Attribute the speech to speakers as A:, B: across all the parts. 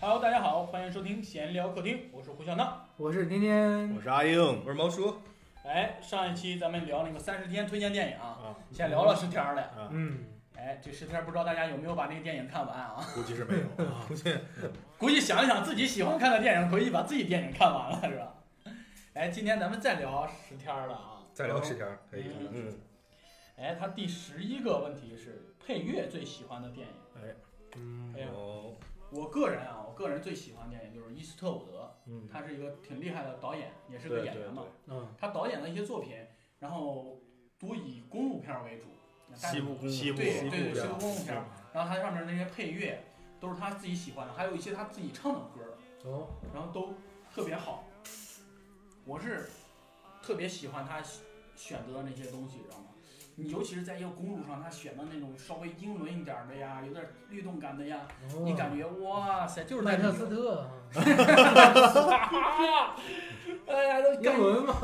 A: Hello，大家好，欢迎收听闲聊客厅，我是胡小闹。
B: 我是天天
C: 我，是阿英，
D: 我是毛叔，
A: 哎，上一期咱们聊那个三十天推荐电影啊，
C: 啊
A: 现在聊了十天儿了。
C: 啊，
B: 嗯，
A: 哎，这十天儿不知道大家有没有把那个电影看完啊？
C: 估计是 没有啊，
A: 估计想一想自己喜欢看的电影，回去把自己电影看完了是吧？哎，今天咱们再聊十天儿了啊。
D: 再聊十条可以。
A: 嗯
C: 嗯，
A: 哎，他第十一个问题是配乐最喜欢的电影。
B: 嗯
A: 哎呀，
D: 哦，
A: 我个人啊，我个人最喜欢的电影就是伊斯特伍德，
C: 嗯，
A: 他是一个挺厉害的导演，也是
C: 对
A: 个
C: 对
A: 演员嘛。
C: 对，
B: 嗯，
A: 他导演的一些作品，然后多以公路片儿为主，但是
C: 西部公路西部
A: 对
C: 西
A: 对
C: 部
A: 对
C: 片
A: 西
C: 儿
A: 部公路片儿，然后它上面那些配乐都是他自己喜欢的，还有一些他自己唱的歌儿，
B: 哦，
A: 然后都特别好。我是特别喜欢他选择的那些东西，知道吗？你尤其是在一个公路上，他选的那种稍微英伦一点儿的呀，有点律动感的呀，
C: 嗯
A: 你感觉哇塞，就是在
B: 曼彻
A: 旅游
B: 斯特，啊
A: 哎呀，都干
B: 英文嘛，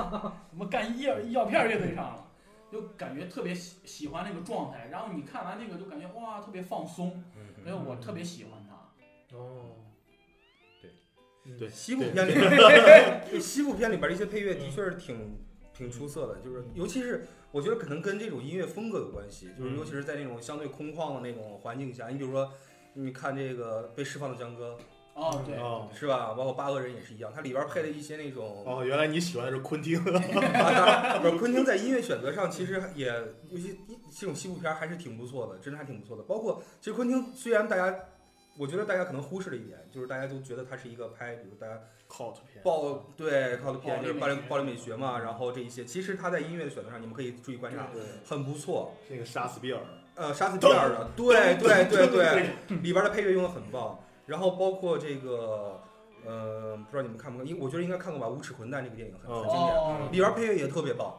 A: 什么干药药片乐队上了，就感觉特别喜喜欢那个状态。然后你看完这个就感觉哇，特别放松，
C: 嗯
A: 所以我特别喜欢他。
B: 哦，
C: 对
B: 嗯，
C: 对
D: 西部片 里面，西部片里边的一些配乐的确是挺
C: 嗯
D: 挺出色的，就是尤其是我觉得可能跟这种音乐风格有关系，
C: 嗯
D: 就是尤其是在那种相对空旷的那种环境下，你比如说。你看这个被释放的江歌
A: 哦，对，
C: 哦
D: 是吧？包括八恶人也是一样，它里边配了一些那种，
C: 哦，原来你喜欢的是昆汀，
D: 啊不是昆汀在音乐选择上其实也，尤其这种西部片还是挺不错的，真的还挺不错的。包括其实昆汀虽然大家，我觉得大家可能忽视了一点，就是大家都觉得他是一个拍，比如大家
C: cult 片，
D: 暴对靠的
A: 暴
D: 偏
A: 力
D: 就是
A: 美
D: 暴力
A: 学
D: 暴力美学嘛，然后这一些，其实他在音乐的选择上，你们可以注意观察，
A: 对
D: 很不错。
C: 那个杀死比尔，
D: 呃，杀死比尔的，对对对对，里边的配乐用的很棒。然后包括这个，呃，不知道你们看不看，因为我觉得应该看过吧，《无耻混蛋》这个电影很很经典，
A: 哦
D: 里，边配乐也特别棒，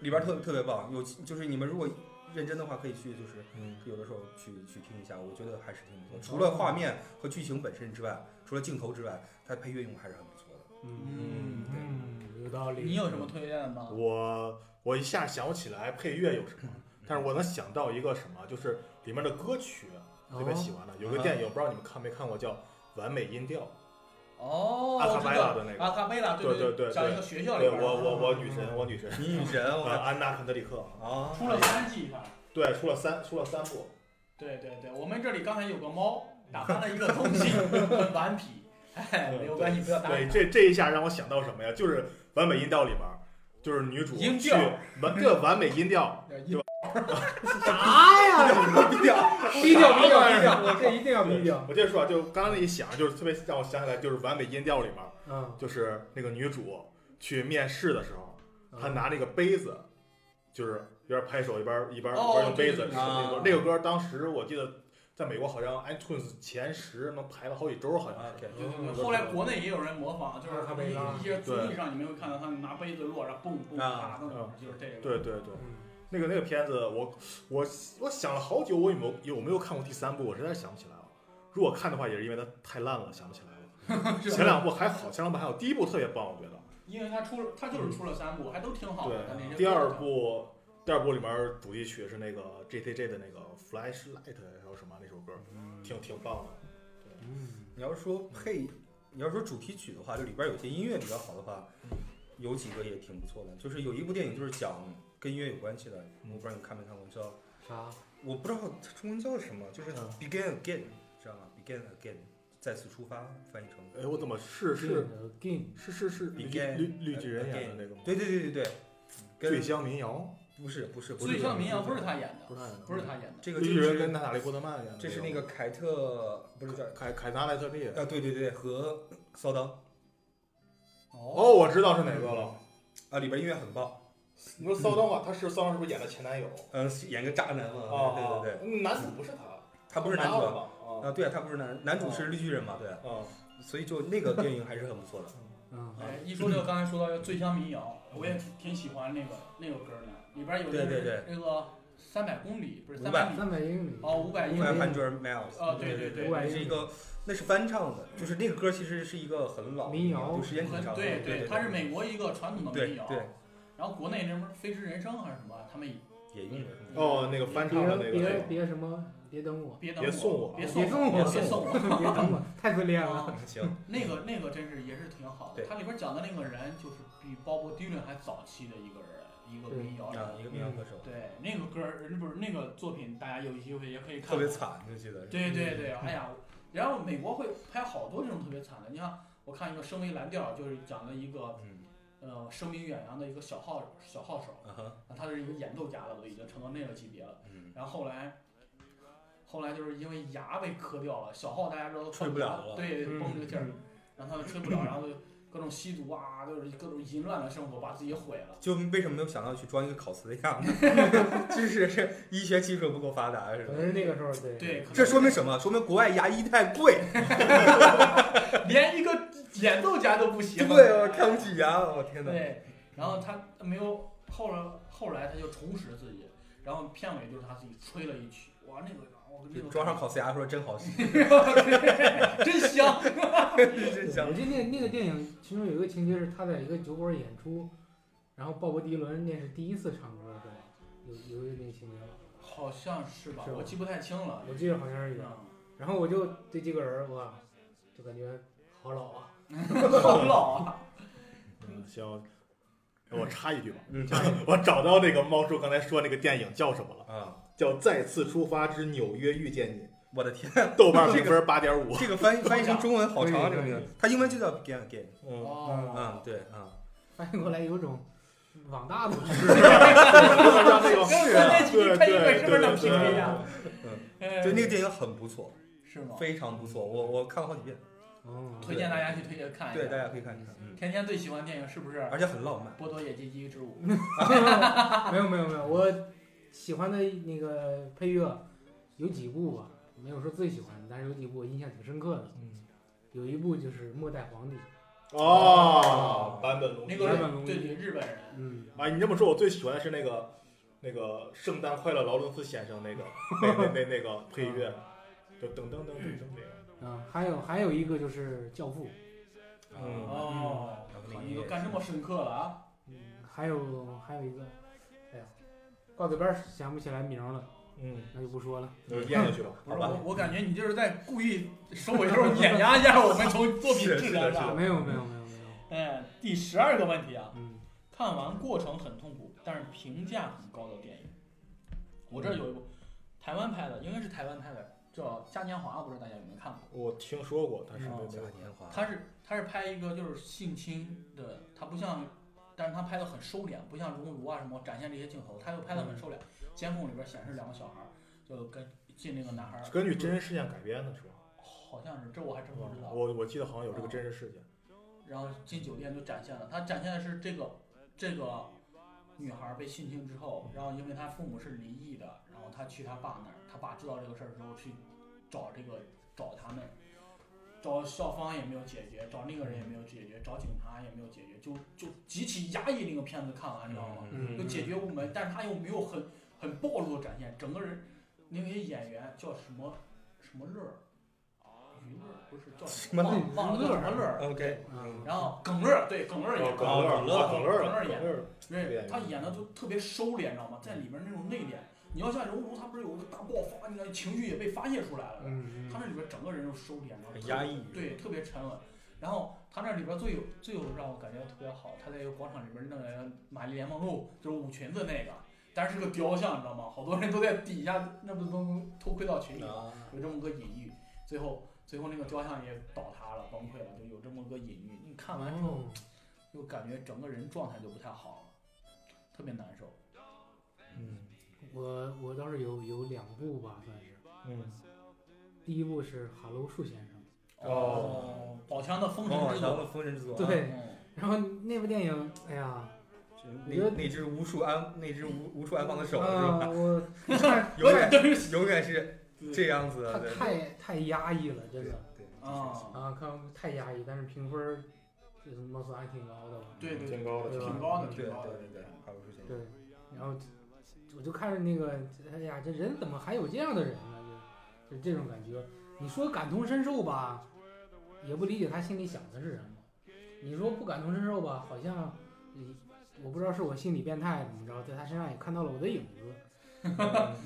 D: 里边特特别棒。有就是你们如果认真的话，可以去就是
C: 嗯，
D: 有的时候去去听一下，我觉得还是挺
A: 嗯
D: 不错。除了画面和剧情本身之外，除了镜头之外，它配乐用得还是很不错的。
A: 嗯
B: 嗯，有道理，
A: 你有什么推荐的吗？
C: 我我一下想不起来配乐有什么，但是我能想到一个什么，就是里面的歌曲
B: 哦
C: 特别 喜欢的，有个电影不知道你们看没看过，叫《完美音调》，
A: 哦，
C: 阿卡贝拉
A: 我
C: 的那
A: 知
C: 个
A: 道，阿卡贝拉，
C: 对
A: 对
C: 对对
A: 讲一个学校里
C: 对
A: 边儿哦
C: 我
A: 的，
C: 我我女神，我女神，
D: 你女神，
C: 呃
D: 我看
C: 安娜肯德里克，
D: 啊，
A: 出了三季吧。
C: 对，出了三出了三部，
A: 对对对，我们这里刚才有个猫打翻了一个东 西，很顽皮。哎，没有关系，不要打扰
C: 对，。这这一下让我想到什么呀？就是《完美音调》里边儿，就是女主
A: 音
C: 去
A: 调
C: 完这完美 音调，
B: 啥 呀？
D: 低 调，
B: 低调，低调，低
C: 啊
B: 调，我这一定要低调，
C: 我接着说啊，就刚刚一想，就是特别让我想起来，就是《完美音调》里面，
B: 嗯，
C: 就是那个女主去面试的时候，
B: 嗯
C: 她拿那个杯子，就是一边拍手一边一边一
A: 哦
C: 边用杯子
A: 对对
C: 吃
D: 对
C: 那个
D: 啊
C: 歌。那个歌当时我记得在美国好像 iTunes 前十能排了好几周，好像是。
D: OK
A: 对对对，后来国内也有人模仿，就是他们一些综艺上你们会看到他们拿杯子落着蹦蹦啪的那种，就是这个。
C: 对对对，
B: 嗯
C: 那个那个片子，我我我想了好久，我有没有有没有看过第三部？我实在是想不起来了。如果看的话，也是因为它太烂了，想不起来了。 前两部还好，前两部还好，第一部特别棒，我觉得。
A: 因为他出了，他就是出了三部，还都挺好的。那些
C: 对，第二部，第二部里面主题曲是那个 JTJ 的那个 Flashlight，然后什么那首歌，挺挺棒的。
B: 嗯，
D: 你要说配，你要说主题曲的话，就里边有些音乐比较好的话，
C: 嗯
D: 有几个也挺不错的。就是有一部电影就是讲跟音乐有关系的，
C: 嗯
D: 我不知道你看没看过，叫
B: 啥？
D: 我不知道它中文叫什么，就是
C: 嗯
D: Begin Again，知道吗？Begin Again，再次出发，翻译成。
C: 哎，我怎么是
B: 是
C: 是
B: game，
D: 嗯
C: 是是是绿
D: Begin
C: 绿绿巨人演的那个吗？
D: 呃对对对对对，
C: 醉
D: 跟
C: 乡民谣
D: 不是不是不
A: 最
D: 是
A: 像民谣不是他演
C: 不
A: 的，
C: 是他演的，
A: 不是他演的。
D: 这个，
C: 绿
D: 这
C: 巨
D: 个
C: 人
D: 是
C: 跟娜塔莉波特曼演的。
D: 这是那个凯特不是叫
C: 凯凯撒莱特利。
D: 啊对对对和骚当
A: 哦，
C: 哦，我知道是哪个了。
D: 啊里边音乐很棒，
C: 你说骚当啊，他是骚当是不是演的前男友？
D: 嗯演个渣男
C: 哦
D: 嘛，对对对对，
C: 对，男主不是他，
D: 他不是男主啊。
C: 吧？
A: 哦
D: 啊，对啊，他不是男男主是绿巨人嘛，对啊，
C: 啊啊，
D: 所以就那个电影还是很不错 的。
B: 嗯，
A: 哎，一说这个刚才说到醉乡民谣，我也挺喜欢那个那个歌的，里边有那个三百公里不是三百里
B: 三百英里，
A: 哦五百英
D: 五百
A: 里
D: 潘爵 miles，
A: 哦对对对，
D: 是一个那是翻唱的，就是那个歌其实是一个很老的
B: 民谣
D: 就时间挺长的。
A: 对
D: 对，
A: 它是美国一个传统的
D: 对
A: 民谣，
D: 对
A: 然后国内那什么《飞驰人生》还是什么，他们
D: 也用的。
C: 哦，那个翻唱的那
B: 别别
C: 个。
B: 别什么别等我，
A: 别等
C: 别送我
A: 我，别
B: 别送
A: 送
B: 我
A: 别
C: 别
A: 送我。
B: 别等我， 太自恋了。
A: 啊
D: 行，
A: 那个那个真是也是挺好的，
D: 对
A: 它里边讲的那个人就是比鲍勃迪伦还早期的一个人，一个
B: 对
A: 民谣
D: 啊
A: 人。
D: 一个民谣歌手，
A: 对，那个歌儿不是那个作品，大家有机会也可以看。
D: 特别。惨，就记得。
A: 对对 对，哎呀，然后美国会拍好多这种特别惨的。你看，我看一个《声为蓝调》，就是讲了一个
D: 嗯，
A: 呃声名远扬的一个小号小号手，
D: 啊哈，
A: 啊他是一个演奏家了，都已经成到那个级别了。
D: 嗯，
A: 然后后来，后来就是因为牙被磕掉了，小号大家知道都
D: 吹不了了
A: 对，
B: 嗯
A: 绷这个劲儿，然后他就吹不 了，然后就各种吸毒啊，就是各种淫乱的生活，把自己毁了。
D: 就为什么没有想到去装一个烤瓷的 样子？就是是医学技术不够发达，是
B: 可
D: 吧？
B: 能
A: 哎
B: 是那个时候，对
A: 对，可能
D: 这说明什么？说明国外牙医太贵，
A: 连一个演奏家都不
D: 对，啊
A: 行。
D: 我看不起牙，我天 哪！
A: 对，然后他没有后来后来他就重拾自己，然后片尾就是他自己吹了一曲，哇，那个我跟那
D: 就
A: 个
D: 装上 烤瓷牙说真好吃，
A: 真香，
D: 真
B: 我
D: 香。
B: 记得那那个电影其中有一个情节是他在一个酒馆演出，然后鲍勃迪伦那是第一次唱歌是吧？有有一个那个情节，
A: 好像是吧
B: 是，吧
A: 我记不太清了。
B: 我记得好像是有。
A: 嗯
B: 然后我就对这个人儿哇，就感觉好老啊。
A: 好老啊！
C: 嗯，行，我插一句吧，
D: 嗯
C: 我找到那个猫叔刚才说那个电影叫什么了，
D: 啊，
C: 叫《再次出发之纽约遇见你
D: 我的天，》，
C: 豆瓣评分八点五。
D: 这个翻译翻译成中文好长啊，这个名
B: 对
D: 字，它英文就叫 Begin Again。
C: 嗯，
A: 哦，
D: 嗯，对，嗯，
B: 翻译过来有种网大的
C: 让那个
A: 跟咱这期
C: 对
A: 看英文
C: 对
A: 是不是能
C: 对
A: 匹配一下
C: 对，？
A: 哎
D: 就那个电影很不错，
A: 是吗？
D: 非常不错，我我看了好几遍，
B: 哦，
A: 嗯推荐大家去推荐看一下。
D: 对，大家可以看一看，嗯，
A: 甜甜最喜欢电影是不是《
D: 而且很浪漫。
A: 波多野结衣之舞》？
B: 没有没有没有，我喜欢的那个配乐有几部吧，没有说最喜欢，但是有几部我印象挺深刻的。
D: 嗯，
B: 有一部就是《末代皇帝》，
C: 哦，版本龙
A: 那
B: 日本
A: 个
B: 龙
A: 对对，日本人。
B: 嗯，
C: 啊，你这么说，我最喜欢的是那个那个圣诞快乐劳伦斯先生那个那那那那个配乐，就噔噔噔噔噔那个。
B: 啊，还有还有一个就是《教父》，
D: 嗯
A: 哦，好你都干这么深刻了啊？
B: 嗯，还有还有一个，哎呀，挂嘴边儿想不起来名儿了，
C: 嗯，
B: 那就不说了。
C: 就咽下去吧。
A: 不是
D: 好吧
A: 我，我感觉你就是在故意收尾的时候 碾压一下我们从作品质量
D: 是的是
A: 上。
B: 没有没有
D: 嗯
B: 没有没有，
A: 哎，第十二个问题啊，
B: 嗯，
A: 看完过程很痛苦，但是评价很高的电影。我这儿有一部台湾拍的，应该是台湾拍的，叫《嘉年华》，不知道大家有没有看过？
C: 我听说过，但是没有
D: 这
C: 看
D: 个
C: 过。
D: 年华，
A: 他是他是拍一个就是性侵的，他不像，但是他拍的很收敛，不像《熔炉》啊什么展现这些镜头，他又拍的
C: 嗯
A: 很收敛。监控里边显示两个小孩儿就跟进那个男孩儿，
C: 是根据真哦实事件改编的是吧？
A: 好像是这我还真不知道。
C: 我我记得好像有这个真实事件。
A: 然后进酒店就展现了，他展现的是这个这个女孩被性侵之后，然后因为她父母是离异的，然后她去她爸那儿，她爸知道这个事儿之后去找这个找他们，找校方也没有解决，找那个人也没有解决，找警察也没有解决，就就极其压抑那个片子看完，你知道吗？
B: 嗯
A: 就解决无门，但是他又没有很很暴露的展现，整个人那些演员叫什么什么乐儿，于乐儿不是叫什么
D: 什么
A: 忘忘了叫什么乐儿，
D: OK，
B: 嗯
A: 然后耿乐儿对哦耿乐儿演的，
D: 耿乐哦儿
C: 乐，啊耿乐，
A: 耿乐儿演
C: 乐，
A: 对，他演的就特别收敛，你知道吗？在里面那种内敛。你要像熔炉，他不是有个大爆发，你看情绪也被发泄出来了。
B: 嗯
A: 他
B: 嗯，
A: 那里边整个人就收敛了，
D: 很压抑。
A: 对，特别沉稳。然后他那里边最有最有让我感觉特别好，他在一个广场里边弄了一个玛丽莲梦露，就是舞裙子那个，但是是个雕像，你知道吗？好多人都在底下，那不都能偷窥到群里吗？
D: 啊，
A: 有这么个隐喻。最后最后那个雕像也倒塌了，崩溃了，就有这么个隐喻。你看完之后，
B: 哦，
A: 就感觉整个人状态就不太好了，特别难受。
D: 嗯
B: 我我倒是有有两部吧，算是。
C: 嗯，
B: 第一部是哈喽树先生，
A: 哦，宝强的《封神
D: 王宝
A: 之
D: 强
A: 作
D: 的《封神之作》啊
B: 对
A: 嗯
B: 然后那部电影，哎呀，
D: 那那只无处安那只无无处安放的手是吧？
B: 啊， 我看
D: 永远永远是这样子
B: 他
D: 的。
B: 太太压抑了，真
D: 对
B: 的
D: 对
A: 啊，
B: 啊，看太压抑，但是评分儿呃貌似还挺高的吧？
A: 对对对，
C: 挺高的，
B: 对吧
A: 挺高的，
D: 对
A: 挺
D: 对
A: 高的，
D: 对对，还不是
B: 对，然后我就看着那个，哎呀，这人怎么还有这样的人呢？就就这种感觉。你说感同身受吧，也不理解他心里想的是什么；你说不感同身受吧，好像你我不知道是我心理变态怎么着，在他身上也看到了我的影子。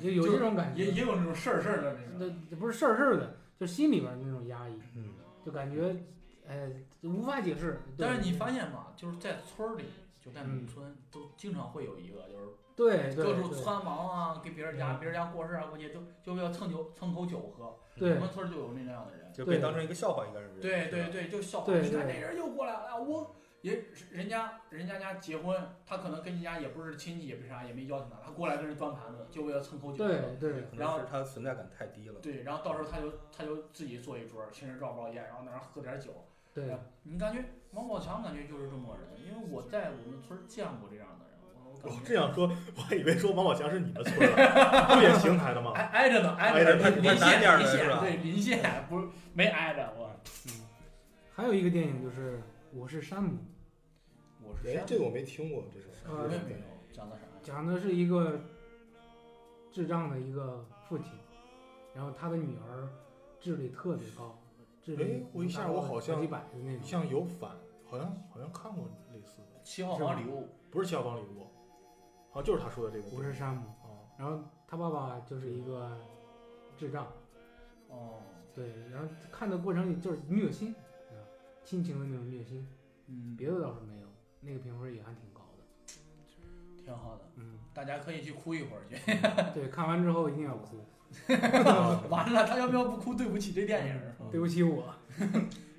B: 就有这种感
A: 也
B: 觉，
A: 也有那种事儿事儿的那种。
B: 那那不是事儿事儿的，就心里边儿那种压抑，
D: 嗯，
B: 就感觉，哎，无法解释。对
A: 但是你发现吧，就是在村儿里，就在农
B: 嗯
A: 村，都经常会有一个，就是
B: 对对
A: 各处
B: 对
A: 窜忙啊，给别人家
B: 嗯
A: 别人家过日啊，过节都就要蹭酒蹭口酒喝。
B: 对
A: 我们村儿就有那样的人。
D: 就被
B: 对
D: 当成一个笑话一个人。
A: 对
D: 是
A: 对
D: 吧，
A: 对，就笑话。
B: 对
A: 你看
B: 对
A: 那人又过来了，哎我也人家人家家结婚，他可能跟人家也不是亲戚，也不是啥，也没邀请他，他过来跟人端盘子，就为了蹭口酒。
B: 对对
D: 可
A: 然后
D: 能是他存在感太低了。
A: 对，然后到时候他就他就自己坐一桌，平时照不着烟，然后在那儿喝点酒。
B: 对
A: 哎，你感觉王宝强感觉就是这么个人，因为我在我们村儿见过这样的人，我我
C: 我
A: 感觉
C: 哦这样说，我还以为说王宝强是你们村儿的，不也邢台的吗？
A: 挨挨着呢，挨
C: 挨着
A: 着
C: 呢
A: 邻
D: 我
A: 邻
D: 南
A: 县
D: 边儿
A: 邻
D: 的是
A: 县
D: 吧
A: 对邻县不是没挨着我。
C: 哎
B: 还有一个电影就是《我是山姆
A: 我是
C: 哎，这个我没听过，这首
B: 啊
A: 我也
B: 对
A: 没有讲的啥》，呀？
B: 讲的是一个智障的一个父亲，然后他的女儿智力特别高，智力
C: 哎我一下我好像
B: 好几百的那种。
C: 像有反，好像好像看过类似的，
A: 七号房礼物，
C: 不是《七号房礼物》，好像啊就是他说的这个故
B: 我
C: 事
B: 是山姆，
C: 啊。
B: 然后他爸爸就是一个智障，
A: 哦，
B: 对，然后看的过程里就是虐心，啊，亲情的那种虐心，
A: 嗯，
B: 别的倒是没有，那个评分也还挺高的，
A: 挺好的，
B: 嗯，
A: 大家可以去哭一会儿去。
B: 对，看完之后一定要哭，
C: 啊嗯
A: 完了，他要不要不哭？对不起这电影儿。
B: 对不起我，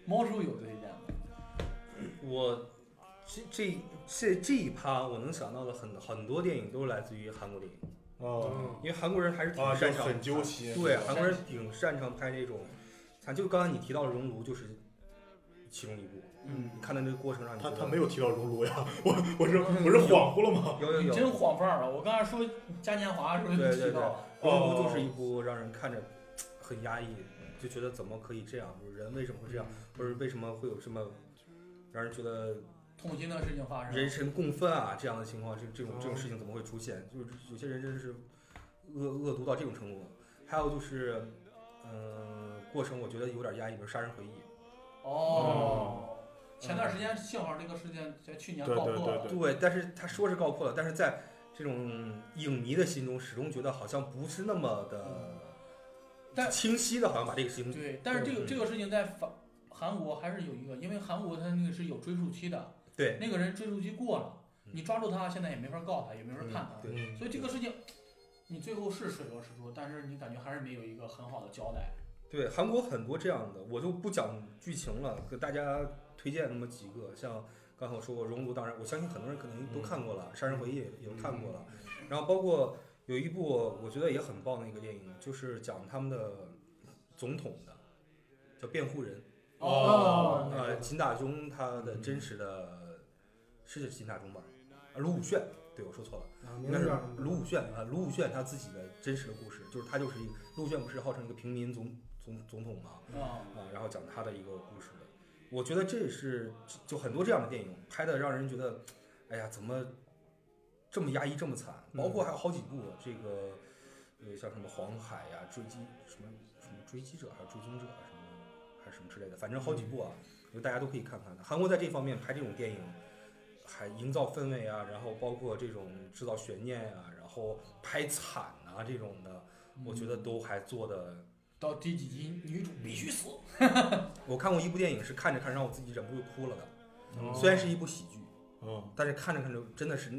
A: 猫叔有推荐吗？
D: 我这这这这一趴，我能想到的很很多电影都是来自于韩国电影，
B: 嗯
C: 哦
D: 因为韩国人还是挺
C: 啊，就
D: 擅长
C: 很揪心。
D: 对，韩国人挺擅长拍这种，像就刚才你提到的《熔炉》就是其中一部，
A: 嗯，
D: 你看到这个过程让你
C: 他
D: 觉
C: 他
D: 得
C: 没有提到熔炉呀， 我我是我是恍惚了吗？
D: 有有有，
A: 真晃范儿了。啊我刚才说嘉年华的时候就
D: 对对
A: 提到了，
D: 熔炉就是一部让人看着很压抑，就觉得怎么可以这样，就是人为什么会这样，或者为什么会有这么让人觉得
A: 痛心的事情发
D: 人
A: 生。
D: 神共愤啊这样的情况，这这种这种
B: 哦
D: 事情怎么会出现？就是有些人真是恶恶毒到这种程度。还有就是，嗯、过程我觉得有点压抑，比如《杀人回忆》，
A: 哦，前段时间幸好这个事件在去年
C: 对
A: 爆
C: 对
A: 破
C: 对
A: 了。
D: 嗯对，但是他说是告破了，但是在这种影迷的心中，始终觉得好像不是那么的
A: 嗯，但
D: 清晰的，好像把这个事情
A: 对，但是这个
D: 嗯
A: 这个事情在法韩国还是有一个，因为韩国它那个是有追诉期的，
D: 对
A: 那个人追诉期过了，
D: 嗯
A: 你抓住他，现在也没法告他，也没法
D: 嗯
A: 判他。
D: 对
A: 所以这个事情，你最后是水落石出，但是你感觉还是没有一个很好的交代。
D: 对，韩国很多这样的，我就不讲剧情了，给大家推荐那么几个，像刚才我说过《熔炉》，当然我相信很多人可能
B: 嗯
D: 都看过了，杀人回忆》也都看过了，然后包括有一部我觉得也很棒的一个电影，就是讲他们的总统的，叫《辩护人》。
B: 哦嗯那
D: 呃，
B: 个
D: 金大中他的真实的，是金大中吧？啊，卢武铉，对我说错了，
B: 啊，名
D: 应该
B: 字
D: 是
B: 叫什么
D: 卢武铉啊，卢武铉他自己的真实的故事，就是他就是一个卢武铉不是号称一个平民总总总统嘛，
A: 啊，
D: 啊，然后讲他的一个故事的，我觉得这也是就很多这样的电影拍的让人觉得，哎呀，怎么这么压抑这么惨？包括还有好几部这个，呃，像什么黄海呀、追击什么什么追击者还是追踪者啊什么还是什么之类的，反正好几部啊，就大家都可以看看的。韩国在这方面拍这种电影，还营造氛围啊，然后包括这种制造悬念啊，然后拍惨啊这种的，我觉得都还做的。
A: 到第几集女主必须死。
D: 我看过一部电影，是看着看着让我自己忍不住哭了的。
C: 哦
D: 虽然是一部喜剧，
C: 嗯
D: 但是看着看着真的是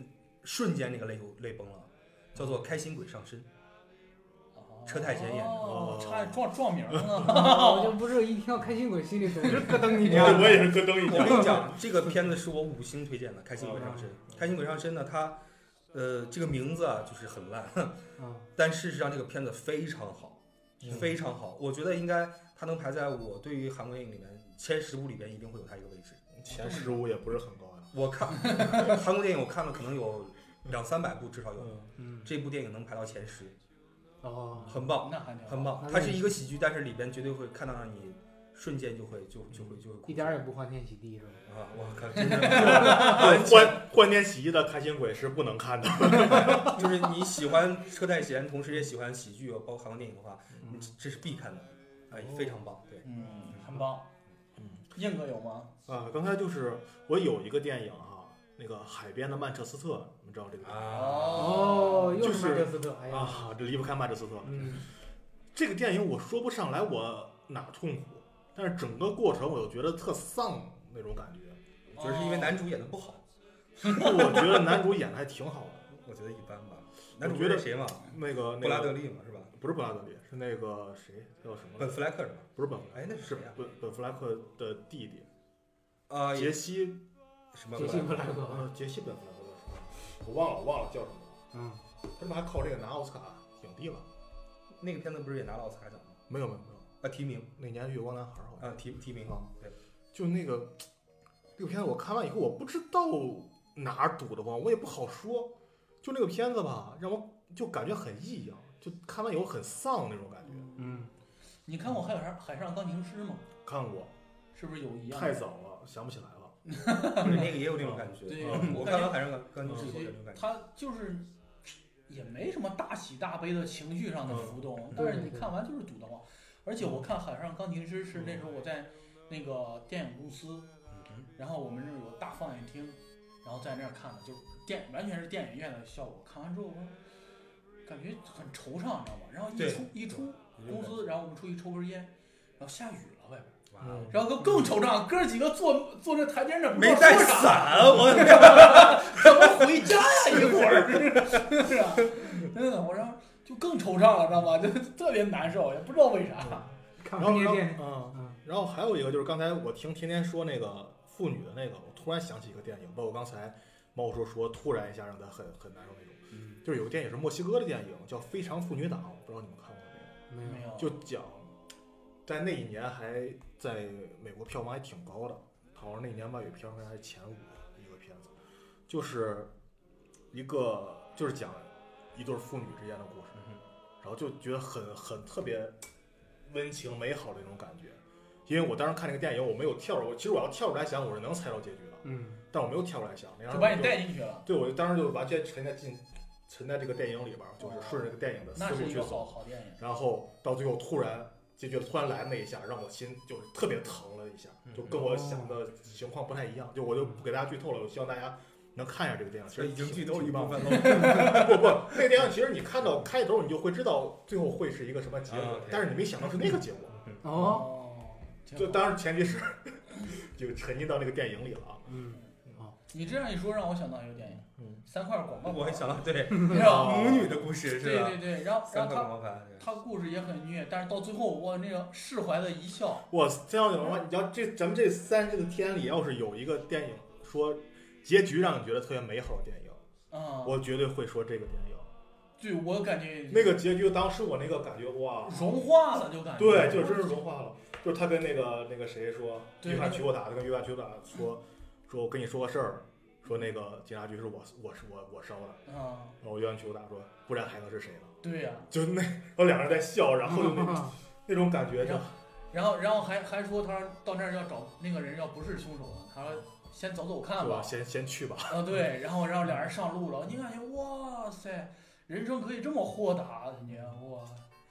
D: 瞬间那个泪就泪崩了，叫做《开心鬼上身》。车太贤演的
A: 哦
C: 哦，
A: 差点撞撞名 了。
B: 啊 我就不是一听到开心鬼，心里总是 咯噔一下。
C: 我我也是咯噔一
D: 我跟
C: 下。
D: 你讲，这个片子是我五星推荐的，《开心鬼上
C: 哦
D: 身》。《开心鬼上身》呢，它呃这个名字啊就是很烂，
B: 啊，
D: 但事实上这个片子非常好，
C: 嗯
D: 非常好。我觉得应该它能排在我对于韩国电影里面前十部里边，一定会有它一个位置。
C: 前十五也不是很高呀。
D: 我看 韩国电影，我看了可能有两三百部，至少有。
C: 嗯，
B: 嗯，
D: 这部电影能排到前十，
B: 哦，
D: 很棒，
A: 那还挺好
D: 很。棒
B: 那。
D: 它是一个喜剧，但是里边绝对会看到让你瞬间就会就就会就会哭
B: 一点儿也不欢天喜地是吧？
D: 啊！我靠，真的
C: 欢欢天喜地的开心鬼是不能看的。
D: 就是你喜欢车太贤，同时也喜欢喜剧，包括韩国电影的话，你
B: 嗯
D: 这这是必看的，哎，
C: 哦
D: 非常棒。对，
A: 嗯，很棒。
C: 嗯
A: 硬哥有吗？
C: 啊，刚才就是我有一个电影哈、那个海边的曼彻斯特，你们知道这个地
D: 啊
C: 方
B: 哦，又
C: 就是是
B: 曼彻斯特，哎呀，
C: 啊？这离不开曼彻斯特。
B: 嗯，
C: 这个电影我说不上来我哪痛苦，但是整个过程我又觉得特丧那种感觉。
D: 我觉得是因为男主演的不好，
C: 我觉得男主演的还挺好的，
D: 我觉得一般吧。男主
C: 我觉得
D: 是谁嘛？
C: 那个
D: 布
C: 那
D: 拉
C: 个
D: 德利嘛，是吧？
C: 不是布拉德利，是那个谁叫什
D: 本
C: 么？
D: 弗莱克是吧？
C: 不是本弗莱克，
D: 哎，那是
C: 是啊
D: 谁呀？
C: 本本弗莱克的弟弟
D: 啊，
C: 杰
D: 也
C: 西，
D: 什么
B: 杰
D: 布
B: 西
D: 莱
B: 布
D: 克？
B: 莱克，
C: 呃，杰西本弗莱克叫什么？我忘了，我忘了叫什么了。
B: 嗯，
C: 他们还靠这个拿奥斯卡影帝了？
D: 那个片子不是也拿了奥斯卡奖吗？
C: 没有没有没有，
D: 啊，提名
C: 那年月光男孩好像
D: 啊，提提名
B: 哦
C: 啊，
D: 对，
C: 就那个这个片子，我看完以后，我不知道哪儿堵得慌，我也不好说。就那个片子吧，让我就感觉很异样，就看完以后很丧那种感觉。
B: 嗯，
A: 你看过《海上海上钢琴师》吗？
C: 看过，
A: 是不是有一样的？
C: 太早了，想不起来了。
D: 对那个也有那种感觉。
A: 对
C: 嗯
D: 哦我
A: 我
D: 看
A: 感
D: 完
A: 觉
D: 《海上钢钢琴师》以后有那种感觉。
A: 他就是也没什么大喜大悲的情绪上的浮动，但是你看完就是堵得慌。而且我看《海上钢琴师》是那时候我在那个电影公司，
D: 嗯
A: 然后我们这儿有大放映厅，然后在那儿看的，就是电完全是电影院的效果。看完之后我感觉很惆怅，你知道吗？然后一
D: 对
A: 出一出
D: 有
A: 公
D: 那种
A: 司，然后我们出去抽根烟，然后下雨了外边。
C: 嗯
D: 感觉哇哦
A: 然后就更惆怅，哥几个坐坐这台阶那儿不知
D: 没
A: 道
D: 带
A: 说啥
D: 伞，我
A: 怎么回家呀？一会儿 是啊，真的，我让就更惆怅了，知道吗？就特别难受，也不知道为啥。
B: 看
C: 然后，
B: 完这
C: 然
B: 个
C: 后，
B: 电影，
C: 嗯，
B: 嗯，
C: 然后还有一个就是刚才我听天天说那个妇女的那个，我突然想起一个电影，包括刚才猫叔说，突然一下让他很很难受那种。
D: 嗯
C: 就是有个电影是墨西哥的电影，叫《非常妇女党》，不知道你们看过没有？
D: 嗯
B: 没
A: 没
B: 有，
A: 有，
C: 就讲，在那一年还在美国票房还挺高的，好像那一年外语片儿还是前五一个片子，就是一个就是讲一对儿父女之间的故事，然后就觉得很很特别温情美好的那种感觉。因为我当时看这个电影，我没有跳出，我其实我要跳出来想，我是能猜到结局的，
B: 嗯，
C: 但我没有跳出来想，那样
A: 就把你
C: 我
A: 带进去了，
C: 对，我就当时就完全沉在进沉在这个电影里边儿，就是顺着这个电影
D: 嗯
C: 的思
A: 那
C: 路
A: 是一
C: 去
A: 个好。
C: 走
A: 好电影。
C: 然后到最后突然结局突然来那一下，让我心就是特别疼了一下，
D: 嗯
C: 就跟我想的情况不太一样。就我就不给大家剧透了，我希望大家能看一下这个电影。其
D: 这
C: 实
D: 已经
C: 挺
D: 剧透一
C: 挺
D: 部
C: 棒的
D: 分了。
C: 不 不，那个电影其实你看到开头你就会知道最后会是一个什么结
D: 啊嗯
C: 果
D: ，OK，
C: 但是你没想到是那个结果。
B: 哦，
A: 哦，挺好
C: 就当然前提是就沉浸到那个电影里了啊。
B: 嗯，
A: 你这样一说，让我想到一个电影，
C: 嗯
A: 三块广告牌，
D: 我还想到对
A: 没有，
D: 母女的故事是
A: 对
D: 吧
A: 对？对，然后然后
D: 三个
A: 他
D: 广告牌，对
A: 他故事也很虐，但是到最后我那个释怀的一笑，
C: 我这样讲的话，你要这咱们这三十个天里，要是有一个电影说结局让你觉得特别美好的电影，
A: 嗯，
C: 我绝对会说这个电影。
A: 对我感觉
C: 那个结局，当时我那个感觉，哇，
A: 融化了，就感觉
C: 对，就是真是融化了。就是他跟那个那个谁说，
A: 对
C: 约
A: 那
C: 翰
A: 个
C: 曲沃达，他跟约翰曲沃达说，说我跟你说个事儿，说那个警察局是我我是我我烧的。
A: 嗯，
C: 然后约翰曲沃达说，不然还能是谁呢？
A: 对呀，
C: 就那，然后两个人在笑，然后 就那那种感觉就，
A: 然后，然后还还说他到那儿要找那个人，要不是凶手呢，他说先走走看
C: 对吧？
A: 吧。
C: 先先去吧。
A: 啊，对，然后然后俩人上路了，你感觉哇塞，人生可以这么豁达，感觉哇，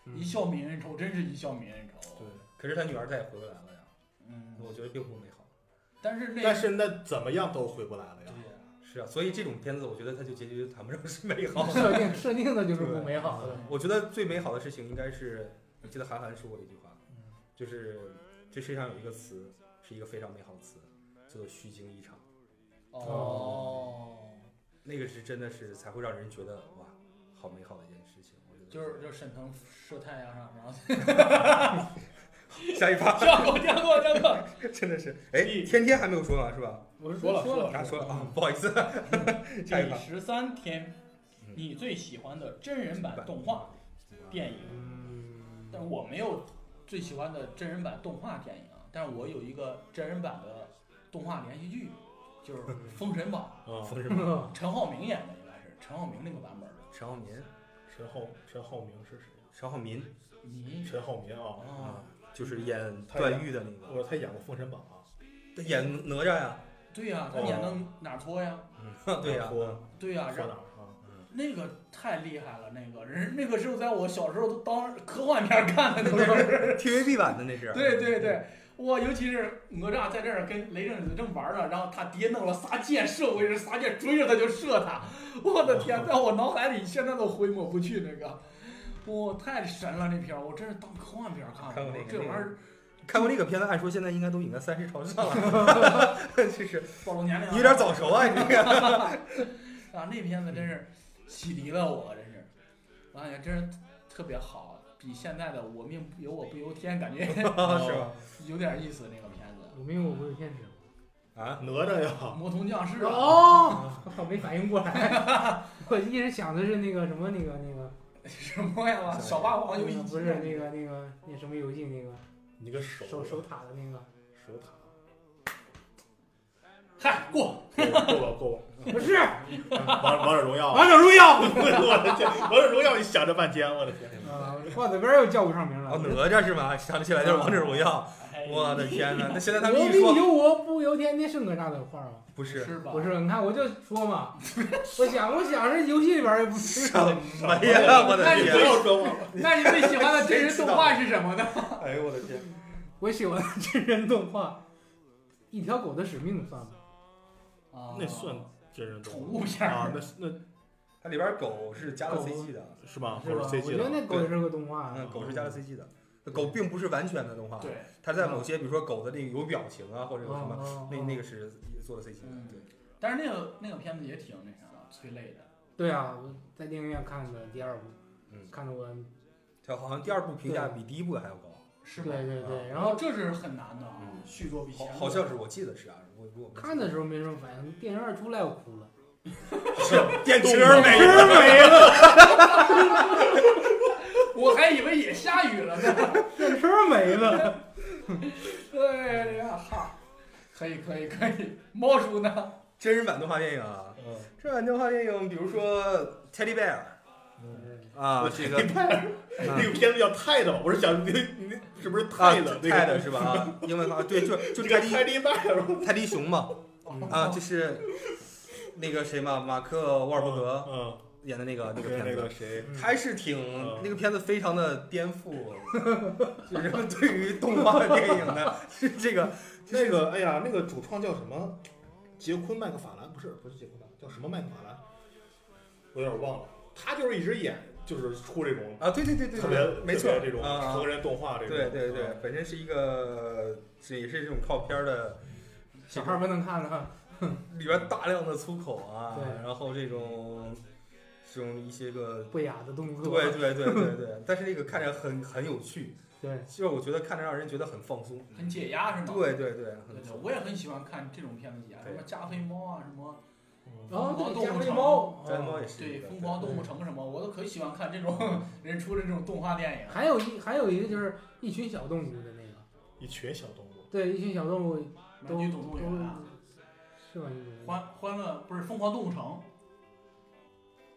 B: 嗯
A: 一笑泯恩仇，真是一笑泯恩仇。
C: 嗯对，
D: 可是他女儿再也回不来了呀，
A: 嗯，
D: 我觉得并不美好。
A: 但是那
C: 但是那怎么样都回不来了呀
A: 对。呀
D: 是啊，所以这种片子我觉得它就结局谈不上是美好。
B: 设定设定的就是不美好的，
D: 我觉得最美好的事情应该是，我记得韩寒说过一句话，就是这世上有一个词是一个非常美好的词，叫做虚惊一场。
A: 哦，
D: 那个是真的是才会让人觉得哇，好美好的一件事情。我觉得
A: 就是就是沈腾射太阳上，然后
D: 下一趴，
A: 跳过跳过跳过，
D: 真的是哎，天天还没有说完是吧？
B: 我
C: 说了
B: 说
C: 说了
D: 他说了啊，不好意思，下一
A: 第
D: 趴
A: 十三天
D: 嗯，
A: 你最喜欢的真人版动画电影。
B: 嗯，
A: 但我没有最喜欢的真人版动画电影啊，但是我有一个真人版的动画连续剧，就是《封神榜
C: 啊，
D: 封神榜，
A: 陈浩民演的应该是陈浩民那个版本的。
D: 陈浩民，
C: 陈浩陈浩民是谁？啊
D: 陈浩民
A: 你
C: 陈浩民啊，
A: 啊
D: 啊，，就是演
C: 他演
D: 段誉的那
C: 我
D: 个，
C: 说他演过《封神榜》啊。
D: 他演哪吒呀？
A: 对呀、他演的哪儿托呀？
D: 嗯，对呀、
C: 说
A: 对呀、
C: 说
A: 然
C: 哪
A: 后
C: 儿啊？
A: 那个太厉害了，那个人那个是在我小时候都当科幻片看的，那
D: 不
A: 个
D: 是 TVB 版的那是。
A: 对对对，哇，尤其是哪吒在这儿跟雷震子正玩呢，然后他爹弄了仨箭射回去，仨箭追着他就射他， 我的 天，在我脑海里现在都回抹不去那个，哇，太神了这片儿，我真是当科幻片儿看
D: 看过
A: 的，
D: 那个
A: 这玩意儿
D: 看过这个片子，按说现在应该都应该三十朝上了，就是
A: 暴露年龄啊
D: 有点早熟啊，你这个。
A: 啊，那片子真是洗涤了我，真是，我感觉真是特别好，比现在的我命由我不由天感觉
D: 是吧？
A: 有点意思那个片子，
B: 我没有我不是天使。
D: 啊，
C: 哪吒呀，
A: 魔童降世啊，
B: 哦，我没反应过来， 我一直想的是那个什么那个那个，
A: 什么呀？小霸王游戏
B: 不是那个那个那什么游戏那个
C: 你个手啊
B: 守守塔的 那个，
C: 手塔，
A: 嗨过，
C: 够了够了，
B: 不是
C: 王王者荣
D: 哦
C: 耀，
B: 王者荣耀
C: 我的天，王者荣耀你想这半天，我的天，
B: 啊，瓜子边又叫不上名
D: 哦，
B: 了。
D: 哪吒是吧？想起来就是王者荣耀，
A: 哎
D: 我的天哪！那现在他
B: 我
D: 们一
B: 命
D: 说
B: 由我不由天，那是哪吒的话吗？
D: 不是
A: 是吧？
B: 不是，你看我就说嘛，我想我想是游戏里边儿也不
D: 什
B: 是。
D: 么哎呀？我的
A: 那你
C: 你
D: 天
C: 不！要说我，
A: 那你最喜欢的真人动画是什么 呢？
D: 哎呦我的天！
B: 我喜欢的真人动画，一条狗的使命算吗？
A: 啊
C: 那算真人动
A: 宠
C: 画
A: 物片儿
C: 啊，那是那
D: 它里边狗是加了 CG 的，
C: 是吧？
B: 是吧？
C: 我
B: 我
C: 是 CG
B: 觉得
C: 的，
B: 那狗也是个动画。
D: 嗯，狗是加了 CG 的，狗并不是完全的动画，
A: 对，
D: 它在某些比如说狗的那个有表情啊或者有什么，
B: 么
D: 那那个是做了 CG 的
A: 嗯，
D: 对。
A: 但是那个那个片子也挺那啥的，催泪的。
B: 对啊，我在电影院看的第二部，
D: 嗯
B: 看的我，
D: 它好像第二部评价比第一部还要高，
A: 是
B: 对
A: 吧？
B: 对
D: 啊
B: 对，然后
A: 这是很难的啊，
D: 嗯
A: 续作比前
D: 好
A: 面
D: 好像是我记得是啊，我如果
B: 看的时候没什么反应，电影院出来我哭了，
D: 候电池
C: 动
D: 没
B: 真
D: 了，
B: 没了，
A: 我还以为也下雨了呢。
B: 电池没了，
A: 对呀，哈，可以可以可以。猫叔呢？
D: 真人版动画电影啊，
C: 嗯
D: 真人版动画电影，比如说 Teddy Bear
C: 嗯，
D: 啊，这 个
C: 那个片子叫泰的吧？我是想你你是不是
D: 啊
C: 泰的？那
D: 泰的
C: 个
D: 是吧？啊，英文啊，对，就就
C: 这个
D: 泰迪
C: 泰迪拜尔
D: 泰迪熊嘛，啊，就是那个谁嘛，马克沃尔伯格
C: 嗯，
D: 演的那个
C: 那
D: 那个
C: 个那
D: 片子
C: 个。谁，
D: 还是挺
C: 嗯
D: 那个片子非常的颠 覆，就是人们对于动画电影的 是这个
C: 那个哎呀，那个主创叫什么？杰昆麦克法兰不是不是杰昆麦克，叫什么麦克法兰？我有点忘了。他就是一直演，就是出这种
D: 啊，对对对对
C: 特别
D: 对，没错
C: 特别，这种
D: 啊，
C: 成人动画这种。
D: 对对对
C: 嗯，，
D: 本身是一个这也是这种靠片儿的
B: 小孩儿不能看了。
D: 里边大量的粗口啊，
B: 对
D: 然后这种这种一些个，
B: 不雅的动作。
D: 对对对对 对，但是这个看着很很有趣，
B: 对
D: 就是我觉得看着让人觉得很放松，
A: 很解压是吗？
D: 对对对，
A: 对
D: 很
A: 对，我也很喜欢看这种片子解压，什
D: 对
A: 么加菲猫啊，什么
C: 嗯
B: 然后
A: 疯狂
B: 哦对，加
A: 动物
B: 菲
A: 城
B: 猫，
D: 家猫
B: 哦
D: 也是一
A: 对
D: 个
A: 《疯狂动物城》什么，我都可喜欢看这种 人出的这种动画电影。
B: 还有一还有一个就是一群小动物的那个，
C: 一群小动物，
B: 对，一群小动物
A: 玩
B: 都
A: 具总动员啊，
B: 是吧？你
A: 欢欢乐不是疯狂动物城，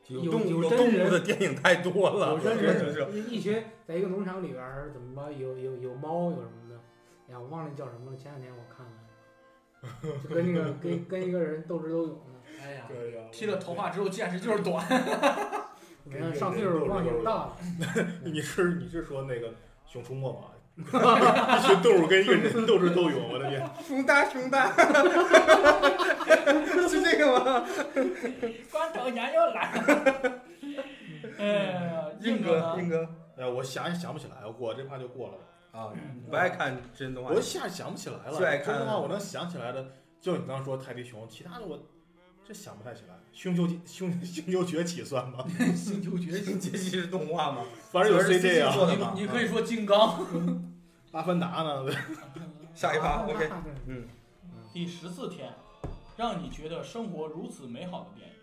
D: 有
B: 有
D: 动物
B: 有
D: 有
B: 真
D: 动物
B: 人
D: 的电影太多了，
B: 有真
D: 真的
B: 人
D: 啊是
B: 一群在一个农场里边儿怎么吧，有有有猫有什么的，哎呀，我忘了叫什么了，前两天我看了，就跟那个跟跟一个人斗智斗勇的，
A: 哎呀，
C: 对呀，
A: 剃了头发之后见识就是 短。
B: 没看上岁数忘性大了，
C: 你是你是说那个《熊出没》吗？ 一群动物跟一个人斗智斗勇，我的天！
D: 熊大熊 大，是这个吗？
A: 光头娘又来了。 哎呀，
D: 硬
A: 哥
D: 哥
A: 呢
D: 硬哥
C: 哎，我想也想不起来，我这趴就过了。
D: 啊，不爱看真人动画
C: 我一，下想不起来了。
D: 最爱看
C: 说实话，我能想起来的，就你刚刚说泰迪熊，其他的我真想不太起来。星球星星球崛起算吗？
A: 星 球崛起，
D: 这期是动画吗？
C: 反正有
D: 主要是
C: CG 啊
D: CG 做的嘛
A: 你你可以说金 刚。
C: 阿凡达呢？
D: 下一趴
B: 啊
D: ，OK，
B: 啊
D: 嗯，
A: 第十四天，让你觉得生活如此美好的电影，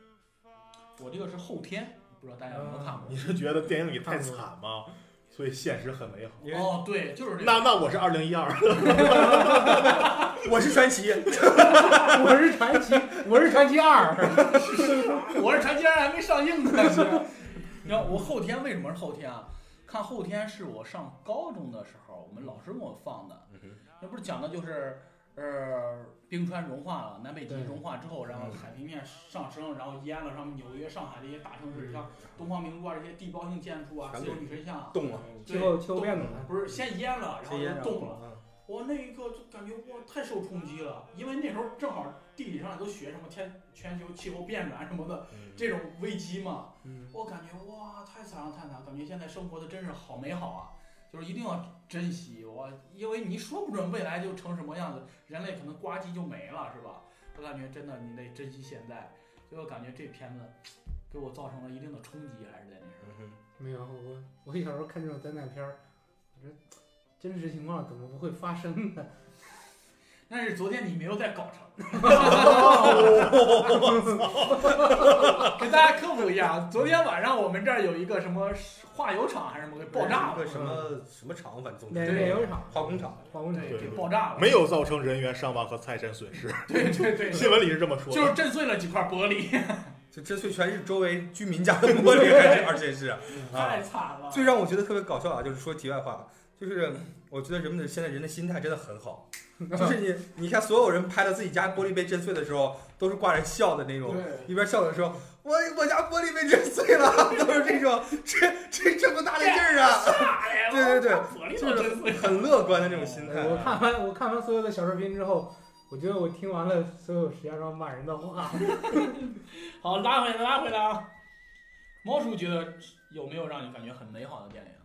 A: 我这个是后天，不知道大家有没有看过
C: 你？是觉得电影里太惨吗？所以现实很美好。
D: 因为
A: 哦，对，就是这个。
C: 那那我是二零一二，
D: 我是传奇，
B: 啊 我是传奇，我是传奇二，
A: 我是传奇人还没上映呢。是 你知道我后天为什么是后天啊？看后天是我上高中的时候，我们老师给我放的。那不是讲的就是，呃，冰川融化了，南北极
B: 对
A: 融化之后，然后
D: 嗯
A: 海平面上升，然后淹了上纽约、上海这些大城市，像东方明珠啊这些地标性建筑啊，
D: 全
A: 自
D: 给
A: 由女神像啊，
D: 动了，
B: 气候气候变暖，
A: 不是先淹了，然后
D: 谁
A: 又
D: 先
A: 冻了。
D: 了？
A: 我那一个就感觉哇太受冲击了，因为那时候正好地理上也都学什么天全球气候变暖什么
D: 啊
A: 的这种危机嘛，
B: 嗯，
A: 我感觉哇，太惨了，太惨了！感觉现在生活的真是好美好啊，就是一定要珍惜我，因为你说不准未来就成什么样子，人类可能呱唧就没了，是吧？我感觉真的你得珍惜现在，所以我感觉这片子给我造成了一定的冲击，还是在那时候。
D: 嗯
B: 没有我我小时候看这种灾难片儿，我说真实情况怎么不会发生呢？
A: 但是昨天你没有在搞成， 给大家科普一下，啊昨天晚上我们这儿有一个什么化油厂还是什么给爆炸
D: 一
A: 了
D: 个，什么什么厂，反正总
B: 炼
D: 之
A: 对
B: 炼油厂、
D: 化工厂，
B: 化工厂，
A: 对，
C: 对
A: 给爆炸了，
C: 没有造成人员伤亡和财产损失，
A: 对对 对，
C: 新闻里是这么说
A: 就是
C: 的。
A: 震碎了几块玻璃。
D: 就这碎全是周围居民家的玻璃， 而且是
A: 太惨了。
D: 最让我觉得特别搞笑啊，就是说题外话，就是我觉得人们的现在人的心态真的很好，就是你你看所有人拍到自己家玻璃被震碎的时候，都是挂着笑的那种，
A: 对，
D: 一边笑着说。我我家玻璃被震碎了， 都是这种，这这这么大的劲儿啊，
A: 炸呀！
D: 对对对
A: 我玻璃都震碎了。
D: 很乐观的那种心态。
B: 我看完我看完所有的小视频之后，我觉得我听完了所有石家庄骂人的话。
A: 好，拉回来，拉回来啊！猫叔觉得有没有让你感觉很美好的电影？嗯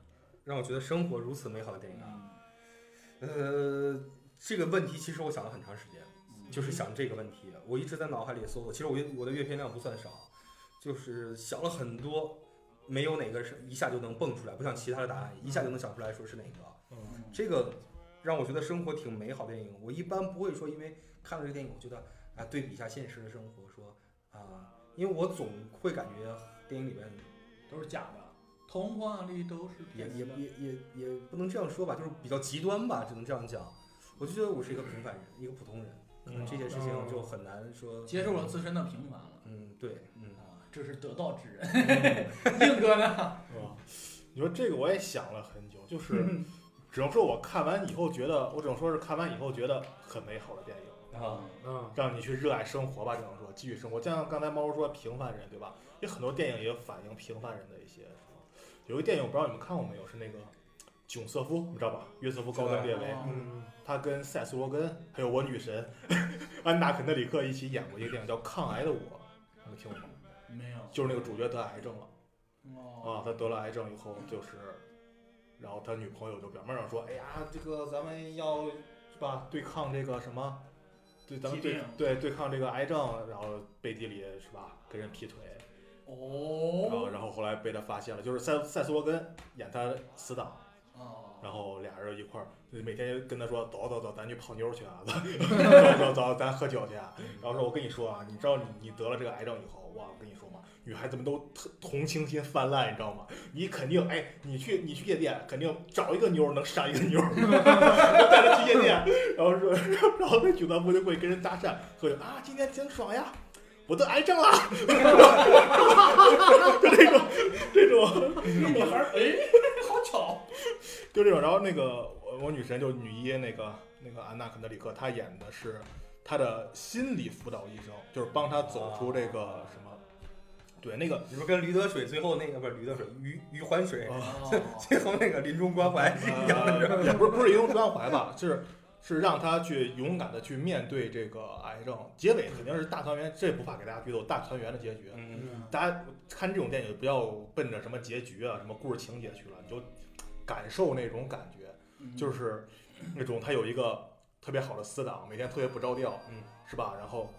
D: 让我觉得生活如此美好的电影。啊呃，这个问题其实我想了很长时间，就是想这个问题，我一直在脑海里搜索。其实我阅我的阅片量不算少，就是想了很多，没有哪个是一下就能蹦出来，不像其他的答案一下就能想出来说是哪个。
C: 嗯
D: 这个让我觉得生活挺美好的电影。我一般不会说，因为看了这个电影，我觉得啊对比一下现实的生活，说啊，因为我总会感觉电影里面
A: 都是假的，童话里都是
D: 也
A: 骗
D: 也
A: 子的。
D: 也也也不能这样说吧，就是比较极端吧，只能这样讲。我就觉得我是一个平凡人，一个普通人，可能这些事情就很难说。
A: 接受了自身的平凡了
D: 嗯，对，嗯，
A: 啊，这是得道之人。 硬哥 呢？
C: 是吧你说这个我也想了很久，就是
A: 嗯
C: 只能说我看完以后觉得，我只能说是看完以后觉得很美好的电影，
D: 啊，
B: 嗯，
C: 让你去热爱生活吧，只能说继续生活。就像刚才猫叔说平凡人，对吧？有很多电影也反映平凡人的一些什么。有一个电影我不知道你们看过没有，是那个囧瑟夫，你知道吧？约瑟夫·高登列维，
A: 哦
B: 嗯，
C: 他跟塞斯·罗根还有我女神 安娜·肯德里克一起演过一个电影叫《抗癌的我》，你们听过吗？
A: 嗯没有。
C: 就是那个主角得癌症了啊
A: 哦，，
C: 他得了癌症以后就是，然后他女朋友就表面上说，哎呀，这个咱们要是吧对抗这个什么，对咱们
A: 疾
C: 对
A: 病
C: 对对抗这个癌症，然后背地里是吧跟人劈腿，然后
A: 哦，
C: 然后后来被他发现了，就是塞塞斯·罗根演他死党。
A: 哦，
C: 然后俩人一块儿，就每天跟他说走走走，咱去 泡妞去啊，走走走，咱喝酒去啊。然后说，我跟你说啊，你知道你你得了这个癌症以后，哇，我跟你说嘛，女孩子们都特同情心泛滥，你知道吗？你肯定，哎，你去你去夜店，肯定找一个妞儿能上一个妞儿，我带她去夜店，然后说，然后那女的不就会跟人搭讪，会啊，今天挺爽呀。我得癌症了， 就这种这种
A: 那女孩儿，哎，好巧。
C: 就这种。然后那个我我女神就女一那个那个安娜肯德里克，她演的是她的心理辅导医生，就是帮她走出这个什么，对那个
D: 你说跟驴得水最后那个不是驴得水，于于欢水
C: 啊
A: 哦
D: 最后那个临终关怀一样的
C: 呃，也不是不是移动关怀吧，是是让他去勇敢的去面对这个癌症。结尾肯定是大团圆，这不怕给大家剧透，大团圆的结局。
D: 嗯，
C: 大家看这种电影不要奔着什么结局啊、什么故事情节去了，你就感受那种感觉。就是那种他有一个特别好的死党，每天特别不着调，
D: 嗯，
C: 是吧？然后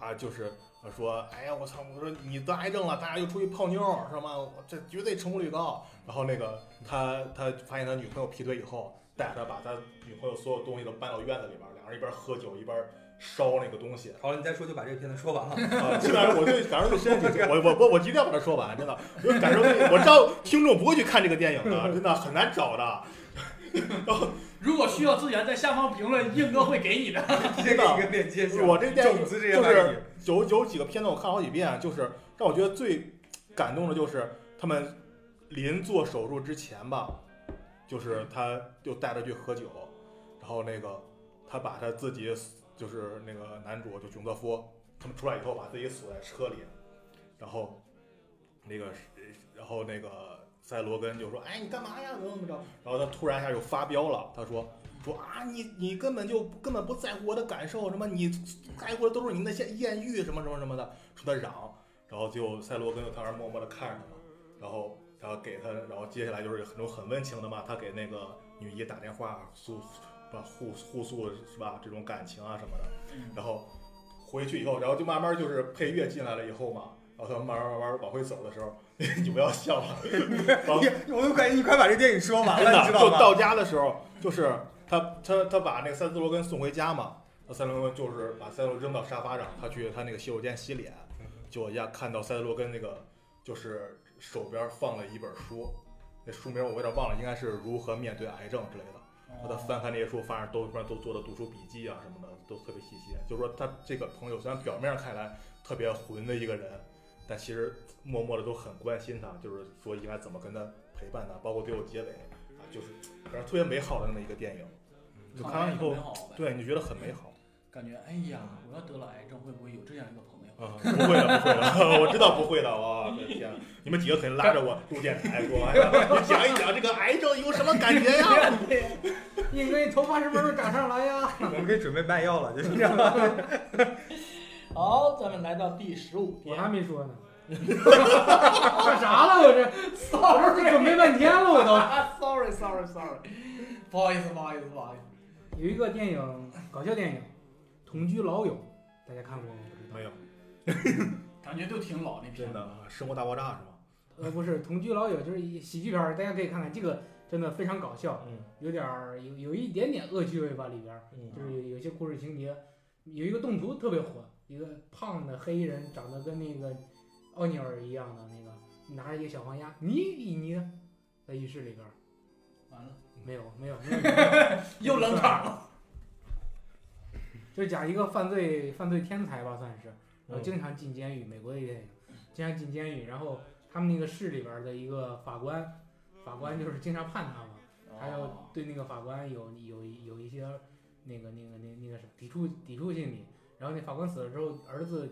C: 啊，就是呃说，哎呀，我操！我说你得癌症了，大家又出去泡妞，是吗？我这绝对成功率高。然后那个他他发现他女朋友劈腿以后，带着他把他女朋友所有东西都搬到院子里边儿，两个人一边喝酒一边烧那个东西。
D: 好了，你再说就把这个片子说完 了。
C: 啊，现在我对感受最深的就是，我我我我一定要把它说完，真的，因为感受最，我知道听众不会去看这个电影的，真的很难找的。
A: 如果需要资源，在下方评论，硬哥会给你的。
D: 直接给你一个链接，
C: 我 这个电影
D: 种子这
C: 就
D: 样
C: 是有有几个片段我看好几遍，啊就是让我觉得最感动的就是他们临做手术之前吧，就是他就带着去喝酒，然后那个他把他自己就是那个男主就囧瑟夫他们出来以后把自己锁在车里，然后那个然后那个塞罗根就说哎你干嘛呀怎么怎么着，然后他突然一下就发飙了，他说。说啊，你你根本就根本不在乎我的感受，什么你在乎的都是你那些艳遇什么什么什么的，冲他嚷，然后就赛罗根就在那儿默默的看着他嘛，然后然后给他，然后接下来就是很很温情的嘛，他给那个女一打电话诉吧互互诉是吧这种感情啊什么的，
A: 嗯
C: 然后回去以后，然后就慢慢就是配乐进来了以后嘛，然后他们慢慢慢慢往回走的时候， 你不要笑了，往
D: 你我就感觉你快把这电影说完
C: 真
D: 了，
C: 的
D: 你知道
C: 就
D: 吗？
C: 到家的时候，就是他他他把那个塞斯罗根送回家嘛，那塞斯罗根就是把塞斯罗根扔到沙发上，他去他那个洗手间洗脸，
D: 嗯
C: 结果一下看到塞斯罗根那个就是手边放了一本书，那书名我有点忘了，应该是如何面对癌症之类的。他翻看这些书，发现都不然都做的读书笔记啊什么的，都特别细心。就是说他这个朋友虽然表面上看来特别混的一个人，但其实默默的都很关心他，就是说应该怎么跟他陪伴他，包括最后结尾啊，就是反正特别美好的那么一个电影。你看完以后，
A: 后，
C: 对你就觉得很美好
A: 感觉哎呀，我要得了癌症，会不会有这样一个朋友？
C: 啊、不会的，不会的， 我知道不会的。我的天，啊你们几个肯定拉着我录电台说，哎呀，你讲一讲这个癌症有什么感觉呀？
B: 应该头发什么时候长上来呀？
D: 我们可以准备卖药了，就是这样。
A: 好，咱们来到第十五
B: 我
A: 天，
B: 还没 说呢，干啥了我这？我这准备半天了我都。
A: 啊，sorry sorry sorry，不好意思不好意思不好意思，
B: 有一个电影，搞笑电影《同居老友》，大家看过吗？
C: 没有，
A: 感觉就挺老那片
C: 真
A: 子，
C: 的，啊生活大爆炸是吗？
B: 呃，不是《同居老友》，就是一喜剧片儿，大家可以看看，这个真的非常搞笑，
C: 嗯
B: 有点儿有有一点点恶趣味吧，里边儿
C: 嗯
B: 就是有有些故事情节，有一个动图特别火，一个胖的黑衣人长得跟那个奥尼尔一样的那个，拿着一个小黄鸭，你你呢，在浴室里边儿
A: 完了
B: 没有没有没有没有，
A: 又冷场了，
B: 就讲一个犯罪犯罪天才吧，算是。然后
C: 嗯
B: 经常进监狱，美国的电影，经常进监狱。然后他们那个市里边儿的一个法官，法官就是经常判他嘛，还有
A: 哦
B: 对那个法官有有有一些那个那个那那个什么抵触抵触心理。然后那法官死了之后，儿子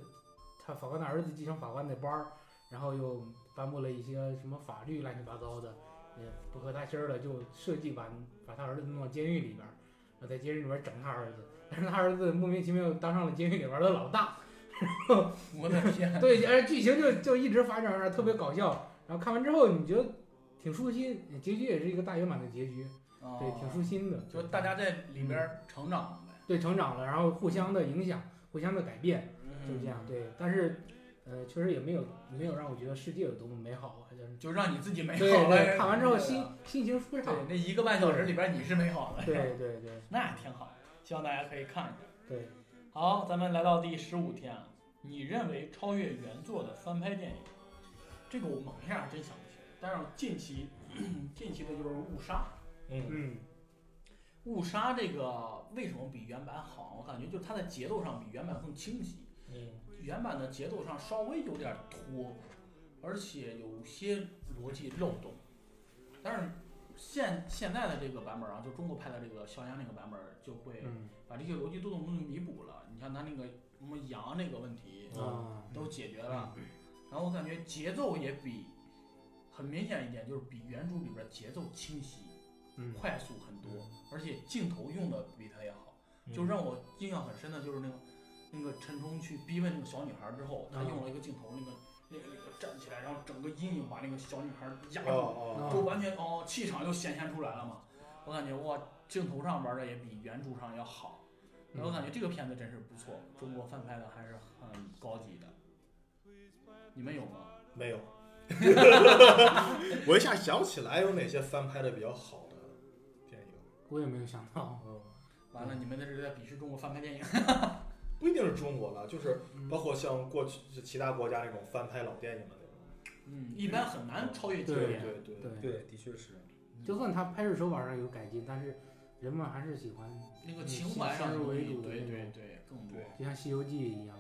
B: 他法官的儿子继承法官的班儿，然后又颁布了一些什么法律乱七八糟的，也不合他心儿的，就设计把把他儿子弄到监狱里边儿，然后在监狱里边儿整他儿子， 但是他儿子莫名其妙当上了监狱里边儿的老大。
A: 我的天，
B: 对，而剧情就就一直发展，而特别搞笑。然后看完之后，你觉得挺舒心，结局也是一个大圆满的结局，对，挺舒
A: 心，
B: 心的。
A: 哦就大家在里边成长了呗，
B: 对成长了，然后互相的影响，互相的改变，就是
A: 嗯
B: 这样。对，但是呃，确实也没有没有让我觉得世界有多么美好啊， 就是
A: 就让你自己美
B: 对
A: 好
B: 对，
A: 了。
B: 看完之后心心情舒畅
A: 对。那一个半小时里边你是美好的，
B: 对对对
A: 那挺好，希望大家可以看一下。
B: 对，
A: 好，咱们来到第十五天啊，你认为超越原作的翻拍电影，这个我猛一下还真想不起来。但是近期 近期的就是《误杀》，
C: 嗯
B: 嗯，
A: 《误杀》这个为什么比原版好？我感觉就是它的节奏上比原版更清晰，
C: 嗯。
A: 原版的节奏上稍微有点拖，而且有些逻辑漏洞。但是现现在的这个版本啊，就中国拍的这个肖央那个版本，就会
B: 嗯
A: 把这些逻辑漏洞都弥补了。你像他那个什么羊那个问题
B: 啊，
A: 都解决了，然后我感觉节奏也比很明显一点，就是比原著里边节奏清晰、
B: 嗯
A: 快速很多，而且镜头用的比它也好。就
C: 嗯
A: 让我印象很深的就是那个那个陈冲去逼问那个小女孩之后，他
B: 嗯
A: 用了一个镜头，那个那个那个站起来，然后整个阴影把那个小女孩压住，
C: 哦
A: 就
B: 啊
A: 完全哦气场就显现出来了嘛。我感觉哇，镜头上玩的也比原著上要好，然后我感
B: 嗯
A: 觉这个片子真是不错，中国翻拍的还是很高级的。你们有吗？
C: 没有。 我一下想不起来有哪些翻拍的比较好的电影，
B: 我也没有想到，
C: 嗯，
A: 完了，你们这是在鄙视中国翻拍电 影。
C: 不一定是中国了，就是
B: 嗯
C: 包括像过去就其他国家那种翻拍老电影的那种。
A: 嗯，一般很难超越经
B: 对
A: 典。嗯
C: 对对，
B: 对，
D: 对，的确是。
B: 就算他拍摄手法上有改进，但是人们还是喜欢，
A: 那个情怀上的
B: 先入
A: 东
B: 为
A: 西
B: 主的
A: 对对
B: 那种
A: 对，更多
C: 对。
B: 就像《西游记》一样。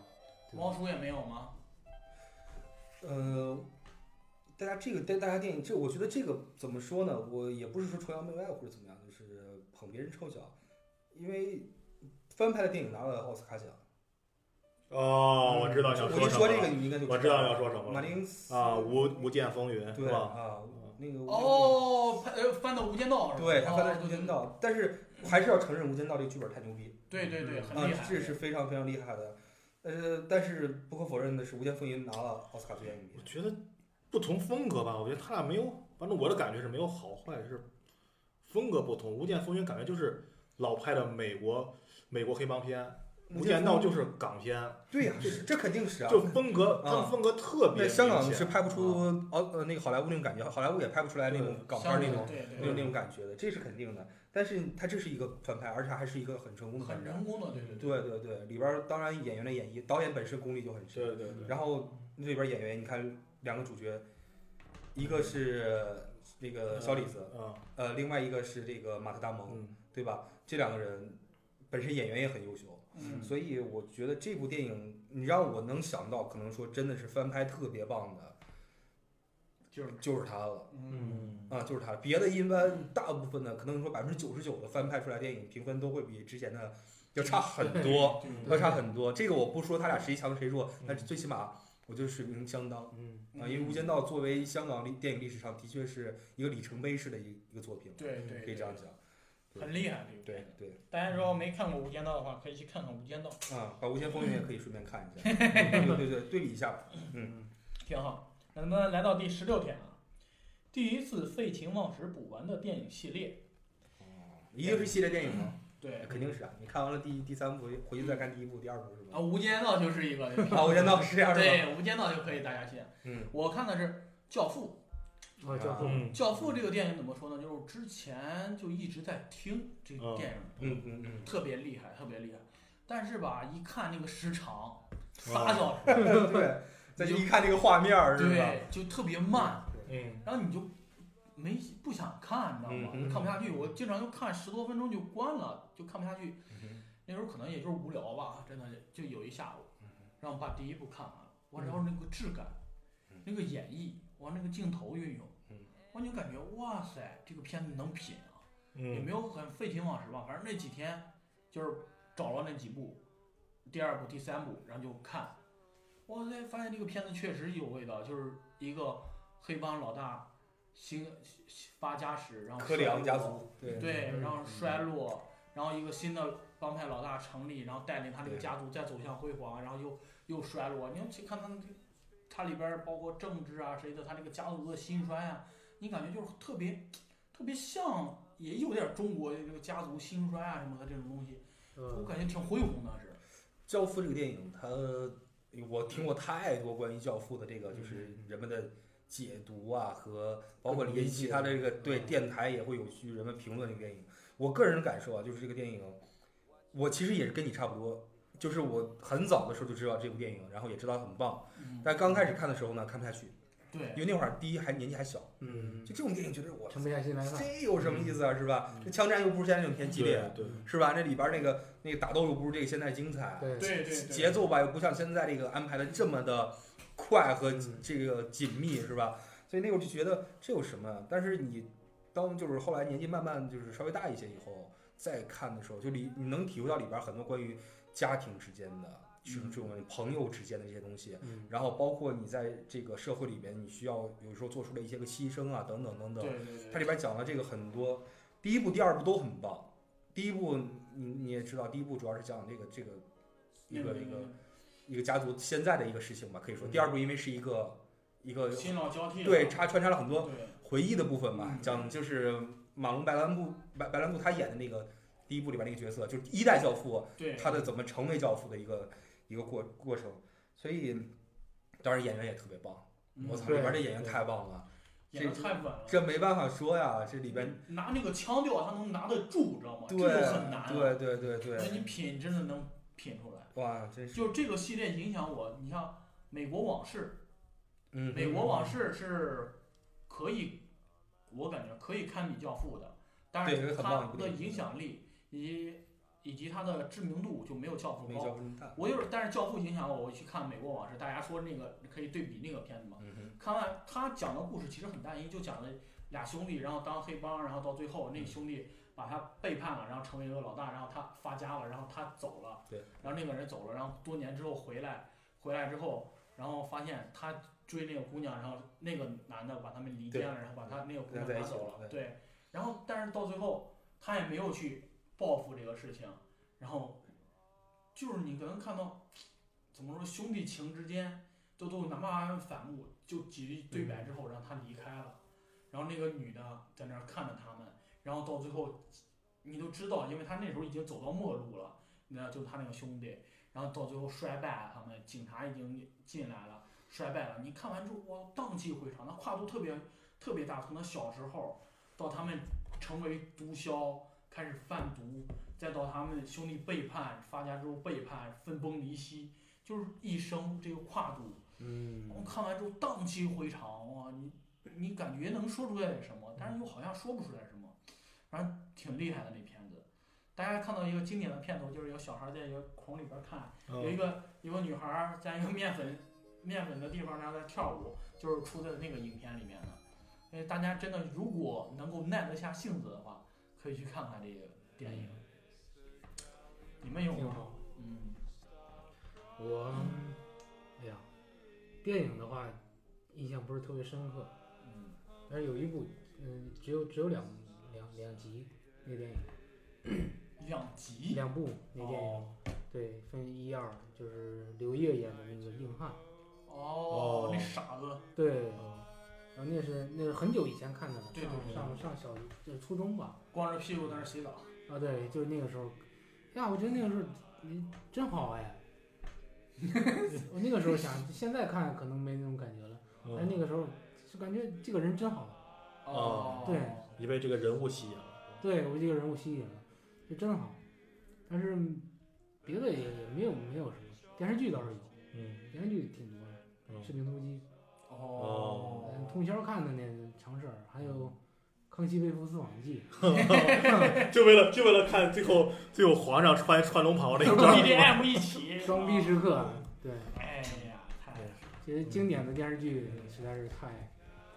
B: 对
A: 猫叔也没有吗？
D: 呃，大家这个对大家电影，这我觉得这个怎么说呢？我也不是说崇洋媚外或者怎么样，就是捧别人臭脚，因为翻拍的电影拿了奥斯卡奖。
C: 哦，我知道你要
D: 我
C: 说
D: 一
C: 什
D: 说
C: 么
D: 这个，
C: 了
D: 你应该就
C: 我知道你要说什么了
D: 马丁斯
C: 啊，《无无间风云》是
D: 对
C: 吧？嗯
D: 啊，那个，
A: 哦，拍呃翻到《无间道》是吧？
D: 对他翻的
A: 哦
D: 是《无间。道》，但是还是要承认《无间道》这个剧本太牛逼
A: 对对
B: 嗯
A: 对，
D: 啊
A: 很厉害，，
D: 这是非常非常厉害的。呃，但是不可否认的是，《无间风云》拿了奥斯卡最佳影
C: 我
D: 片。
C: 觉得不同风格吧，我觉得他俩没有，反正我的感觉是没有好坏，是风格不同。《无间风云》感觉就是老派的美国美国黑帮片，《无间道》就是港片，
D: 对呀、这这肯定是啊。
C: 就风格，他
D: 啊
C: 们风格特别。
D: 那
C: 啊
D: 香港是拍不出奥呃那个好莱坞那种感觉，好莱坞也拍不出来那种港
A: 相
D: 片儿
A: 对
D: 那种
A: 对
D: 那种
A: 对
D: 那种感觉的，这是肯定的。但是它这是一个翻拍，而且还是一个很成功
A: 对，
D: 的翻
A: 很
D: 拍。
A: 成功的，对对对，
D: 对对对，里边儿当然演员的演绎，导演本身功力就很深。
C: 对对对，
D: 然后那里边演员，你看两个主角，一个是这个小李子，啊
C: 啊，
D: 呃，另外一个是这个马特·达蒙，
C: 嗯，
D: 对吧？这两个人本身演员也很优秀，
A: 嗯，
D: 所以我觉得这部电影，你让我能想到，可能说真的是翻拍特别棒的，
A: 就是
D: 就是它了。
A: 嗯，
D: 啊，就是它了。别的一般大部分的，可能说百分之九十九的翻拍出来电影评分都会比之前的要差很多。
A: 嗯对对嗯
D: 要差很多。这个我不说他俩谁强谁弱，但是最起码我觉得水平相当啊、
C: 嗯，
A: 对，
D: 因为《无间道》作为香港历电影历史上的确是一个里程碑式的一一个作品，
A: 对对，
D: 可以这样讲。
A: 对，很厉害这个，
D: 对对，
E: 大家如果没看过《无间道》的话，可以去看看《无间道》，
D: 啊，把《无间风云》也可以顺便 看一下，对对对，对比一下吧。
E: 挺好。那咱们来到第十六天啊，第一次废寝忘食补完的电影系列，
D: 哦一个是系列电影嘛，
A: 对
D: 肯定是啊。你看完了第第三部，回去再看第一部、第二部是
A: 啊，
D: 吧？
A: 无间道就是一个，
D: 啊，《无间道》是这样的吧？
A: 对，无间道就可以大家去，
D: 嗯，
A: 我看的是《教父》。
B: 啊，教父，
C: 嗯
A: 《教父》这个电影怎么说呢？就是之前就一直在听这个电影，
D: 嗯嗯嗯，
A: 特别厉害，特别厉害。但是吧，一看那个时长，仨小时，
D: 嗯对。再去一看这个画面儿是吧？嗯
A: 对，就特别慢，
D: 对，
C: 嗯，
A: 然后你就没不想看，你知道吗？
D: 嗯嗯
A: 看不下去，我经常就看十多分钟就关了，就看不下去。
D: 嗯
A: 那时候可能也就是无聊吧，真的就有一下午，让我把第一部看完了，我然后那个质感，
D: 嗯
A: 那个演绎，完那个镜头运用
D: 嗯，
A: 我就感觉哇塞，这个片子能品啊！也
C: 嗯，
A: 没有很废寝忘食吧，反正那几天就是找了那几部，第二部、第三部，然后就看。我才发现这个片子确实有味道，就是一个黑帮老大新发家史，然后
D: 柯里昂家
A: 衰落，
D: 族，对
A: 对，
B: 嗯
A: 然后衰落，然后一个新的帮派老大成立，然后带领他这个家族再走向辉煌，然后又又衰落。你要去看他们这，它里边儿包括政治啊谁的，他这个家族的兴衰啊，你感觉就是特别特别像，也有点中国的这个家族兴衰啊什么的这种东西，
D: 呃
A: 我
B: 嗯，
A: 感觉挺恢宏的是。
D: 《教父》这个电影，它我听过太多关于《教父》的这个，就是人们的解读啊，和包括
B: 理
D: 连
B: 解
D: 其他的这个对
B: 嗯
D: 电台也会有去人们评论这个电影。我个人的感受啊，就是这个电影，我其实也是跟你差不多，就是我很早的时候就知道这部电影，然后也知道很棒，
A: 嗯，
D: 但刚开始看的时候呢，看不下去，因
A: 对，
D: 为那会儿第一还年纪还小，
B: 嗯，
D: 就这种电影觉得我
B: 沉不下心来看，
D: 这有什么意思啊，是吧？这枪战又不是现在那种片激烈，
C: 对，
D: 是吧？那里边那个那个打斗又不是这个现在精彩，
B: 嗯对，
A: 嗯对对
D: 节
A: 对，
D: 奏吧，又不像现在这个安排的这么的快和
B: 嗯
D: 这个紧密，是吧？所以那会儿就觉得这有什么？但是你当就是后来年纪慢慢就是稍微大一些以后再看的时候，就里你能体会到里边很多关于家庭之间的这种这种朋友之间的这些东西，
B: 嗯，
D: 然后包括你在这个社会里边，你需要有时候做出的一些个牺牲啊，等等等等。
A: 对对对，
D: 它里边讲了这个很多，第一部、第二部都很棒。第一部你你也知道，第一部主要是讲这个这个一
A: 那
D: 个
A: 那
D: 一个一个家族现在的一个事情吧，可以说。
C: 嗯
D: 第二部因为是一个一个
A: 新老交替了
D: 对插穿插了很多
A: 对
D: 回忆的部分嘛
A: 嗯，
D: 讲就是马龙白兰度白白兰度他演的那个第一部里边那个角色，就是一代教父
A: 对，
D: 他的怎么成为教父的一个一个过过程，所以当然演员也特别棒，
A: 嗯
D: 我操，
B: 对
D: 里边这演员太棒了，
A: 演的太稳了，
D: 这没办法说呀，这里边
A: 拿那个腔调他能拿得住，知道吗？
D: 对
A: 这个很难，，啊
D: 对对对
A: 嗯那你
D: 对，
A: 品真的能品出来。
D: 哇，真是
A: 就这个系列影响我，你像《美国往事》，
D: 嗯
A: 《美国往事》是可以，我感觉可以堪比《教父》的，但
D: 对这
A: 是
D: 个很棒
A: 它
D: 一部
A: 的
D: 电影
A: 影响力以及以及它的知名度就没有《教父
D: 没》
A: 高。
D: 教父那么大，
A: 我就是，但是《教父》影响我，我去看《美国往事》，大家说那个可以对比那个片子嘛。
D: 嗯哼。
A: 看完他讲的故事其实很单一，就讲了俩兄弟，然后当黑帮，然后到最后
D: 嗯
A: 那兄弟把他背叛了，然后成为一个老大，然后他发家了，然后他走了，
D: 对，
A: 然后那个人走了，然后多年之后回来，回来之后，然后发现他追那个姑娘，然后那个男的把他们离间了，然后把他那个姑娘
D: 在
A: 拿
D: 一起
A: 走
D: 了
A: 了，对，然后但是到最后他也没有去报复这个事情，然后就是你可能看到怎么说兄弟情之间都都南霸反目，就几句对白之后让他离开了，然后那个女的在那儿看着他们，然后到最后你都知道，因为他那时候已经走到末路了，那就是他那个兄弟，然后到最后衰败了，他们警察已经进来了，衰败了。你看完之后哇，荡气回肠，那跨度特别特别大，从他小时候到他们成为毒枭，开始贩毒，再到他们兄弟背叛，发家之后背叛，分崩离析，就是一生这个跨度。
D: 嗯
A: 我看完之后荡气回肠哇、你你感觉能说出来点什么，但是又好像说不出来什么，反正挺厉害的那片子。大家看到一个经典的片头，就是有小孩在一个孔里边看，有
C: 嗯
B: 嗯哎
A: 一个有个女孩在一个面粉面粉的地方，然后在跳舞，就是出在那个影片里面的。所以大家真的如果能够耐得下性子的话，可以去看看这个电影。你们有
B: 挺
A: 吗？
B: 好。
A: 嗯，
B: 我，哎呀，电影的话印象不是特别深刻，
A: 嗯，
B: 但是有一部，嗯，只有只有两两两集那电影，
A: 两集
B: 两部那电影，
A: 哦
B: 对，分一二，就是刘烨演的那个硬汉，
A: 哦
C: 哦，
A: 那傻子，
B: 对，然后那是那是很久以前看的了，
A: 哦对对对
B: 上上上小就是初中吧，
A: 光着屁股在那儿洗澡。
B: 啊，对，就是那个时候，哎呀，我觉得那个时候你真好哎， 我那个时候想，现在看可能没那种感觉了，
C: 嗯
B: 但哎是那个时候就感觉这个人真好。
A: 哦，
B: 嗯对
C: 你被这个人物吸引了，
B: 对我这个人物吸引了，就真好。但是别的也也没有没有什么，电视剧倒是有，
C: 嗯
B: 电视剧挺多的，
C: 嗯
B: 士兵突击》
A: 哦
B: 嗯，，通宵看的那常事儿，还有《康熙微服私访记
C: 就为了就为了看最后最后皇上穿穿龙袍那一 段，
A: BGM 一起，》，
B: 双嗯逼时刻，对，
A: 哎呀，太
B: 其实经典的电视剧实在是太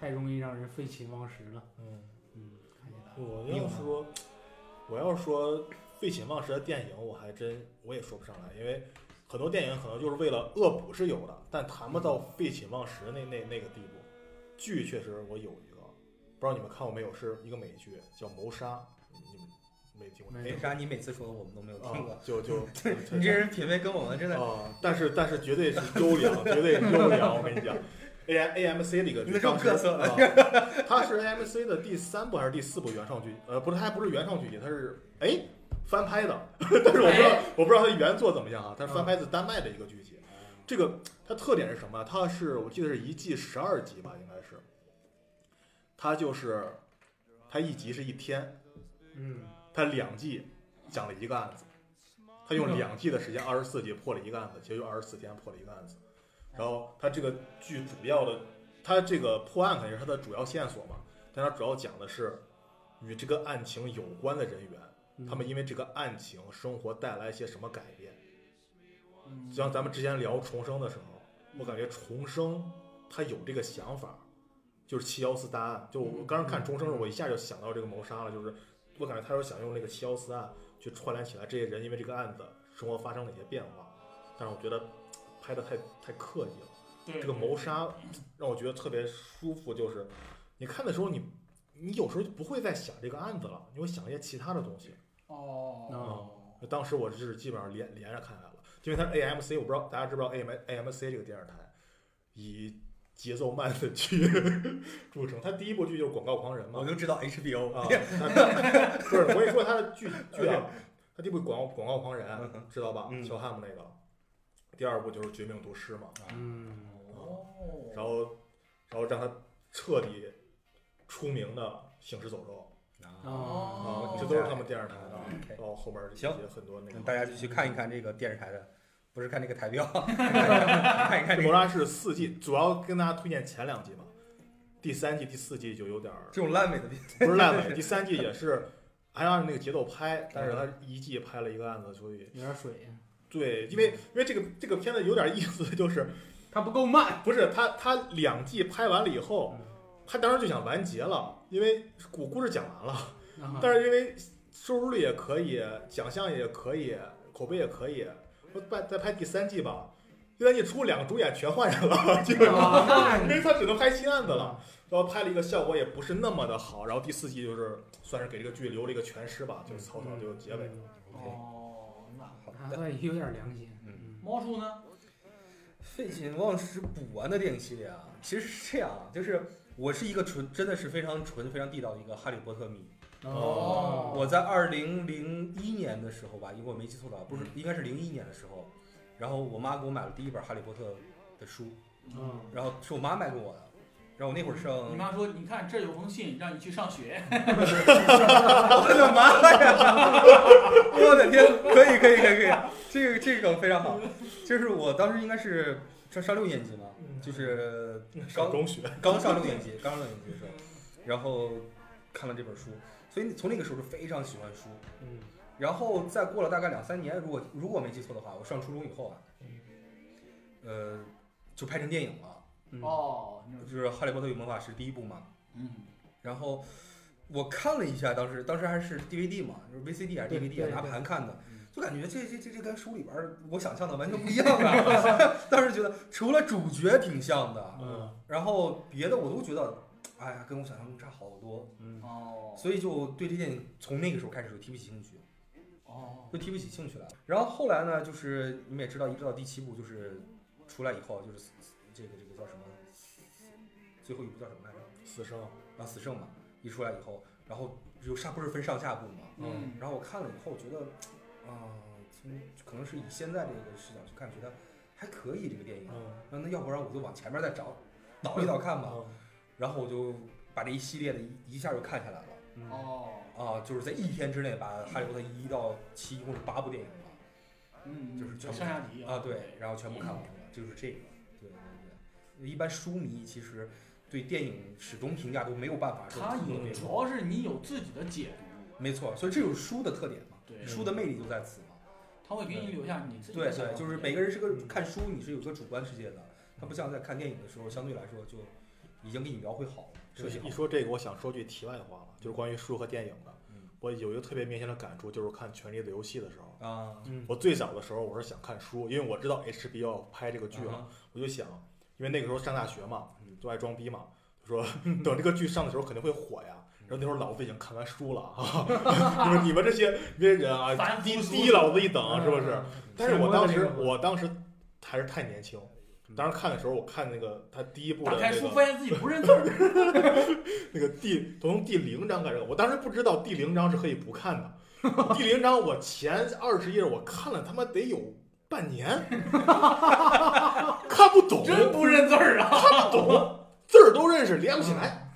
B: 太容易让人废寝忘食了。
C: 嗯，
B: 嗯，看起来
C: 我要说，我要说废寝忘食的电影，我还真我也说不上来，因为很多电影可能就是为了恶补是有的，但谈不到废寝忘食那那那个地步。剧确实我有一个，不知道你们看过没有，是一个美剧叫《谋杀》，你们没听过？
B: 没
D: 为
B: 有
D: 啥你每次说的我们都没有听
A: 哦
C: 啊
D: 过？，
C: 就就
D: 你这人品味跟我们真的，
C: 啊，但是但是绝对是优良，绝对是优良，我跟你讲。A A M C 的一个
D: 你
C: 剧，
D: 那种
C: 当时
D: 各色
C: 啊，它是 A M C 的第三部还是第四部原创剧？呃，不是，它还不是原创剧集，它是哎翻拍的， 但是我不
D: 哎
C: 知道
A: 哎
C: 我不知道它原作怎么样啊，它
D: 嗯
C: 是翻拍自丹麦的一个剧集。这个它特点是什么啊？它是我记得是一季十二集吧，应该是。它就是它一集是一天，
B: 嗯，
C: 它两季讲了一个案子，他用两季的时间，二十四集破了一个案子，其实就二十四天破了一个案子。然后他这个剧主要的，他这个破案肯定是他的主要线索嘛，但他主要讲的是与这个案情有关的人员，
B: 嗯
C: 他们因为这个案情生活带来一些什么改变。
A: 嗯
C: 就像咱们之前聊重生的时候，我感觉重生他有这个想法，就是七幺四大案。就我刚看重生的时候，我一下就想到这个谋杀了，就是我感觉他有想用那个七幺四案去串联起来这些人因为这个案子生活发生了一些变化，但是我觉得拍的太太刻意了。
A: 对
C: 这个谋杀让我觉得特别舒服，就是你看的时候你，你有时候就不会再想这个案子了，你会想一些其他的东西。
B: 嗯
A: 哦，
C: 当时我是基本上连连着看下来了，因为它是 AMC，我不知道大家知不知道 AM AMC 这个电视台以节奏慢的剧 著称。它第一部剧就是《广告狂人》
D: 我
C: 嘛，
D: 就知道 HBO
C: 啊，它不是，我跟你说它的剧剧啊，它第一部《广告广告狂人》知道吧？
D: 嗯
C: 乔汉姆那个，第二部就是《绝命毒师》嘛，
B: 嗯，
A: 哦，
C: 然后然后让他彻底出名的《行尸走肉
B: 哦，》
A: 哦
C: 啊，这都是他们电视台
D: 啊
C: 的，
D: ，OK
C: 然后后面也
D: 行
C: 很多那个
D: 嗯大家就去看一看这个电视台的，不是看这个 台标，看一看
C: 这
D: 这
C: 谋
D: 个
C: 杀是四季，主要跟大家推荐前两季嘛，第三季、第四季就有点儿
D: 这种烂尾的电视
C: 不是烂 尾，第三季也是还按那个节奏拍，但是他一季拍了一个案子，所以
B: 有点水，
C: 对，因为因为这个这个片子有点意思，就是
B: 它不够慢。
C: 不是他他两季拍完了以后
B: 嗯，
C: 他当时就想完结了，因为故故事讲完了，
D: 嗯
B: 啊
C: 但是因为收视率也可以，奖项也可以，口碑也可以，我再再拍第三季吧，一三一出两个主演全换人了， 就是
B: 啊那
C: 因为
B: 你
C: 他只能拍新案子了，然后拍了一个效果也不是那么的好，然后第四季就是算是给这个剧留了一个全尸吧，就是草草就结尾
B: 嗯
C: 了。
D: OK，
A: 哦，那
D: 好
B: 还
D: 的。
B: 算 有点良心。
D: 啊嗯
A: 猫叔呢？
D: 废寝忘食补完的电影系列啊，其实是这样啊，就是我是一个纯，真的是非常纯、非常地道的一个哈利波特迷。
A: 哦
D: 我在二零零一年的时候吧，如果我没记错的话，不是，应该是零一年的时候，然后我妈给我买了第一本《哈利波特》的书，
B: 嗯，
D: 然后是我妈买给我的，然后我那会儿上
A: 你妈说，你看这有封信让你去上学，
D: 我的妈呀！我的天，可以可以可以可以，这个这个梗非常好。就是我当时应该是上上六年级嘛，
A: 嗯
D: 就是
C: 上
D: 刚
C: 中学，
D: 刚上六年级，刚上六年级的时候，然后看了这本书，所以从那个时候就非常喜欢书。
B: 嗯
D: 然后再过了大概两三年，如果如果没记错的话，我上初中以后啊，呃，就拍成电影了。嗯，
A: 哦，那
D: 就是《哈利波特与魔法石》第一部嘛，
A: 嗯，
D: 然后我看了一下，当时当时还是 DVD 嘛，就是 VCD 还是
B: 对
D: DVD
B: 对
D: 啊，
B: 对
D: 拿盘看的
B: 嗯，
D: 就感觉这这这这跟书里边儿我想象的完全不一样 啊。 当时觉得除了主角挺像的，
B: 嗯
D: 然后别的我都觉得，哎呀，跟我想象中差好多。嗯，
A: 哦，
D: 所以就对这电影从那个时候开始就提不起兴趣，
A: 哦，
D: 就提不起兴趣来了。然后后来呢，就是你们也知道，一直到第七部就是出来以后，就是这个这个叫什么，最后一部叫什么来着？
C: 嗯死生
D: 啊，死圣嘛，一出来以后，然后有上不是分上下部嘛，
A: 嗯
D: 然后我看了以后觉得，啊、从可能是以现在这个视角去看，觉得还可以这个电影，
C: 嗯
D: 那那要不然我就往前面再找，倒一倒看吧，
C: 嗯
D: 然后我就把这一系列的一一下就看下来了，
A: 哦，
D: 啊，就是在一天之内把《哈利波特》一到七一共是八部电影嘛，
A: 嗯，
D: 就是全
A: 上
D: 部
A: 下集
D: 啊对，，然后全部看完了，就是这个，对对对，一般书迷其实对电影始终评价都没有办法说
A: 他
D: 自己的
A: 有，
D: 这
A: 主
D: 个
A: 要是你有自己的解读，
D: 没错，所以这就是书的特点嘛，
A: 对
D: 书的魅力就在此嘛。
A: 他会给你留下你自己
D: 对
A: 的想法。
D: 对，就是每个人是个
C: 嗯
D: 看书，你是有个主观世界的，它不像在看电影的时候，相对来说就已经给你描绘好了，设计好
C: 一
D: 了。
C: 说这个，我想说句题外话了，就是关于书和电影的
D: 嗯。
C: 我有一个特别明显的感触，就是看《权力的游戏》的时候，
D: 啊，
B: 嗯
C: 我最早的时候我是想看书，因为我知道 HBO 要拍这个剧了，
D: 啊
C: 我就想，因为那个时候上大学嘛
D: 嗯，
C: 就爱装逼嘛，就说 等这个剧上的时候肯定会火呀。然后
D: 嗯
C: 那时候老子已经看完书了，哈 哈，你们你们这些这些人啊，
A: 凡夫
C: 低
A: 俗
C: 低
A: 子嗯
C: 老子一等，啊是不是？？嗯
B: 嗯
C: 但是我当时我当时还是太年轻，当时看的时候我看那个他第一部的
A: 打开
C: 那
A: 书
C: 个
A: 发现自己不认 字儿，
C: 那个第从第零章开始，我当时不知道第零章是可以不看的。 第零章我前二十页我看了他妈得有 半年，看不懂，
A: 真不认字儿啊！
C: 看不懂，字儿都认识，连不起来。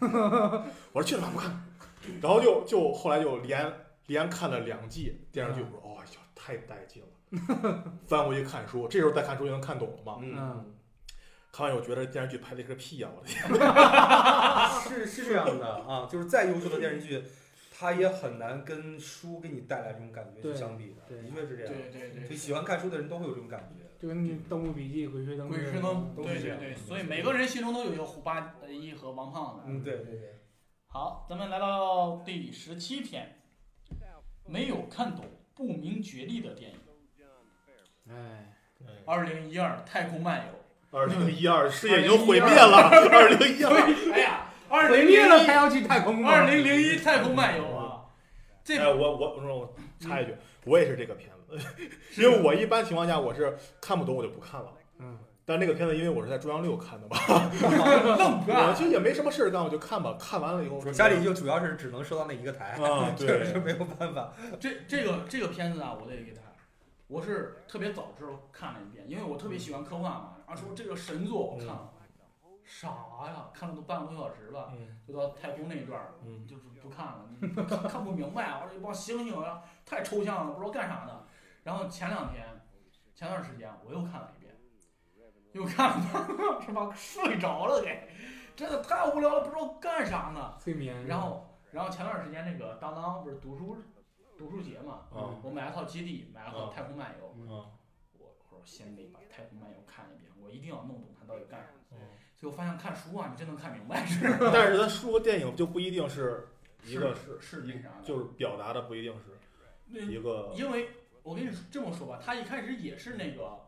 C: 我说去了吧，不看了。然后就就后来就连连看了两季电视剧，我说哦呀太带劲了。 翻回去看书，这时候再看书就能看懂了嘛。
B: 嗯
C: 看完以后觉得电视剧拍的是个屁呀、我的天！
D: 是是这样的啊，就是再优秀的电视剧，它也很难跟书给你带来这种感觉
B: 对
D: 去相比的，
B: 对
D: 的确是这样。
A: 对对
D: 就
A: 对，
D: 喜欢看书的人都会有这种感觉。
B: 就跟《盗墓笔记》《鬼吹灯》
A: 鬼吹灯，
D: 都
A: 对
D: 是这
A: 对
D: 样
A: 对，所以每个人心中都有一个胡八一和王胖子。啊
D: 嗯，对对对。
A: 好，咱们来到第十七篇，没有看懂不明觉厉的电影。
B: 哎，
A: 二零一二太空漫游，
C: 二零一二世界已经毁灭了，二零一
A: 所
C: 二。
A: 以哎呀，二
B: 毁
A: 零
B: 灭了还
A: 零
B: 要去太空
A: 一
B: 吗？
A: 二零零一太空漫游啊，这
C: 哎，我我我说我插一句，我也是这个片子， 因为我一般情况下我是看不懂我就不看了。
B: 嗯，
C: 但那个片子，因为我是在中央六看的嘛，
A: 愣啊
C: 我
A: 哥，
C: 就也没什么事儿干，我就看吧。看完了以后，
D: 家里就主要是只能收到那一个台，
C: 啊，
D: 这是
C: 对，
D: 没有办法。
A: 这这个这个片子啊，我得给他，我是特别早之后看了一遍，因为我特别喜欢科幻嘛，然后说这个神作我看了，啥呀，看了都半个多小时吧，
C: 嗯
A: 就到太空那一段儿，
C: 嗯，
A: 就是不看了，看看不明白，我说一帮星星啊，太抽象了，不知道干啥呢。然后前两天，前段时间我又看了一遍，又看了，是吧？睡着了给，真的太无聊了，不知道干啥呢。
B: 催
C: 嗯
B: 眠。
A: 然后，然后前段时间那个当当不是读书读书节嘛，
D: 嗯
C: 啊
A: 我买了套《基地》，买了套《
C: 嗯
A: 太空漫游》
C: 啊，
A: 我我说先得把《太空漫游》看一遍，我一定要弄懂它到底干啥。
C: 嗯
A: 所以我发现看书啊，你真能看明白，是
C: 但是咱书和电影就不一定是一个
A: 是是
C: 一
A: 那啥的，
C: 就是表达的不一定是
A: 那
C: 一个
A: 因为我跟你这么说吧，他一开始也是那个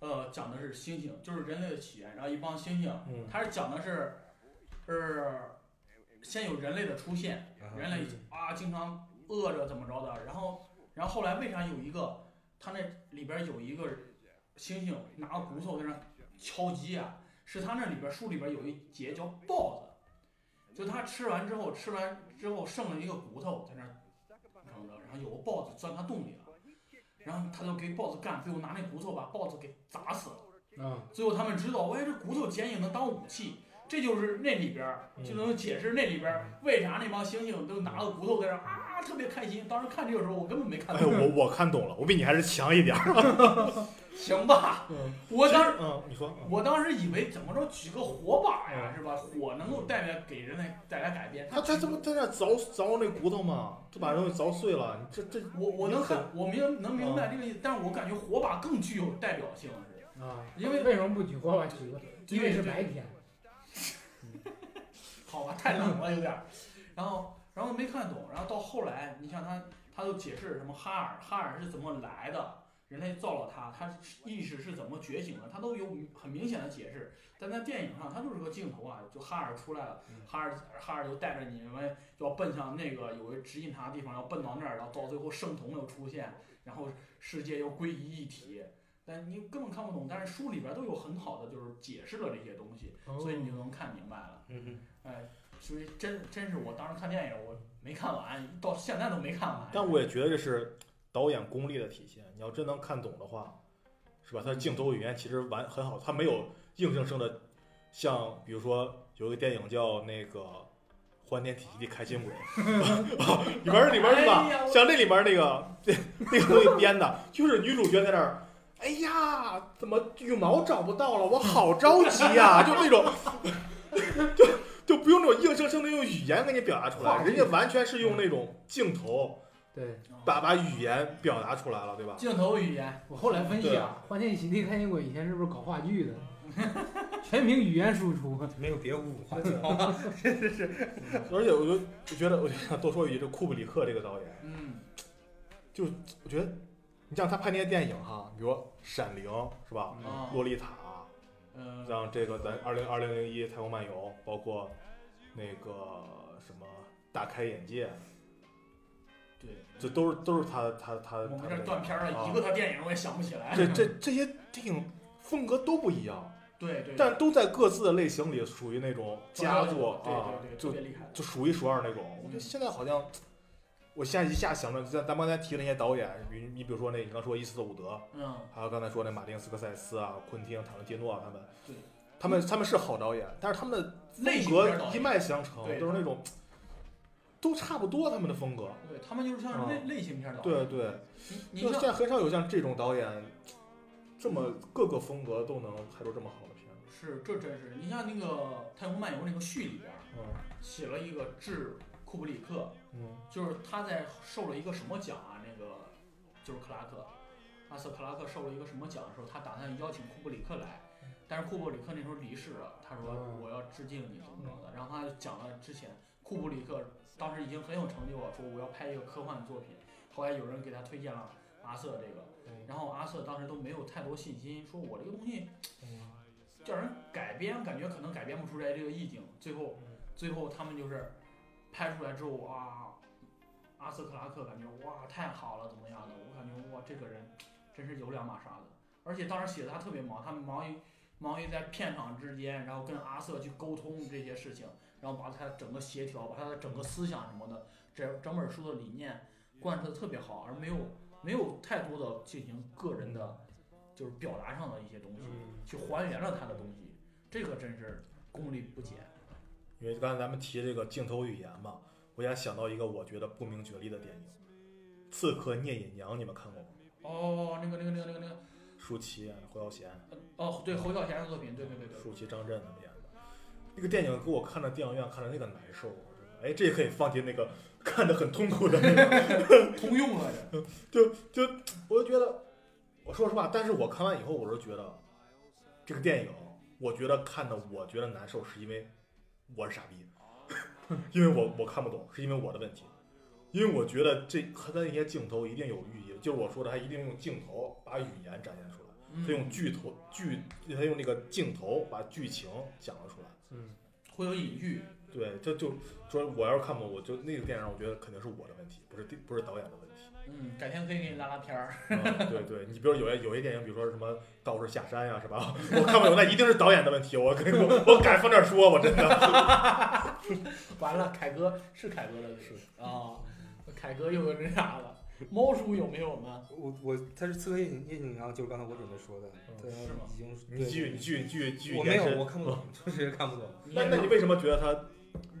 A: 呃，讲的是猩猩，就是人类的起源，然后一帮猩猩，
C: 嗯
A: 它是讲的是是先有人类的出现，人类啊经常饿着怎么着的，然后然后后来为啥有一个他那里边有一个猩猩拿个骨头在那敲击啊，是他那里边书里边有一节叫豹子，就他吃完之后吃完之后剩了一个骨头在那怎么着，然后有个豹子钻他洞里了，然后他就给豹子干，最后拿那骨头把豹子给砸死了。
B: 啊，
A: 最后他们知道，哎，这骨头剪影能当武器，这就是那里边儿
C: 嗯
A: 就能解释那里边儿为啥那帮猩猩都拿个骨头在那儿啊，特别开心。当时看这个时候，我根本没看
C: 哎，
A: 懂，
C: 我我看懂了，我比你还是强一点儿。
A: 行 吧？
C: 嗯，
A: 我当时
C: 嗯，你说，嗯
A: 我当时以为怎么着举个火把呀，是吧？火能够带来给人类带来改变。
C: 他他这不在那凿凿那骨头吗？就把东西凿碎了，你这这
A: 我我能
C: 你很
A: 看，我明能明白这个意思，但是我感觉火把更具有代表性，是
B: 啊，
A: 因为
B: 为什么不举火把举个？因为是白天，
A: 好吧，太冷了有点儿。然后，然后没看懂，然后到后来，你像他，他都解释什么哈尔，哈尔是怎么来的，人类造了它，它意识是怎么觉醒的，他都有很明显的解释。但在电影上，它就是个镜头啊，就哈尔出来了，哈尔哈尔就带着你们要奔向那个有个指引他的地方，要奔到那儿，然后到最后圣童又出现，然后世界又归于一体。但你根本看不懂，但是书里边都有很好的就是解释了这些东西，
B: 哦
A: 所以你就能看明白了。
D: 嗯哼，
A: 哎，所以真真是我当时看电影，我没看完，到现在都没看完。
C: 但我也觉得这是导演功力的体现。你要真能看懂的话，是吧？他的镜头语言其实完很好，他没有硬生生的像，比如说有一个电影叫那个《欢天喜地开心鬼》啊， 里边儿里边儿是吧？
A: 哎呀我
C: 像那里边儿那个那个东西编的，就是女主角在那儿。哎呀，怎么羽毛找不到了？我好着急呀、就那种， 就就不用那种硬生生的用语言给你表达出来，人家完全是用那种镜头，
B: 对
C: 把把语言表达出来了，对吧？
A: 嗯镜头语言，
B: 我后来分析啊，《欢天喜地开心鬼》以前是不是搞话剧的？
A: 嗯
B: 全凭语言输 出，
D: 没有别无话题 好吗？真的是，
C: 而且我就我觉得，我就想多说一句，这库布里克这个导演，
A: 嗯，
C: 我觉得你像他拍那些电影哈，比如《闪灵》是吧，
A: 啊
C: 《洛丽塔》，
A: 呃，
C: 像这个咱二零二零零一《太空漫游》，包括那个什么《大开眼界》，
A: 对，
C: 这都是都是他他他
A: 我们
C: 他
A: 这
C: 的
A: 断片儿了，
C: 啊
A: 一个他电影我也想不起来。
C: 这这这些电影风格都不一样，
A: 对对，
C: 但都在各自的类型里属于那种佳作
A: 对
C: 啊
A: 对对，，特
C: 就
A: 别厉害。
C: 就数一数二那种。我
A: 嗯
C: 觉得现在好像，我现在一下想着，咱咱们刚才提了那些导演，比你比如说那，你刚说伊斯特伍德，
A: 嗯，
C: 还有刚才说那马丁斯科塞斯啊、昆汀塔伦蒂诺啊，他们
A: 对，
C: 他们他们是好导演，但是他们的
A: 类
C: 风
A: 型片
C: 格
A: 导
C: 一
A: 演，
C: 脉相承，
A: 对
C: 都是那种都差不多，他们的风格。
A: 对他们就是像类类型片导演。
C: 啊对，对，
A: 你
C: 就
A: 你
C: 现
A: 像
C: 在很少有像这种导演，这么各个风格都能拍出这么好的片子。
A: 是这真是，你像那个《太空漫游》那个序里边儿
C: 嗯
A: 写了一个致库布里克，
C: 嗯
A: 就是他在受了一个什么奖啊？那个就是克拉克，阿瑟克拉克受了一个什么奖的时候，他打算邀请库布里克来，但是库布里克那时候离世了，他说
B: 嗯
A: 我要致敬你怎么着的，然后他就讲了之前库布里克当时已经很有成就了，说我要拍一个科幻作品，后来有人给他推荐了阿瑟这个，
C: 嗯
A: 然后阿瑟当时都没有太多信心，说我这个东西
C: 嗯
A: 叫人改编，感觉可能改编不出来这个意境。最后，最后他们就是拍出来之后，哇，阿瑟克拉克感觉哇太好了，怎么样的？我感觉哇这个人真是有两码啥的。而且当时写的他特别忙，他们忙于忙于在片场之间，然后跟阿瑟去沟通这些事情，然后把他整个协调，把他的整个思想什么的，整整本书的理念贯彻的特别好，而没有没有太多的进行个人的就是表达上的一些东西。
C: 嗯
A: 去还原了他的东西，这个真是功力不减。
C: 因为刚才咱们提这个镜头语言嘛，我也想到一个我觉得不明觉厉的电影，《刺客聂隐娘》，你们看过吗？
D: 嗯
A: 哦，那个那个那个那个那个，
C: 舒淇、侯孝贤、啊
A: 哦，对，侯孝贤的作品，对对对对，
C: 舒淇、张震他们演的那个电影，给我看到电影院看的那个难受，我真的哎，这也可以放进那个 看的很痛苦的那个，
A: 通用了这。
C: 我就觉得，我说实话，但是我看完以后，我是觉得这个电影，我觉得看的我觉得难受，是因为我是傻逼， 因为我我看不懂，是因为我的问题。因为我觉得这和他那些镜头一定有寓意，就是我说的，他一定用镜头把语言展现出来。
A: 嗯
C: 他用剧头剧，他用那个镜头把剧情讲了出来。
B: 嗯，
A: 会有隐喻，
C: 对，这就说我要是看不，我就那个电影，我觉得肯定是我的问题，不是电不是导演的问题。
A: 嗯，改天可以给你拉拉片 儿，
C: 嗯对对，你比如有些有些电影，比如说什么《道士下山》呀，是吧？ 我看不懂，那一定是导演的问题。我跟你说，我敢放这儿说，我真的。
A: 完了，凯哥是凯哥的，是啊，凯哥又那啥了，猫叔有没有吗？
D: 我我他是刺客夜行夜行阳，就是刚才我准备说的，他
A: 是吗
D: 已经
C: 嗯你继续，你继续，继续，继续
D: 我没
C: 延伸
D: 有，我 看不懂，就是看不懂。
C: 那那你为什么觉得他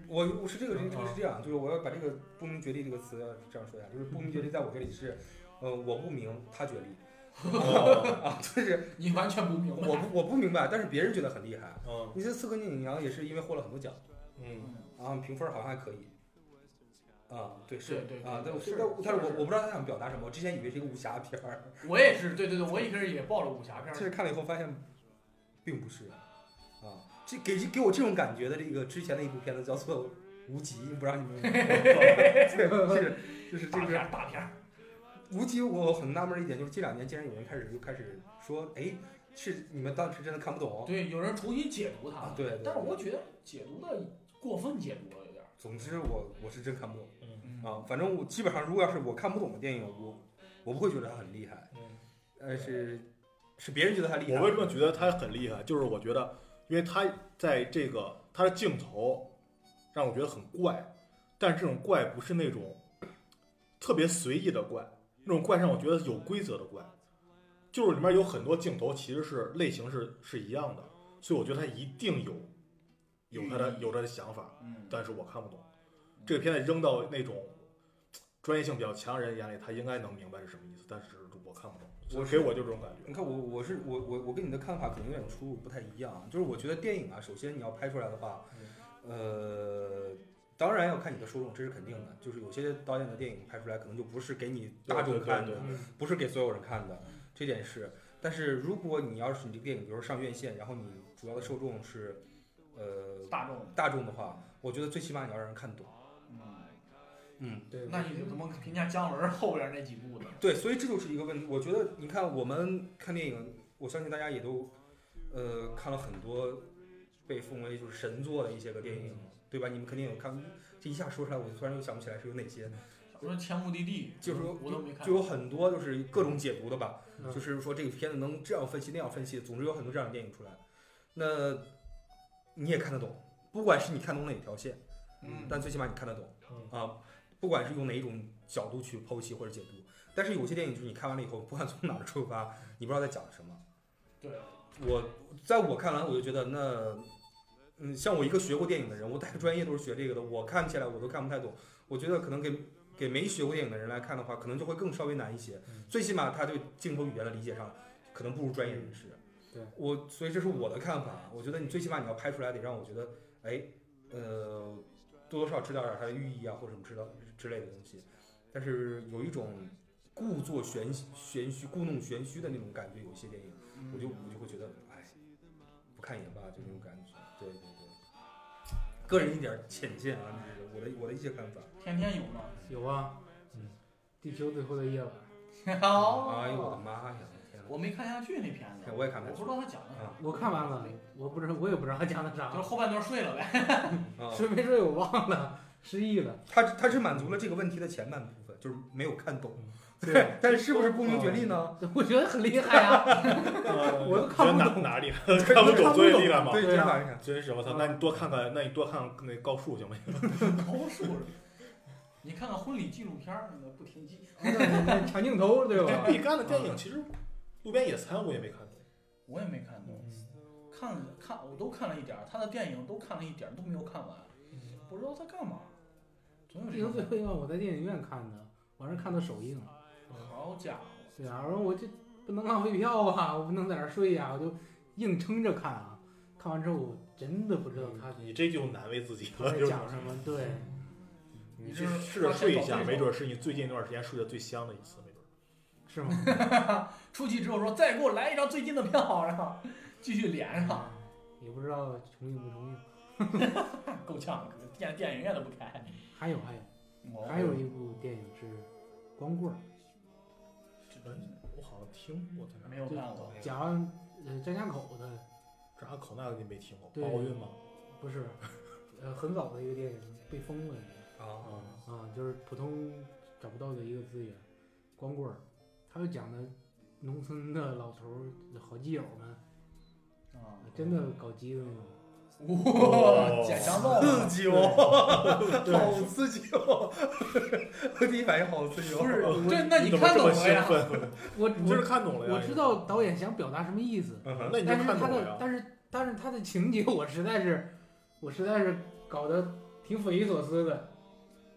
D: 我我是这个这个
B: 啊
D: 是这样，就是我要把这个不明觉厉这个词要这样说一下，就是不明觉厉在我这里是，呃，我不明他觉厉
C: 哦？
D: 啊，就是
A: 你完全不明白，
D: 我不我不明白，但是别人觉得很厉害。
C: 嗯
D: 你这《刺客聂隐娘》也是因为获了很多奖，
C: 嗯，
D: 啊，评分好像还可以。啊，对是
A: 对对
D: 啊，但我
A: 是
D: 但但是我
A: 是
D: 我不知道他想表达什么，我之前以为是一个武侠片儿，
A: 我也是，对对对，我一开始也报了武侠片
D: 但
A: 儿，
D: 是看了以后发现，并不是，啊，这给给我这种感觉的这个之前的一部片子叫做《无极》，不知道你们有没有看过， 对，就是就是这
A: 大
D: 个
A: 片儿大片儿，
D: 无极，我很纳闷一点，就是这两年竟然有人开始又开始说，哎，是你们当时真的看不懂
A: 对，有人重新解读它
D: 啊
A: 了？，
D: 对，对
A: 但是我
D: 对
A: 觉得解读的过分解读了，有点儿，
D: 总之我我是真看不懂
A: 嗯，
D: 啊。反正我基本上，如果要是我看不懂的电影，我我不会觉得它很厉害，
C: 嗯
D: 呃，是是别人觉得它厉害。
C: 我为什么觉得他很厉害？就是我觉得，因为他在这个他的镜头让我觉得很怪，但是这种怪不是那种特别随意的怪，那种怪让我觉得有规则的怪，就是里面有很多镜头其实是类型是是一样的，所以我觉得他一定有有他的有他的想法，
A: 嗯，
C: 但是我看不懂。这个片子扔到那种专业性比较强的人眼里，他应该能明白是什么意思，但是我看不懂。
D: 我
C: 给我就这种感觉。
D: 你看我我是我我我跟你的看法可能有点出入，不太一样。就是我觉得电影啊，首先你要拍出来的话，
C: 嗯
D: 呃，当然要看你的受众，这是肯定的。就是有些导演的电影拍出来可能就不是给你大众
C: 对对
D: 看
C: 对嗯
D: 的，
B: 嗯
D: 不是给所有人看的，这点是。但是如果你要是你这个电影，比如说上院线，然后你主要的受众是，呃，
A: 大众，
D: 大众的话，我觉得最起码你要让人看懂。
A: 嗯，
D: 嗯，
B: 对，
A: 那你怎么评价姜文后边那几部呢？
D: 对，所以这就是一个问题。我觉得你看我们看电影，我相信大家也都，呃，看了很多被奉为就是神作的一些个电影，
A: 嗯
D: 对吧？你们肯定有看。这一下说出来，我就突然又想不起来是有哪些，
A: 我说前目的地，
D: 就是说
A: 嗯我都没看，
D: 就有很多就是各种解读的吧。
B: 嗯
D: 就是说这个片子能这样分析那样分析，总之有很多这样的电影出来，那你也看得懂，不管是你看懂哪条线，
A: 嗯，
D: 但最起码你看得懂
B: 嗯
D: 啊，不管是用哪一种角度去剖析或者解读，但是有些电影就是你看完了以后，不管从哪儿出发，你不知道在讲什么。
A: 对，
D: 我在我看来，我就觉得那，嗯，像我一个学过电影的人，我带专业都是学这个的，我看起来我都看不太懂。我觉得可能给给没学过电影的人来看的话，可能就会更稍微难一些。
B: 嗯
D: 最起码他对镜头语言的理解上，可能不如专业人士。
B: 嗯对
D: 我，所以这是我的看法。我觉得你最起码你要拍出来，得让我觉得，哎，呃，多多少少知道点它的寓意啊，或者什么知道之类的东西。但是有一种故作玄玄虚、故弄玄虚的那种感觉，有一些电影。
A: 嗯
D: 我就我就会觉得，哎，不看也罢，就那种感觉。对对对，个人一点浅见啊，这是我的我的一些看法。
A: 天天有 哦吗？
B: 有啊，嗯，地球最后的夜晚，
D: 哎呦我的
A: 哦，
D: 妈呀！天哪！
A: 我没看下去那片子，
D: 我也看不
A: 我不
D: 下去
A: 知道他讲的啥，
D: 啊
B: 我看完了，我不知道，我也不知道他讲的
D: 嗯
B: 啥
A: 就是，后半段睡了呗。
D: 啊！
B: 睡没睡我 忘了，失忆了。
D: 他他是满足了这个问题的前半部分，就是没有看懂。
B: 对，
D: 但是是不是不明觉厉呢？
B: 我觉得很厉害啊，我
C: 我
B: 都看不
C: 哪
B: 懂
C: 哪里 看不懂，所以厉害嘛。
D: 对，
B: 对
D: 真
B: 啊
D: 反应。
C: 真是我操！那你多看看，那你多看看那高数行吗？
A: 高数，你看看婚礼纪录片儿，那个不停机，
B: 那你那抢镜头对 啊吧？
C: 毕赣的电影其实《路边野餐》我也没看懂，
A: 我也没看懂，
D: 嗯
A: 看了看我都看了一点儿，他的电影都看了一点儿，都没有看完，
D: 嗯
A: 不知道他干嘛，总有
B: 地球
A: 这
B: 最
A: 种
B: 后一晚我在电影院看的，我是看的首映。
A: 好家伙，
B: 对啊，我说我这不能浪费票啊， 我不能在这儿睡呀、我就硬撑着看啊。看完之后，我真的不知道
A: 嗯
B: 他
C: 你这就难为自己
B: 他
C: 了，
B: 嗯在
C: 就是
B: 讲什么。 对，
C: 你去试着睡一下，没准是你最近一段时间睡得最香的一次，没准。
B: 是吗？
A: 出去之后说再给我来一张最近的票，然后继续连上，
B: 啊也不知道重映不重映。
A: 够呛，电电影院都不开。
B: 还有还有
A: 哦
B: 还有一部电影是《光棍儿
C: 我好像听过，但是
A: 没有看过。
B: 讲呃张家口的，
C: 张家口那个你没听过，
B: 对
C: 八宝运吗？
B: 不 是，呃，很早的一个电影被封了的
D: 啊，
C: 啊，
B: 啊，就是普通找不到的一个资源，光棍儿，他就讲的农村的老头儿好基友们，
C: 嗯
A: 啊，
B: 真的搞基的那种。
A: 哇，捡香皂
D: 刺
A: 了，
C: 哎
D: 激哦，好刺激哦！ 我第一反应好刺激哦。
A: 不是
C: 我
A: 这那
C: 你
A: 你
C: 怎么
A: 看
C: 这
A: 懂
C: 么
A: 了
C: 兴
A: 呀？
C: 奋？
B: 我
C: 你 就是
B: 我
C: 看懂了呀？
B: 我知道导演想表达什么意思，
D: 嗯
C: 嗯，
D: 哼，
C: 那你就
B: 但是
C: 看
B: 他
C: 懂了
B: 的
C: 呀。
B: 但是但是他的情节我实在是我实在是搞得挺匪夷所思的。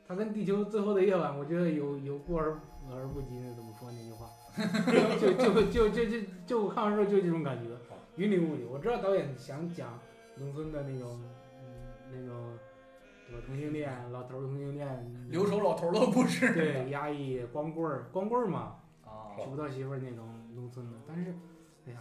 B: 他跟地球最后的夜晚，我觉得有有过而而不及那怎么说那句话， 就就就就就就我看完之后就这种感觉，云里雾里。我知道导演想讲农村的那种，嗯，那种什么同性恋，老头儿同性恋，
A: 留守老头儿都不是。
B: 对压抑光棍儿，光棍儿嘛，
A: 啊，
B: 娶不到媳妇儿那种农村的。但是，哎呀，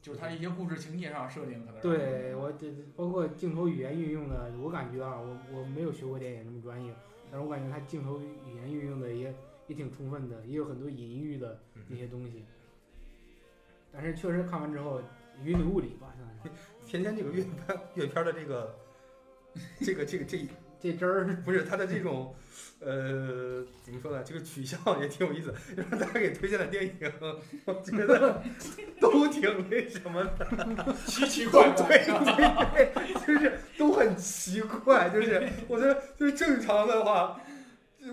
A: 就是他一些故事情节上设定可能
B: 对我这这包括镜头语言运用的，我感觉啊，我我没有学过电影这么专业，但是我感觉他镜头语言运用的也也挺充分的，也有很多隐喻的
D: 嗯
B: 那些东西。但是确实看完之后云里雾里吧，算是
D: 甜甜这 个阅片阅片的这个这个这个这
B: 这真 儿
D: 不是他的这种呃怎么说呢？这个取向也挺有意思。让大家给推荐的电影，我觉得都挺那什么的，
A: 奇奇
D: 对
A: 怪怪。
D: 对对，就是都很奇怪。就是我觉得就是正常的话，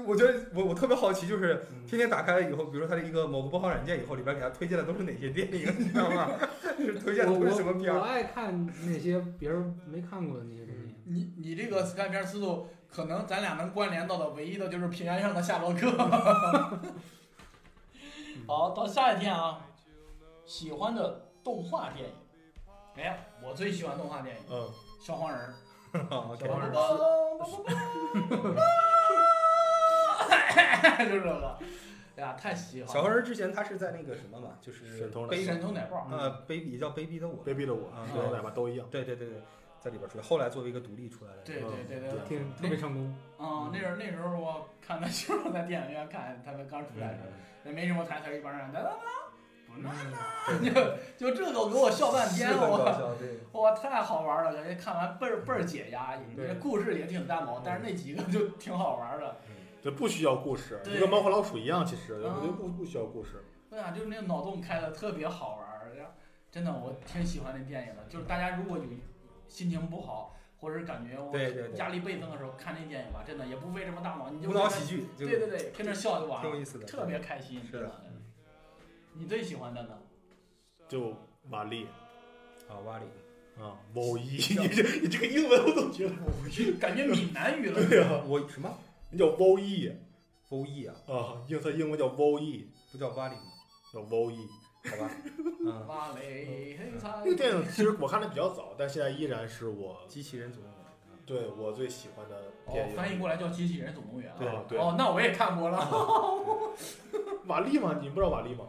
D: 我觉得我我特别好奇，就是
B: 嗯
D: 天天打开了以后，比如说他的一个某个播放软件以后，里边给他推荐的都是哪些电影，你知道吗？ 就是推荐的
B: 我
D: 都是什么片
B: 我我
D: 儿？啊
B: 爱看那些别人没看过的那些东西。。
A: 你你这个看片思路，可能咱俩能关联到的唯一的就是《平原上的夏洛 克》
E: 好，到下一天啊，喜欢的动画电影。哎，我最喜欢动画电影
C: 嗯，
A: 《小黄人儿
D: 啊》，
A: 小
D: 给
A: 黄
D: 他
A: 人
D: 们
A: 儿， 就这个，哎呀，太喜欢了。
D: 小黄人之前他是在那个什么嘛，就是
C: 沈腾的
D: 卑
A: 神偷奶酪，
D: 呃卑也叫卑鄙的我，
C: 别逼的我
B: 嗯
D: 啊，
C: 沈腾奶爸都一样。
D: 对对对对，在里边出来，后来作为一个独立出来的，
A: 对对对对
C: 嗯，
B: 挺特别成功，
A: 嗯，那时候那时候我看的时候在电影院看，他们刚出来的时
D: 嗯
A: 候，也没什么台词儿，一帮人哒哒哒，不那就就这个给我笑半天，
D: 是很搞
A: 我
D: 笑， 对，
A: 我太好玩了，感觉看完倍儿倍儿解压，
B: 对
A: 也故事也挺单薄，
D: 嗯
A: 但是那几个就挺好玩的。
C: 这不需要故事，
A: 对
C: 就跟猫和老鼠一样，其实
A: 嗯
C: 我觉得不不需要故事。
A: 对啊，就是那个脑洞开的特别好玩儿，然后真的我挺喜欢那电影的。就是大家如果有心情不好，或者是感觉我
D: 对对对
A: 压力倍增的时候看那电影吧，真的也不费什么大脑，你就
D: 无脑
A: 跟着
D: 喜剧，就
A: 对对对，跟着笑就完
D: 挺有
A: 了，
D: 意思的，
A: 特别开心。
D: 是
A: 真
D: 的嗯
A: 的，你最喜欢的 呢？
C: 就瓦力
D: 啊，哇里，
C: 啊， 某一，你这你这个英文我都觉得，
A: 感觉闽南语了。
C: 对呀，
D: 我什么
C: 你叫 v o e
D: O E 啊，
C: 啊，英它英文叫 v o e
D: 不叫哇里吗？
C: 叫 v o e
D: 好吧，嗯，
A: 芭蕾黑彩
C: 那个电影其实我看的比较早，但现在依然是我
D: 机器人总动员，啊
C: 对我最喜欢的电
A: 哦，
C: 影。
A: 翻译过来叫《机器人总动员》
C: 对
A: 啊。
C: 对
A: 哦，那我也看过了。
D: 嗯
C: 瓦力吗？你不知道瓦力吗？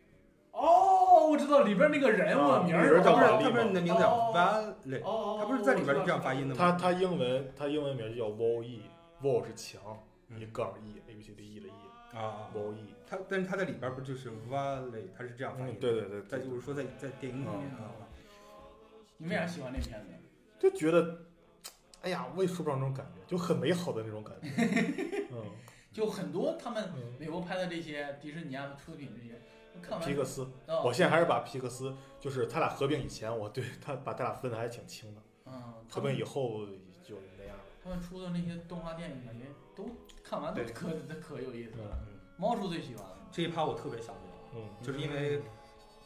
A: 哦，我知道里边那个人物
C: 啊
A: 名
D: 啊
C: 名
A: 儿
C: 儿
A: 是
C: 叫
A: 吧
D: 他
C: 瓦力
D: 不是他不是你的名字叫
A: 哦
D: Valley，
A: 哦，
D: 他不是在里边这样发音的
C: 他
D: 吗？
C: 他英文他英文名叫 v o e v o 是强，
D: 嗯
C: 一杠 e a b c d e 的 e
D: 他啊，
C: v o e
D: 他但是他在里边不就是 Valley，他是这样发音
C: 嗯，
D: 的，
C: 对对嗯对
D: 再
C: 对，
D: 就是说在在电影里面啊，
A: 你为啥喜欢那片子？
C: 就觉得，哎呀，我也说不上那种感觉，就很美好的那种感觉。 嗯
A: 就很多他们
C: 嗯，
A: 美国拍的这些迪士尼啊出品这些，看完
C: 皮克斯，
A: 哦
C: 我现在还是把皮克斯，就是他俩合并以前，我对他把他俩分的还挺清的，
A: 嗯，他
C: 合并
A: 们
C: 以后就那样了。
A: 他们出的那些动画电影，感觉都看完都
D: 对
A: 可可有意思了。
D: 嗯，
A: 猫叔最喜欢了，
D: 这一趴我特别想聊。
C: 嗯，
D: 就是因为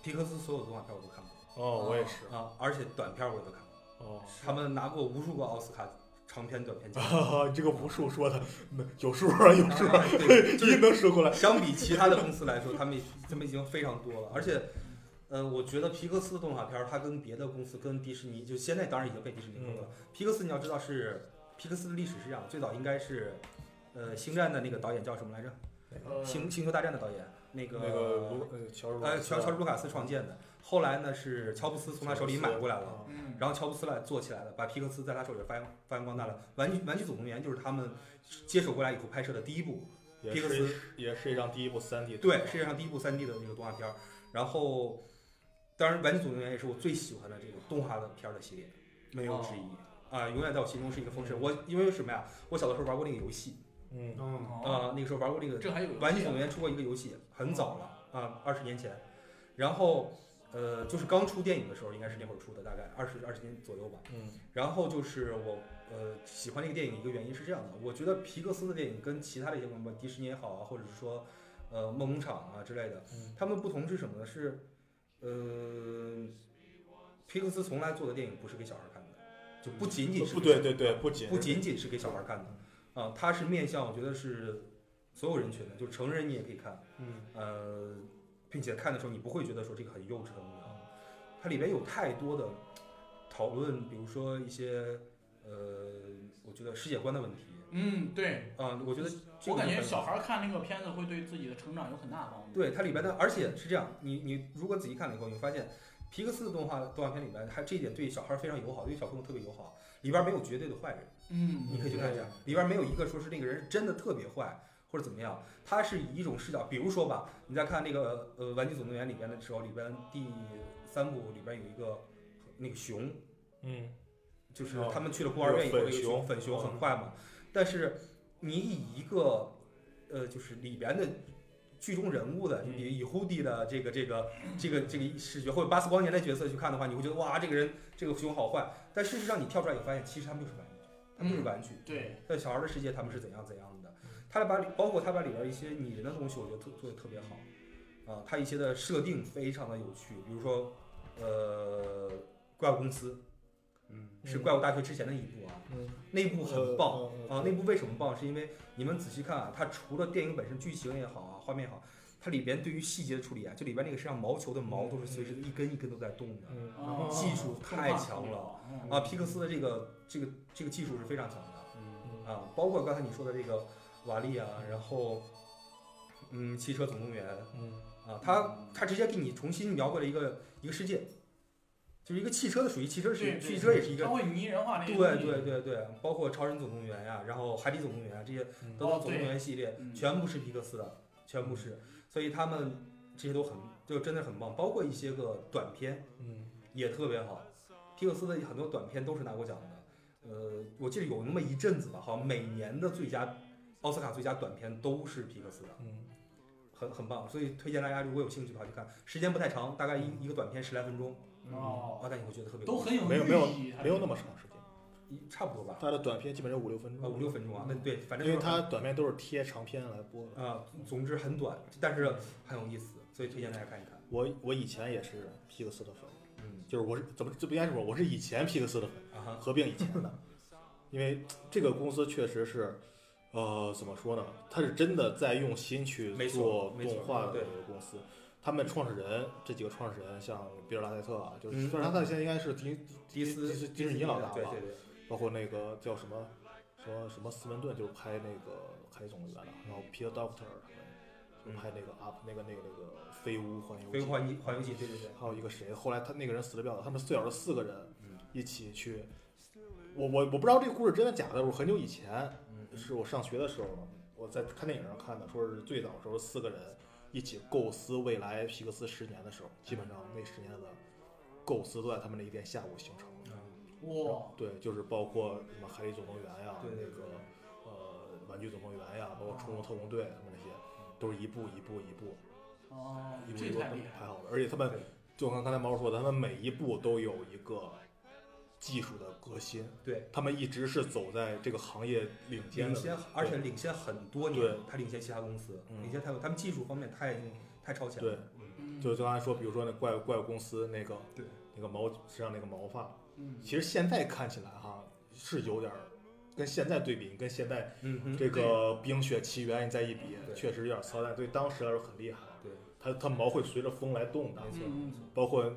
D: 皮克斯所有的动画片我都看过
C: 哦，我也是。
D: 啊，而且短片我也都看过，
C: 哦，
D: 他们拿过无数个奥斯卡长片、短 片奖。
C: 啊，这个无数说的没有数啊，有数啊，
D: 对，就
C: 一
D: 是
C: 能说 过来。
D: 相比其他的公司来说，他们他们已经非常多了，而且。呃，我觉得皮克斯的动画片儿，它跟别的公司、跟迪士尼，就现在当然已经被迪士尼收购了。皮克斯你要知道是皮克斯的历史是这样，最早应该是，呃，星战的那个导演叫什么来着？
A: 呃，
D: 星星球大战的导演，那个
C: 那个卢呃乔治
D: 呃乔乔治卢卡斯创建的，后来呢是乔布斯从他手里买过来了，
C: 了，
A: 嗯，
D: 然后乔布斯来做起来了，把皮克斯在他手里发扬发扬光大了。玩具玩具总动员就是他们接手过来以后拍摄的第一部，
C: 也
D: 皮克
C: 是
D: 斯
C: 也是世界上第一部三 D
D: 对，世界上第一部三 D 的那个动画片儿。然后，当然，《玩具总动员》也是我最喜欢的这个动画的片儿的系列，没有之一啊、永远在我心中是一个封神。我因为什么呀？我小的时候玩过那个游戏
C: 嗯，
B: 嗯，
D: 啊、
A: 哦，
D: 那个时候玩过那个
A: 这还有啊
D: 《玩具总动员》出过一个游戏，很早了啊，二、0十年前。然后，呃，就是刚出电影的时候，应该是那会儿出的，大概二十二十年左右吧。
C: 嗯，
D: 然后就是我呃喜欢这个电影一个原因是这样的，我觉得皮克斯的电影跟其他的一些什么迪士尼也好啊，或者是说呃梦工厂啊之类的
C: 嗯，
D: 他们不同是什么呢？是呃皮克斯从来做的电影不是给小孩看的，就不仅仅
C: 呃
D: 是
C: 不
D: 给小
C: 对对对，不仅
D: 不仅仅是给小孩看的啊，它是面向我觉得是所有人群的，就成人你也可以看，
C: 嗯，
D: 呃，并且看的时候你不会觉得说这个很幼稚很无聊，啊它里边有太多的讨论，比如说一些呃，我觉得世界观的问题
A: 嗯，对，
D: 啊、我觉得这
A: 我
D: 个
A: 感觉
D: 很
A: 小孩儿看那个片子会对自己的成长有很大的帮助。
D: 对它里边的，而且是这样，你你如果仔细看了以后，你会发现皮克斯的动画动画片里边，它这一点对小孩非常友好，对小朋友特别友好，里边没有绝对的坏人。你
A: 嗯，
D: 可以去看一下，里边没有一个说是那个人真的特别坏或者怎么样，他是以一种视角，比如说吧，你在看那个呃《玩具总动员》里边的时候，里边第三部里边有一个呃那个熊，
C: 嗯
D: 就是
C: 哦
D: 他们去了孤儿院以后，那个
C: 粉熊哦
D: 粉熊很坏嘛，但是你以一个呃就是里边的。剧中人物的，
C: 嗯
D: 以以胡迪的这个这个这个这个视觉，或者巴斯光年的角色去看的话，你会觉得哇，这个人这个熊好坏。但事实上，你跳出来以后发现，其实他们就是玩具，他们就是
A: 嗯
D: 玩具。
A: 对，
D: 在小孩的世界，他们是怎样怎样的。他把里包括他把里边一些拟人的东西，我觉得特做的特别好。啊、他一些的设定非常的有趣，比如说，呃，怪物公司
B: 嗯，
D: 是
C: 嗯
D: 怪物大学之前的一部啊，
C: 嗯，
D: 那部很棒
C: 呃呃呃
D: 啊。那部为什么棒？是因为你们仔细看啊，它除了电影本身剧情也好啊，画面也好，它里边对于细节的处理啊，就里边那个身上毛球的毛都是随时一根一根都在动的。啊
C: 嗯
A: 哦
D: 技术太强了。
A: 嗯
D: 啊，皮克斯的这个这个这个技术是非常强的。
B: 嗯
D: 啊，包括刚才你说的这个瓦力啊，然后嗯，汽车总动员
C: 嗯
D: 啊，它它直接给你重新描绘了一个一个世界，就是一个汽车的属于汽车
A: 对
D: 是
A: 对
D: 汽车也是一
A: 它
D: 个。
A: 会拟人化这
D: 对
A: 些东西
D: 对对对，包括超人总动员呀、然后海底总动员啊，这些
C: 嗯
D: 德
A: 哦
D: 岛总动
A: 对
D: 员系列、
A: 嗯
D: 全部是皮克斯的，全部是，所以他们这些都很就真的很棒，包括一些个短片，
C: 嗯
D: 也特别好。皮克斯的很多短片都是拿过奖的，呃，我记得有那么一阵子吧，好像每年的最佳奥斯卡最佳短片都是皮克斯的，
C: 嗯
D: 很很棒。所以推荐大家如果有兴趣的话去看，时间不太长，大概一一个短片十来分钟，
A: 哦，
D: 啊，但你会觉得特别
A: 都很有
C: 没有
A: 寓
C: 没有
A: 意它
C: 没有
A: 这
C: 那么
A: 个
C: 长时间，
D: 一差不多吧，
C: 它的短片基本上五六分
D: 啊
C: 钟，
D: 五六分钟啊，那对，反
C: 嗯
D: 正
C: 因为
D: 就是
C: 它短片都是贴长片来播的。
D: 啊，总之很短，但是很有意思，所以推荐大家看一看。
C: 我我以前也是皮克斯的粉，
D: 嗯
C: 就是我是怎么这不应该是我，我是以前皮克斯的粉，
D: 啊哈，
C: 合并以前的，因为这个公司确实是，呃，怎么说呢？它是真的在用心去
D: 没错
C: 做
D: 没错
C: 动画的
D: 对
C: 一个公司。他们创始人这几个创始人，像比尔·拉塞特啊，就是
D: 嗯
C: 虽然他现在应该是迪
D: 迪斯
C: 迪斯迪士尼老大吧
D: 对对对，
C: 包括那个叫什么什么什么斯文顿，就是拍那个《海底总动员》的，然后 Peter Doctor 他们就拍那个 Up 那个那个那个飞屋环游
D: 嗯飞
C: 记
D: 屋环游环游记，对对对，
C: 还有一个谁，后来他那个人死了掉了，他们最少是四个人
D: 嗯
C: 一起去。我我我不知道这个故事真的假的，我很久以前
D: 嗯
C: 是我上学的时候，我在看电影上看的，说是最早的时候四个人一起构思未来皮克斯十年的时候，基本上那十年的构思都在他们那一天下午形成的。
D: 嗯
A: 哇，
C: 对，就是包括什么《海底总动员》呀，
D: 对对啊
C: 那个呃《玩具总动员》呀，包括《冲浪特工队》他们那些，
D: 嗯
C: 都是一步一步一步
A: 哦
C: 一，步一
A: 这
C: 步
A: 太
C: 地
A: 厉害
C: 排
A: 了，
C: 好的，而且他们
D: 对
C: 就像刚才毛叔说的，他们每一步都有一个技术的革新，
D: 对，
C: 他们一直是走在这个行业领先
D: 领
C: 的，
D: 先，而且领先很多年
C: 对，
D: 他领先其他公司，
C: 嗯
D: 领先太多，他们技术方面太太超前了。
A: 嗯
C: 就就刚才说，比如说那怪物怪物公司那个
D: 对
C: 那个毛身上那个毛发，
A: 嗯
C: 其实现在看起来哈是有点儿跟现在对比，你跟现在
D: 嗯哼，
C: 这个《冰雪奇缘》你再一比
D: 对，
C: 确实有点操蛋，对当时来说很厉害了。
D: 对，
C: 它它毛会随着风来动的，
A: 嗯，
C: 包括《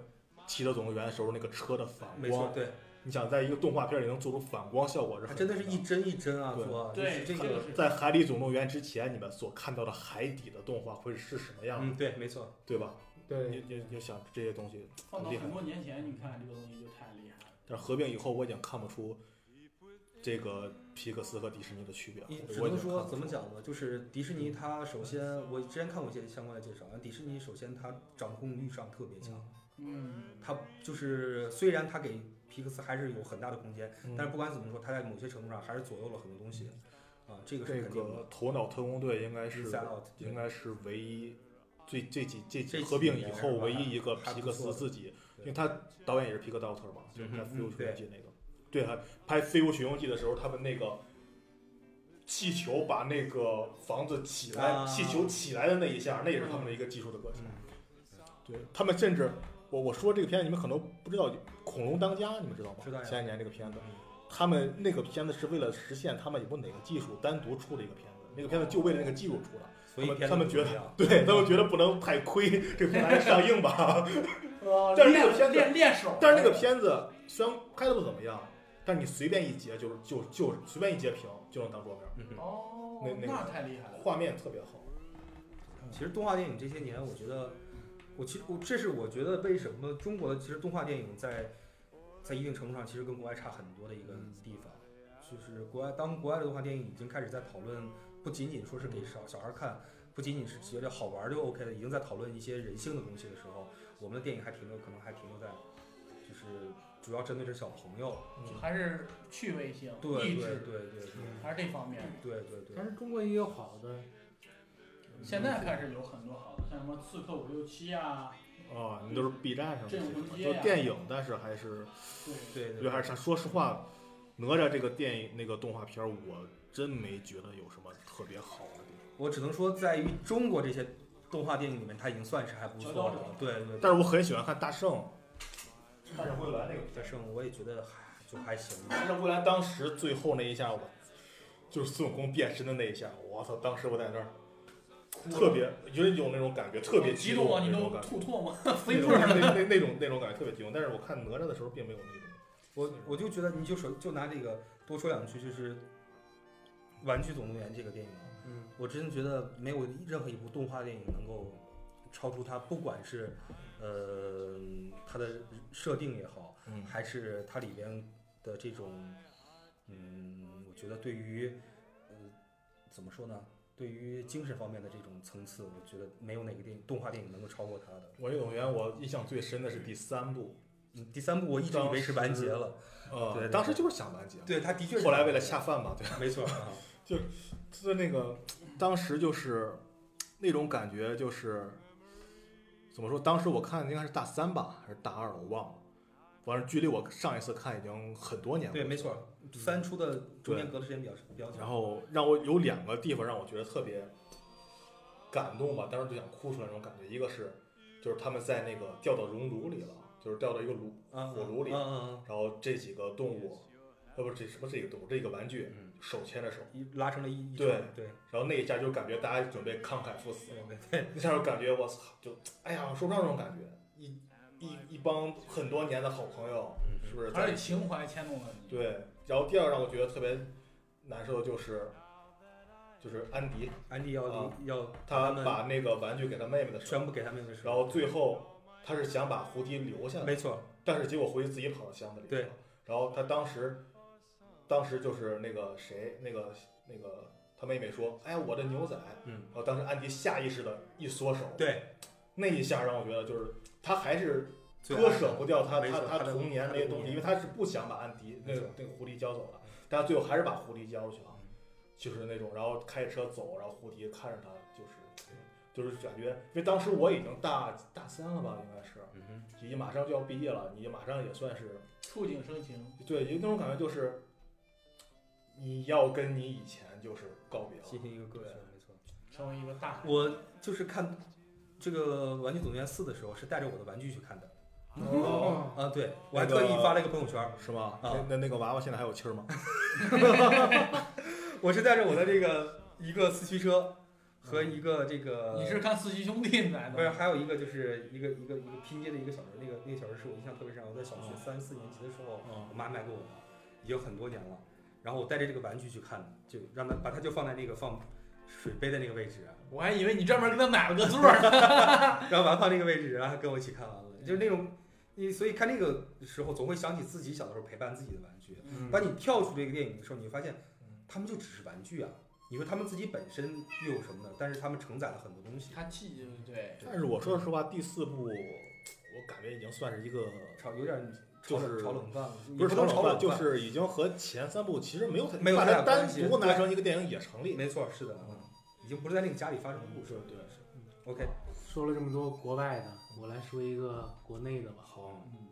C: 汽车总动员》的时候那个车的反
D: 没错
C: 光，，
D: 对，
C: 你想在一个动画片里能做出反光效果是
D: 它
C: 很
D: 真的是
C: 难
D: 一帧一帧啊
C: 对
D: 做啊，
A: 嗯对
D: 就是这
A: 这
D: 个
A: 个，是
C: 在《海底总动员》之前，你们所看到的海底的动画会是什么样的，
D: 嗯，对，没错，
C: 对吧？你
B: 对，
C: 你你想这些东西
A: 放到
C: 很厉害
A: 很多年前，你看这个东西就太厉害了。
C: 但是合并以后，我已经看不出这个皮克斯和迪士尼的区别。
D: 你
C: 我
D: 只
C: 已
D: 能
C: 经看嗯
D: 说
C: 不
D: 怎么
C: 出
D: 讲呢？就是迪士尼，它首先我之前看过一些相关的介绍，啊迪士尼首先它掌控欲上特别强，
A: 嗯，
D: 它就是虽然它给皮克斯还是有很大的空间，
C: 嗯
D: 但是不管怎么说，它在某些程度上还是左右了很多东西，啊，这个是
C: 嗯这
D: 肯定的
C: 个。头脑特工队应该是
D: Inside Out，对
C: 应该是唯一最这几这几
D: 这几
C: 合并
D: 年
C: 以后
D: 吧
C: 唯一一个
D: 还
C: 皮
D: 不
C: 克
D: 错
C: 斯
D: 的
C: 自己，
D: 对
C: 因为他导演也是皮克道特嘛，就是拍《
D: 嗯哼
C: 飞屋
D: 嗯
C: 寻游记》那个，对，他拍《飞屋寻游记》的时候，他们那个气球把那个房子起来，
D: 啊
C: 气球起来的那一下，那也是他们的一个技术的
D: 嗯
C: 革新。对他们甚至我我说这个片子你们可能不知道，《恐龙当家》你们知道吗？
D: 知道呀
C: 前几年这个片子
D: 嗯，
C: 他们那个片子是为了实现他们有哪个技术单独出的一个片子，那个片子就为了那个技术出的。
D: 所以
C: 他们
D: 片子
C: 他们
D: 不
C: 觉
D: 一
C: 得
D: 样
C: 对他们觉得不能太亏， 这个片子还上映吧。
A: 呃
C: 但是那
A: 练
C: 个片子
A: 练练手，
C: 但是那个片子虽然拍的不怎么样，但是你随便一截就是就就随便一截屏就能当桌面，
D: 嗯哼
A: 哦
C: 那，那个
A: 那太厉害了，
C: 画面特别好。
D: 其实动画电影这些年，我觉得，我其实我这是我觉得为什么中国的其实动画电影在在一定程度上其实跟国外差很多的一个地方，就是国外当国外的动画电影已经开始在讨论，不仅仅说是给小小孩看，不仅仅是觉得好玩就 OK 了，已经在讨论一些人性的东西的时候，我们的电影还停留可能还停留在就是主要针对是小朋友，
A: 还是趣味性、
D: 对
A: 益
D: 对对
A: 智，
D: 对对
A: 还是这方面。
D: 对对
B: 嗯
D: 对
B: 但，是中国也有好的，
A: 现在开始有很多好的，像什么《刺客伍六七》啊，
C: 啊，你都是 B 站上的
A: 这
C: 这
A: 种
C: 种
A: 东西
C: 都
A: 呀
C: 电影，但是还是
A: 对，
D: 对
C: 我
D: 对
C: 觉得还是说实话，哪吒这个电影那个动画片儿，我真没觉得有什么特别好的地方。
D: 我只能说，在于中国这些动画电影里面，它已经算是还不错
A: 佼佼
D: 的
A: 者
D: 了。对对，
C: 但是我很喜欢看大圣，
A: 大圣
C: 归来那个
D: 但是我也觉得还就还行吧。
C: 大圣归来当时最后那一下，我就是孙悟空变身的那一下，我操！当时我在那儿特别就是有那种感觉，特别
A: 激
C: 动
A: 动啊！你
C: 那
A: 都
C: 种感觉，
A: 吐唾沫 飞
C: 那
A: 沫
C: 种那
A: 了。
C: 那那种那种感觉特别激动。但是我看哪吒的时候并没有那种。
D: 我我就觉得，你就说就拿这个多说两句，就是《玩具总动员》这个电影，啊
B: 嗯，
D: 我真的觉得没有任何一部动画电影能够超出它，不管是呃它的设定也好，
C: 嗯
D: 还是它里边的这种，嗯，我觉得对于，呃，怎么说呢？对于精神方面的这种层次，我觉得没有哪个电影动画电影能够超过它的。
C: 我运动员，我印象最深的是第三部，
D: 嗯，第三部我一直以为是完结了，
C: 呃，
D: 对对
C: 当时就是想完结，
D: 对，它的确是
C: 后来为了下饭嘛，对。
D: 没 错啊，
C: 就是那个，当时就是那种感觉，就是怎么说？当时我看应该是大三吧，还是大二，我忘了。反正距离我上一次看已经很多年了。
D: 对，没。错，三出的中间隔的时间比较比较
C: 嗯然
D: 长。
C: 后让我有两个地方让我觉得特别感动吧，当时就想哭出来那种感觉。一个是就是他们在那个掉到熔炉里了，就是掉到一个炉，
D: 啊，
C: 火炉里
D: 嗯嗯
C: 然后这几个动物，呃，不是这什么这个动物，这个玩具
D: 嗯
C: 手牵着手，
D: 嗯，一拉成了一一
C: 对
D: 串对
C: 然后那一下就感觉大家准备慷慨赴死了。
D: 对对，
C: 那下就感觉我操，就哎呀，我说不上这种感觉，一一一帮很多年的好朋友，是不是
A: 而
C: 在
A: 且
C: 一起？
A: 情怀牵动了你。
C: 对。然后第二个让我觉得特别难受的就是，就是安迪，
D: 安迪要
C: 啊
D: 离要
C: 他
D: 们
C: 把那个玩具给他妹妹的时候，
D: 全部给他们的时
C: 然
D: 候，
C: 后最后他是想把胡迪留下来，
D: 没错，
C: 但是结果胡迪自己跑到箱子里去了。
D: 对
C: 然后他当时，当时就是那个谁，那个那个他妹妹说：“哎，我的牛仔。”
D: 嗯，
C: 然后当时安迪下意识的一缩手，
D: 对，
C: 那一下让我觉得就是他还是
D: 最
C: 割
D: 爱
C: 舍不掉他
D: 没错
C: 他
D: 他的
C: 童年
D: 他
C: 那
D: 的
C: 些
D: 童
C: 东西，因
D: 年
C: 为他是不想把安迪那
D: 没
C: 个
D: 错
C: 那个狐狸交走的，但最后还是把狐狸交出去了
D: 嗯，
C: 就是那种然后开着车走，然后狐狸看着他，就是就是感觉，因为当时我已经大大三了吧，应该是
D: 嗯哼，
C: 已经马上就要毕业了，你马上也算是
A: 触景生情，
C: 对，有那种感觉就是你要跟你以前就是告别
D: 进
C: 了，
D: 行一个割舍
C: 对，
D: 没错。
A: 成为一个大人。
D: 我就是看这个《玩具总动员四》的时候，是带着我的玩具去看的。
C: 哦
D: 啊，对，我还
C: 那个
D: 特意发了一个朋友圈，
C: 是吗？
D: 啊
C: 那那那个娃娃现在还有气 儿吗？
D: 我是带着我的这个一个四驱车和一个这个，
A: 你是看《四驱兄弟》来
D: 不是
A: 的？
D: 还有一个就是一个一个一个拼接的一个小人儿，那个那个小人儿是我印象特别深，我在小学三四年级的时候，
C: 嗯
A: 哦
D: 我妈买给我的，已经很多年了。然后我带着这个玩具去看的，就让他把它就放在那个放水杯的那个位置，啊
A: 我还以为你专门给他买了个座儿呢。
D: 然后把它放那个位置，然后他跟我一起看完了，就是那种你所以看那个时候总会想起自己小的时候陪伴自己的玩具。当你跳出这个电影的时候，你会发现
C: 嗯
D: 他们就只是玩具啊。你说他们自己本身又有什么呢？但是他们承载了很多东西。
A: 他记忆对，
C: 但是我说实话，第四部我感觉已经算是一个
D: 炒有点
C: 就
D: 炒冷
C: 是
D: 炒冷饭了，
C: 不是炒
D: 炒炒
C: 冷饭，
D: 冷
C: 就是已经和前三部其实没有太
D: 没有
C: 把
D: 太
C: 它
D: 大
C: 单
D: 关系
C: 独拿
D: 对
C: 成一个电影也成立。
D: 没错，是的，嗯，已经不是在那个家里发生的故事了。
C: 对嗯
D: 是，OK，
B: 说了这么多国外的，我来说一个国内的吧。
C: 好，
A: 嗯，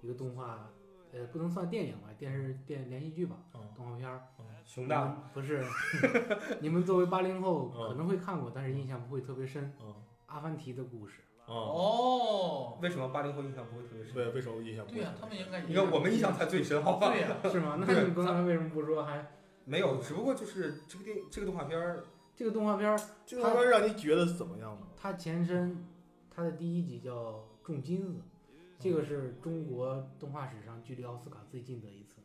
B: 一个动画，呃，不能算电影吧，电视电连续剧吧，
C: 嗯
B: 动画片儿。
D: 熊大
B: 嗯不是， 你们作为八零后
C: 嗯
B: 可能会看过，但是印象不会特别深。
C: 嗯
B: 阿凡提的故事，
C: 嗯，
A: 哦，
D: 为什么八零后印象不会特别
C: 为
D: 深？
C: 为什么我印象不
A: 对呀、
C: 深
A: 他们应该也
D: 你看我们印象才最深，好吧？
A: 对呀、
B: 是吗？那
D: 对
B: 你刚才为什么不说？还
D: 没有，只不过就是这个电这个动画片儿，
B: 这个动画片儿，
C: 这他们让你觉得怎么样呢？
B: 它前身，它的第一集叫《种金子》，这个是中国动画史上距离奥斯卡最近的一次，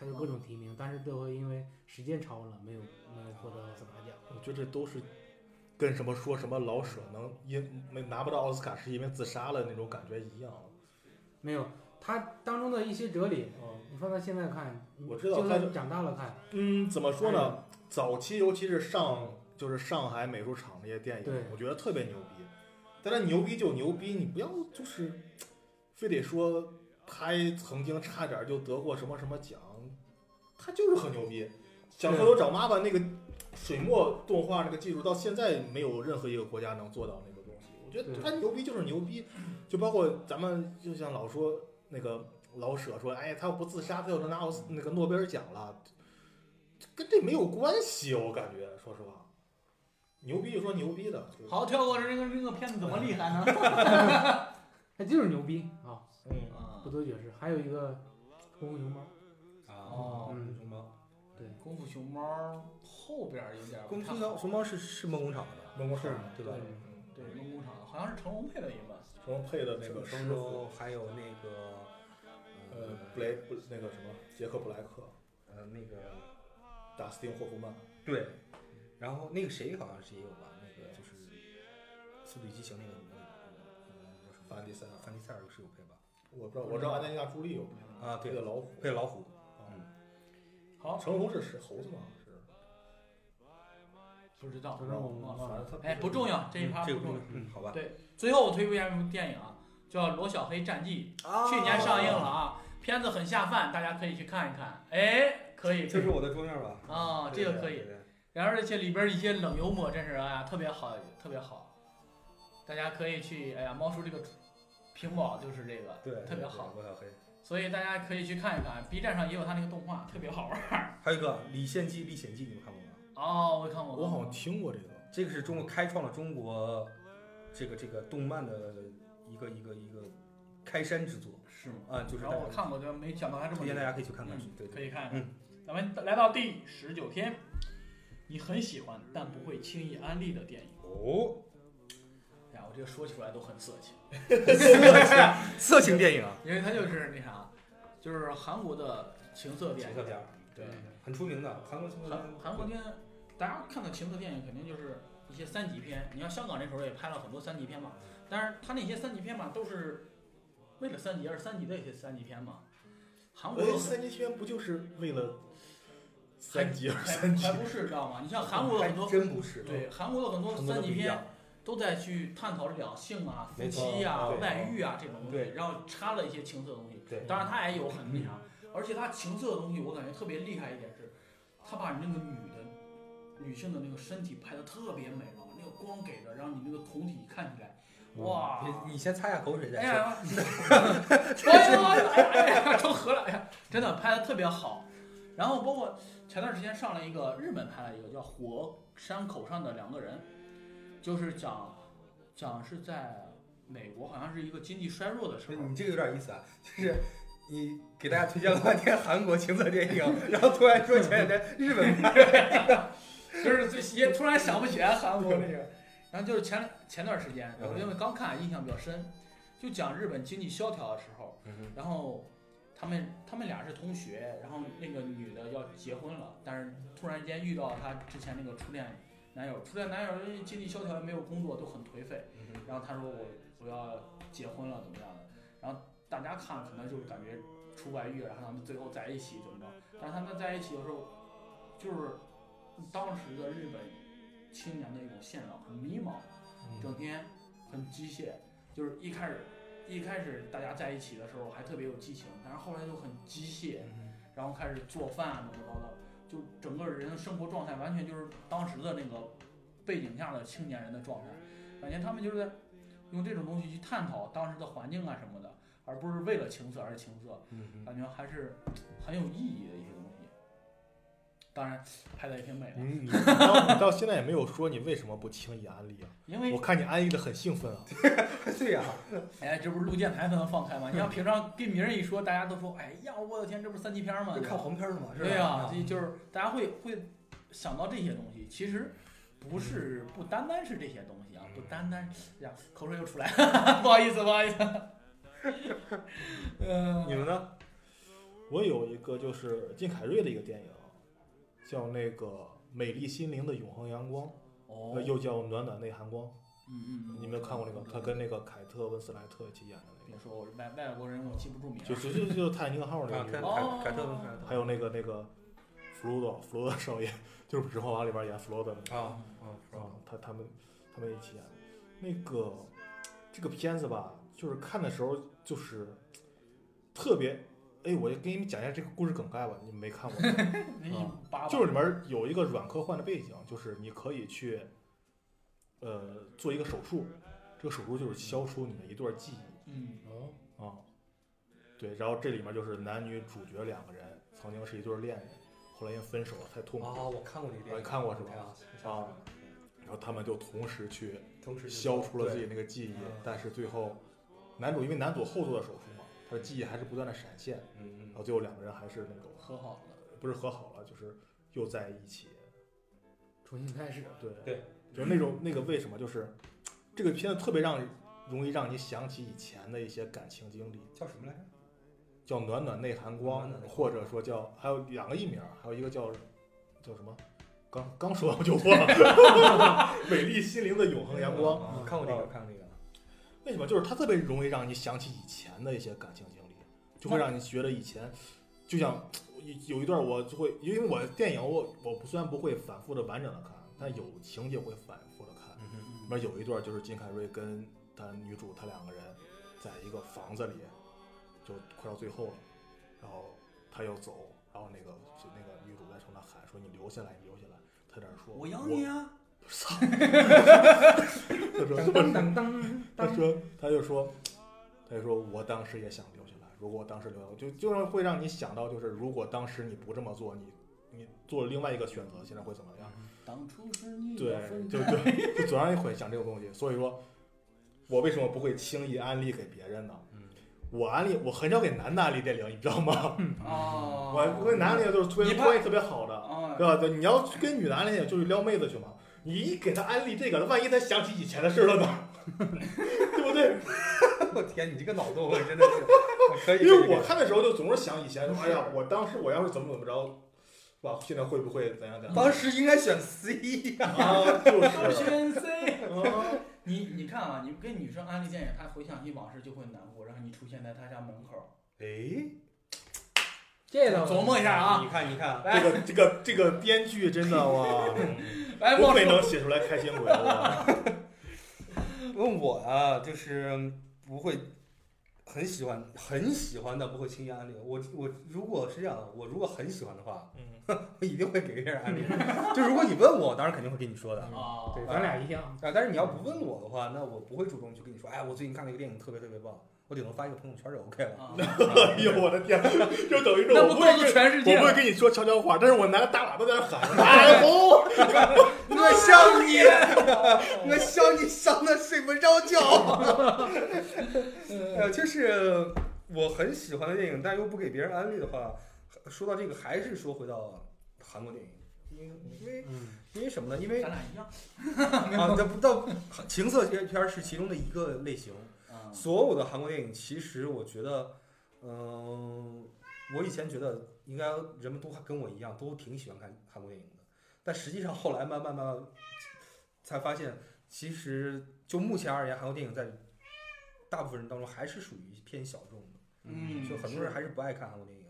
B: 它有各种提名，但是最后因为时间超了，没有没有获得奥斯卡奖。
C: 我觉得这都是跟什么说什么老舍能因没拿不到奥斯卡是因为自杀了那种感觉一样。
B: 没有，它当中的一些哲理，哦
C: 嗯
B: 你放到现在看，你
C: 我知道
B: 就
C: 它
B: 算
C: 是
B: 你长大了看，
C: 嗯，怎么说
B: 哎
C: 呢？早期尤其是上就是上海美术厂这些电
B: 对
C: 影，我觉得特别牛逼。但是牛逼就牛逼，你不要就是非得说他曾经差点就得过什么什么奖，他就是很牛逼。想
B: 是
C: 回头找妈妈那个水墨动画那个技术，到现在没有任何一个国家能做到那个东西。我觉得
B: 对
C: 他牛逼就是牛逼，就包括咱们就像老说那个老舍说，哎，他要不自杀，他就能拿奥斯那个诺贝尔奖了，跟这没有关系，我感觉，说实话，牛逼就说牛逼的，就是
A: 好，跳过这个这个片子怎么厉害呢？嗯
B: 它就是牛逼啊！
C: 嗯
B: 不多解释。还有一个《功夫熊猫》，
C: 哦
D: 啊
B: 嗯
D: 熊猫，
A: 功夫熊猫后边儿有点儿不
D: 功
A: 太
D: 夫熊猫
A: 好
D: 熊猫是是梦工厂的吧？
C: 梦工厂
D: 对吧？
B: 对
A: 对梦工厂的好像是成龙配的音吧？
C: 什么配的那
D: 这
C: 个
D: 个
C: 什么，
D: 还有那个
C: 呃，布雷布那个什么杰克布莱克，
D: 呃那个
C: 达斯汀霍夫曼，
D: 对，然后那个谁好像是也有吧？那个就是《速度与激情》那个那个呃叫什么
C: 范迪塞尔
D: 范迪塞尔是有配吧？
C: 我不知道，我知道安吉丽娜朱莉有
D: 啊，
C: 配的，
D: 对
C: 老虎，
D: 配老虎，
A: 好，
C: 成龙是是猴子吗？是，
A: 不知道
B: 不，知道我们忘
C: 反
B: 了。
C: 正他
A: 哎，不重要，这一趴不
D: 这个
A: 重要。
D: 嗯好吧？
A: 最后我推荐一部电影啊，叫《罗小黑战记》，去年上映了啊，片子很下饭，大家可以去看一看。哎，可以，
D: 这是我的桌面吧？
A: 啊，这个可以
D: 对。。对对
A: 然后而且里边一些冷幽默，真是哎呀，特别好，特别好。大家可以去，哎呀，猫叔这个屏保就是这个，
D: 对，
A: 特别好，
D: 罗小黑。
A: 所以大家可以去看一看。B 站上也有他那个动画，特别好玩。
D: 还有一个《李献计历险记》，你们看过吗？
A: 哦，我看过，
C: 我好像听过这个，
D: 这个是中国开创了中国这个这个动漫的一个一个一个开山之作
A: 是吗？
D: 啊，就是
A: 然
D: 大
A: 后我
D: 家
A: 看过，就没想到他这么
D: 推荐大
A: 厉害。
D: 家可以去看看，对
A: 可
D: 对。
A: 以看看。
D: 嗯
A: 咱们来到第十九天，你很喜欢但不会轻易安利的电影。
D: 哦，
A: 哎呀，我这个说起来都很色情，
D: 色情电影啊，
A: 因为它就是那啥，就是韩国的情色电
D: 情
A: 影。
D: 色片儿，
A: 对，
D: 很出名的韩国情色片
A: 韩
D: 儿。
A: 韩国电影，大家看的情色电影肯定就是一些三级片。你像香港那时候也拍了很多三级片嘛，但是他那些三级片嘛都是为了三级而三级的一些三级片嘛。韩国
C: 哎，
A: 有
C: 三级片不就是为了三级而
A: 还
C: 三级
A: 还？不是知道吗？你像韩国有很多
D: 还真不是，嗯
A: 对韩国的很多
D: 程度
A: 三
D: 都不
A: 级
D: 一
A: 片
D: 样，
A: 都在去探讨两性啊、夫
D: 没错
A: 妻啊、
D: 对
A: 外遇啊这种东西，
D: 对
A: 然后插了一些情色的东西。
D: 对
A: 当然他也有很那啥，而且他情色的东西我感觉特别厉害一点是，他把你那个女的、女性的那个身体拍的特别美，然后那个光给的，让你那个酮体看起来，哇！
D: 你你先擦下口水再
A: 哎
D: 说。
A: 呀，哎呀，哎呀，哎呀，哎呀，成河了！哎呀，真的拍的特别好。然后包括前段时间上了一个日本拍了一个叫《火山口上的两个人》，就是讲讲是在美国，好像是一个经济衰弱的时候。
D: 你这个有点意思啊，就是你给大家推荐了半天韩国情色电影，然后突然说前两天日本片儿，
A: 就是最也突然想不起来韩国那个。然后就是前前段时间，我因为刚看印象比较深，就讲日本经济萧条的时候，然后他们他们俩是同学，然后那个女的要结婚了，但是突然间遇到她之前那个初恋男友，初恋男友因为经济萧条没有工作，都很颓废，然后他说我我要结婚了怎么样的，然后大家看可能就是感觉出外遇，然后他们最后在一起怎么着，但是他们在一起的时候，就是当时的日本青年的一种现状，很迷茫，
D: 嗯
A: 整天很机械，就是一开始一开始大家在一起的时候还特别有激情，但是后来就很机械，然后开始做饭，啊怎么着的，就整个人的生活状态完全就是当时的那个背景下的青年人的状态，感觉他们就是在用这种东西去探讨当时的环境啊什么的，而不是为了情色而情色，
D: 嗯
A: 感觉还是很有意义的一些东西。当然，拍的也挺美的，
C: 你你到你到现在也没有说你为什么不轻易安利啊？
A: 因为
C: 我看你安利的很兴奋啊。
D: 对呀、
A: 哎，这不是录电台才能放开吗？你要平常跟名人一说，大家都说，哎呀，我的天，这不是三级片吗？
D: 看黄片儿嘛，是吧？
A: 对呀、
D: 啊
A: 这就是大家会会想到这些东西，其实不
C: 嗯
A: 是不单单是这些东西啊，不单单哎呀，口水又出来了， 不好意思，不好 意思。嗯、
C: 你们呢？我有一个就是金凯瑞的一个电影，叫那个《美丽心灵的永恒阳光》，
A: 哦
C: 呃，又叫《暖暖内含光》。
A: 嗯嗯，
C: 你没有看过那个？他跟那个凯特温斯莱特一起演的那
A: 别
C: 个，
A: 说我是外外国人，我记不住名儿。
C: 就就就就是泰坦尼克号那个女
D: 凯
C: 的，
A: 哦
D: 凯凯特温斯莱特
C: 还有那个那个弗罗多，弗罗多少爷，就是《指环王》里边演弗罗多的那个
D: 啊啊，是吧
C: 啊，他他们他们一起演的。那个这个片子吧，就是看的时候就是特别，哎，我就给你们讲一下这个故事梗概吧，你们没看过。
A: 你八
C: 啊就是里面有一个软科幻的背景，就是你可以去，呃，做一个手术，这个手术就是消除你的一段记忆
A: 嗯
B: 哦，
C: 啊、对，然后这里面就是男女主角两个人曾经是一对恋人，后来因为分手了太痛苦，
D: 啊，我看过这个电
C: 啊
D: 影，
C: 你看过是吧
D: 对啊，
C: 啊然后他们就同时去
D: 同时就
C: 消除了自己那个记忆
D: 嗯，
C: 但是最后男主因为男主后做的手术嘛，他的记忆还是不断的闪现，
D: 嗯
C: 然后最后两个人还是那种
A: 和好了。
C: 不是和好了，就是又在一起，
B: 重新开始，
C: 对
D: 对，
C: 就是那种那个为什么就是这个片子特别让容易让你想起以前的一些感情经历，
D: 叫什么来着？
C: 叫暖暖内含
D: 暖
C: 光
D: 暖内，含
C: 或者说叫还有两个艺名，还有一个叫叫什么？刚刚说完我就忘了， 美丽心灵的永恒阳光。
D: 啊看过这个，看过这个。
C: 为什么？就是它特别容易让你想起以前的一些感情经历，就会让你觉得以前，就像有有一段我就会，因为我电影我我虽然不会反复的完整的看，但有情节我会反复的看。
D: 嗯哼
C: 里面有一段就是金凯瑞跟他女主他两个人在一个房子里，就快到最后了，然后他要走，然后那个就那个女主在冲他喊说：“你留下来，你留下来。”他在那说：“
A: 我养 你。啊！”
C: 操！ 他说：“
B: 当 当当当
C: 他
B: 当，
C: 说，他就说，他就说我当时也想留下来，如果我当时留下来，就就是会让你想到，就是如果当时你不这么做，你你做了另外一个选择，现在会怎么样？
D: 嗯
A: 当初是你
C: 对
A: 的嗯分，
C: 就就就总让你会想这种东西。所以说，我为什么不会轻易安利给别人呢？
D: 嗯
C: 我安利，我很少给男的安利电影，你知道吗？
A: 哦，
C: 我我给男的安利就是推
A: 你怕
C: 关系特别好的，
A: 啊，
C: 对吧？对，你要跟女的安利，就是撩妹子去嘛。你一给他安利这个，万一他想起以前的事儿了呢？ 对不对？
D: 我天，你这个脑洞我真的 是，可
C: 因
D: 以。
C: 为我看的时候就总是想以前，哎呀，我当时我要是怎么怎么着，是吧？现在会不会怎样怎样？
D: 当时应该选 C 呀。
C: 啊，就是
A: 选 C。
C: 啊，
A: 你你看啊，你跟女生安利电影，她回想起往事就会难过，然后你出现在她家门口，
D: 哎，
B: 这倒
A: 琢磨一下啊，
D: 你看，你看，
C: 这个这个这个编剧真的哇，
A: 来
C: 不
A: 冒
C: 愧
A: 出
C: 能写出来开心鬼 哇！
D: 问我啊，就是不会很喜欢，很喜欢的不会轻易安利。我我如果是这样的，我如果很喜欢的话，
C: 嗯，
D: 我 一定会给别人安利。 就如果你问我，我当然肯定会跟你说的。啊，
A: 啊，
B: 对，咱俩一样，
D: 但是你要不问我的话，那我不会主动去跟你说，哎，我最近看了一个电影，特别特别棒，我顶多发一个朋友圈就 OK 了。
A: 啊，
C: 哎呦我的天，就等于说
A: 那
C: 我
A: 不
C: 不
A: 告
C: 会
A: 诉
C: 跟
A: 全世界
C: 我不会
A: 了？
C: 跟你说悄悄话，但是我拿个大喇叭在那 喊，哎呦，
D: 我想你， 我想你想的睡不着觉。呃，就是我很喜欢的电影，但又不给别人安利的话，说到这个，还是说回到韩国电影，因为因为
B: 嗯，
D: 因为什么呢？因为
A: 咱俩一样，
D: 啊，这不 到情色片片是其中的一个类型。
A: 嗯
D: 所有的韩国电影，其实我觉得，嗯、我以前觉得应该人们都跟我一样，都挺喜欢看韩国电影的。但实际上后来慢慢慢慢才发现，其实就目前而言，韩国电影在大部分人当中还是属于偏小众的，
A: 嗯
D: 就很多人还是不爱看韩国电影。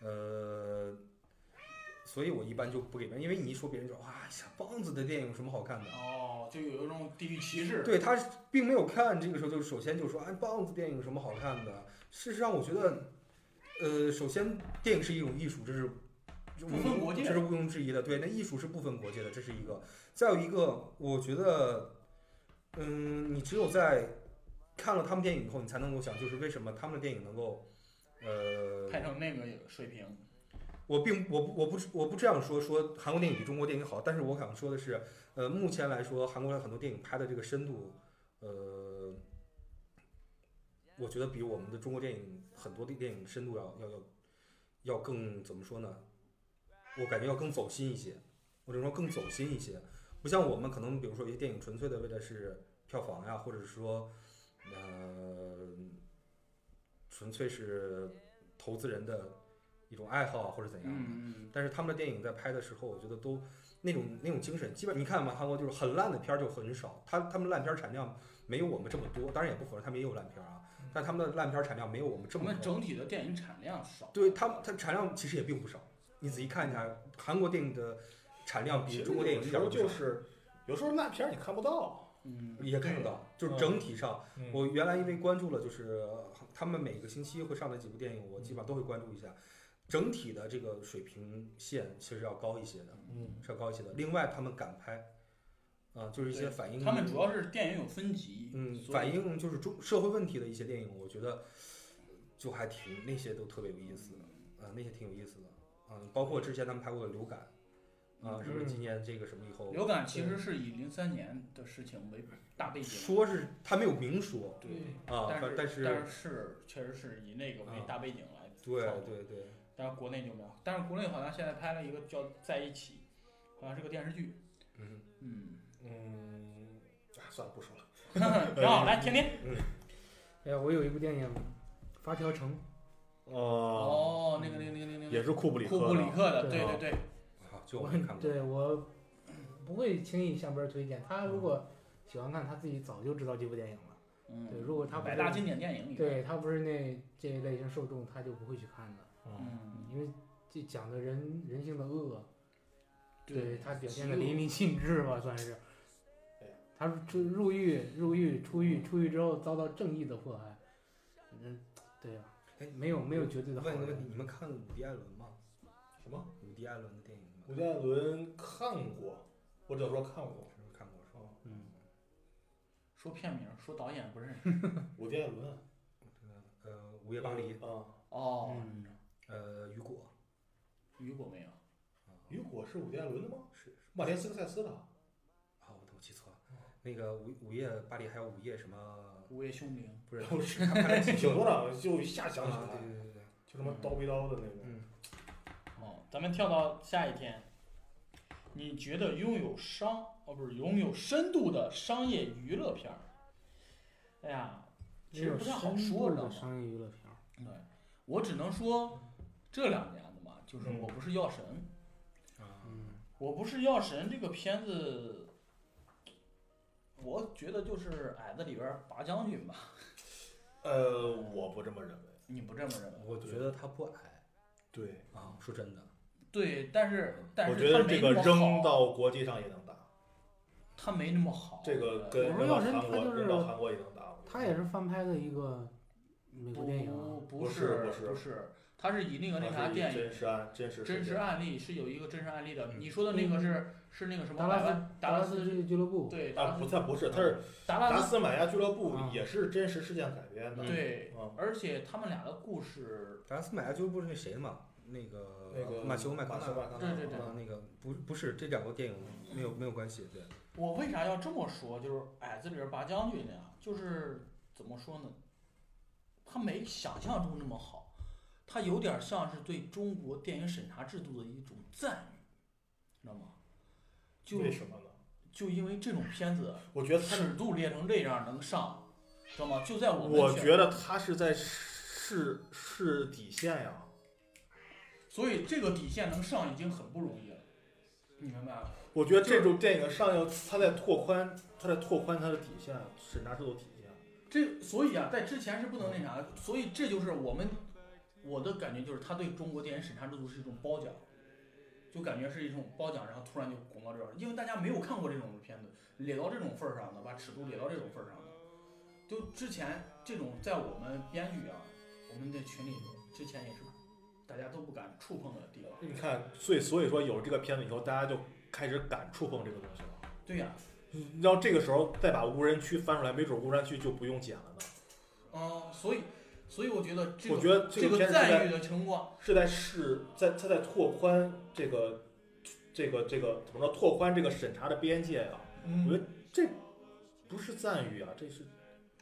D: 呃，所以我一般就不给别人，因为你一说别人就哇，小棒子的电影有什么好看的？
A: 哦，就有一种地域歧视。
D: 对他并没有看，这个时候就首先就说，哎，棒子电影有什么好看的？事实上，我觉得，呃，首先电影是一种艺术，这是这
A: 不分国界
D: 这是毋庸置疑的。对，那艺术是不分国界的，这是一个。再有一个，我觉得，嗯，你只有在看了他们电影以后，你才能够想，就是为什么他们的电影能够，呃，
A: 拍成那个水平，
D: 我并我不我不我不这样说说韩国电影比中国电影好，但是我想说的是，呃，目前来说，韩国很多电影拍的这个深度，呃，我觉得比我们的中国电影很多的电影深度要要要要更怎么说呢？我感觉要更走心一些，我只能说更走心一些，不像我们可能比如说有些电影纯粹的为的是票房呀，或者是说，呃，纯粹是投资人的一种爱好啊或者怎样。
A: 嗯，
D: 但是他们的电影在拍的时候，我觉得都那种那种精神，基本你看嘛，韩国就是很烂的片儿就很少，他他们烂片儿产量没有我们这么多，当然也不否认他们也有烂片儿啊，
C: 嗯
D: 但他们的烂片儿产量没有我们这
A: 我
D: 么
A: 们
D: 多。
A: 整体的电影产量少。
D: 对他们，它产量其实也并不少，你仔细看一下，韩国电影的产量比中国电影
C: 有
D: 一点
C: 时
D: 儿
C: 候
D: 都不少
C: 就是有时候烂片儿你看不到，
A: 嗯，
D: 也看不到，就是整体上，
C: 嗯
D: 我原来因为关注了，就是呃他们每个星期会上的几部电影，我
A: 嗯
D: 基本上都会关注一下，整体的这个水平线其实要高一些的。
C: 嗯，
D: 是要高一些的。另外，他们敢拍，啊、就是一些
A: 对
D: 反映
A: 他们主要是电影有分级，
D: 嗯
A: 所以
D: 反映就是中社会问题的一些电影，我觉得就还挺那些都特别有意思的，啊、那些挺有意思的，嗯、包括之前他们拍过的《流感》，啊、是不是今年这个什么以后，
A: 嗯流感其实是以零三年的事情为大背景，
D: 说是他没有明说
A: 对，
D: 啊，
A: 但
D: 反
A: 是
D: 但
A: 但是确实是以那个为
D: 啊
A: 大背景来
D: 对
A: 创作
D: 对对，
A: 但是国内就没有。但是国内好像现在拍了一个叫《在一起》，好像是个电视剧。
D: 嗯，
A: 嗯，
C: 嗯，哎，算了，不说了。
A: 然后嗯来听听。
B: 哎呀，我有一部电影《发条城》，呃啊
C: 哦，
A: 哦，那个那个那个那个那
C: 也
A: 个
C: 是库布里克
A: 库布
C: 的。
A: 里克的，
B: 对
A: 对
C: 啊
A: 对对，
D: 啊，就我
B: 我
D: 没看过，
B: 对我不会轻易向别人推荐。他如果喜欢看，他自己早就知道这部电影了。对，
A: 嗯，
B: 如果他不
A: 百
B: 是
A: 大经典电影里。，
B: 对啊他不是那这一类型受众，他就不会去看的，
C: 嗯，
A: 嗯，
B: 因为这讲的人人性的恶，对
A: 对，
B: 他表现的淋漓尽致吧，算是
C: 对。
B: 他出入狱、入狱、出狱、出狱之后遭到正义的迫害，嗯，对呀、
D: 哎
B: 没有没有绝对的好
D: 问一个问
B: 人
D: 题，。你们看伍迪·艾伦吗？
C: 什么？
D: 伍迪·艾伦的电影吗？
C: 伍迪·艾伦看过，我只能说看过。
D: 是不是看过是吧？
B: 嗯，
A: 说片名，说导演不认识。
C: 伍迪·艾伦，
D: 呃，《午夜巴黎》
C: 啊，
A: 哦，
B: 嗯，
D: 呃，雨果，啊
A: 雨果没有。
C: 雨果是伍迪·艾伦的吗？
D: 是是
C: 马田斯科塞斯的。
D: 啊，我我记错了，
C: 嗯
D: 那个午午夜巴黎还有午夜什么？
A: 午夜凶铃，
D: 不是，
C: 我去看看挺 多的，就一下想起
D: 啊，
C: 来
D: 对
C: 了，
D: 对对对，
C: 就什么刀逼刀的那个。
D: 嗯，
A: 哦，咱们跳到下一天。你觉得拥有商哦不是拥有深度的商业娱乐片儿？哎呀，其实不太好说，知道吗？
B: 的商业娱乐片儿，
A: 对，我只能说这两年的嘛，就是
C: 嗯
A: 我不是药神，
D: 啊，
B: 嗯，
A: 我不是药神这个片子，我觉得就是矮子里边儿拔将军吧。
C: 呃，我不这么认为。
A: 你不这么认为？
D: 啊我觉得他不矮
C: 对，
D: 啊，说真的，
A: 对，但是但是
C: 我觉得
A: 他没
C: 这个
A: 那么
C: 扔
A: 好
C: 到国际上也能打，
A: 他没那么好。
C: 这个
A: 对
C: 跟
B: 我说
C: 扔到
B: 要是
C: 韩
B: 他就
C: 国
B: 是
C: 扔到韩国也能打。
B: 他也是翻拍的一个美国电影啊，
A: 不哦不
C: 不是
A: 是
C: 不是
A: 不是，他是以那个那啥
C: 它是一
A: 电影
C: 真实案真实
A: 真
C: 事
A: 实
C: 件。
A: 案例是有一个真实案例的。
D: 嗯
A: 你说的那个是是那个什么
B: 达拉
A: 百
B: 斯
A: 万达
B: 达
A: 拉
B: 斯
A: 斯
B: 这个俱乐部，
A: 对达
C: 啊，
A: 拉
C: 不，
A: 斯
C: 它不是，它是
A: 达
C: 达
A: 拉斯
C: 斯买亚俱乐部
B: 啊
C: 也是真实事件改编的。
A: 对，
C: 嗯，
A: 而且他们俩的故事
D: 达斯买亚俱乐部是那谁嘛？那个
C: 那个
D: 马修麦
C: 马
D: 康
C: 修
D: 纳
C: 麦康纳，
A: 对对对
D: 啊，那个不不是这两个电影没有没有关系，对，
A: 我为啥要这么说？就是矮子里边拔将军那样，就是怎么说呢？他没想象中那么好，他有点像是对中国电影审查制度的一种赞誉，知道吗？就
C: 为什么呢？
A: 就因为这种片子
C: 我觉得他，
A: 尺度列成这样能上，知道吗？就在我们
C: 我
A: 选
C: 觉得他是在试试底线呀。
A: 所以这个底线能上已经很不容易了，你明白吗？
C: 我觉得这种电影上映，他在拓宽，他在拓宽他的底线，审查制度底线。
A: 这所以啊，在之前是不能那啥的，所以这就是我们我的感觉，就是他对中国电影审查制度是一种褒奖，就感觉是一种褒奖，然后突然就拱到这儿，因为大家没有看过这种片子，咧到这种份儿上的，把尺度咧到这种份儿上的，就之前这种在我们编剧啊，我们的群里之前也是大家都不敢触碰的地方。
C: 你看，所以所以说有这个片子以后，大家就开始敢触碰这个东西了。
A: 对呀、
C: 然后这个时候再把无人区翻出来，没准无人区就不用剪了呢。
A: 嗯、所以所以我觉得这个
C: 我觉得
A: 这
C: 这
A: 个
C: 个片子是在
A: 赞誉的情况，
C: 是在试在他在拓宽这个这个这个怎么说拓宽这个审查的边界呀、我觉
E: 嗯，
C: 得这不是赞誉啊，这是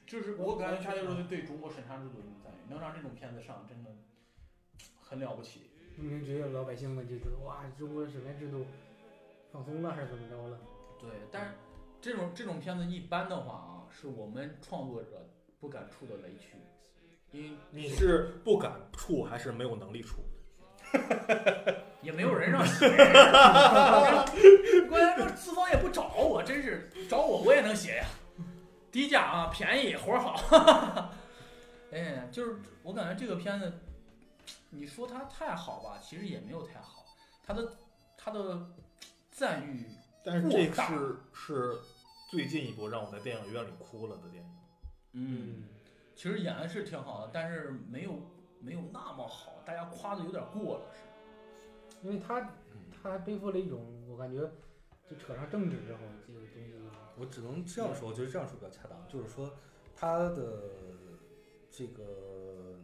A: 就是我感觉他就是对中国审查制度的一种赞誉，能让这种片子上，真的很了不起。
B: 你们只有老百姓们就觉得哇，中国审查制度放松了还是怎么着了？
A: 对，但是这种这种片子一般的话啊，是我们创作者不敢触的雷区，因为
C: 你是不敢触还是没有能力触？
A: 也没有人让写。关键说资方也不找我，真是找我我也能写呀，低价啊，便宜，活儿好。哎，就是我感觉这个片子，你说它太好吧，其实也没有太好，它的它的赞誉
C: 但是这
A: 过大
C: 是是最近一部让我在电影院里哭了的电影。
A: 嗯，其实演的是挺好的，但是没有没有那么好，大家夸的有点过了，是。
B: 因为他他还背负了一种我感觉就扯上政治之后这个东西，
D: 我只能这样说，我觉得这样说比较恰当，就是说他的这个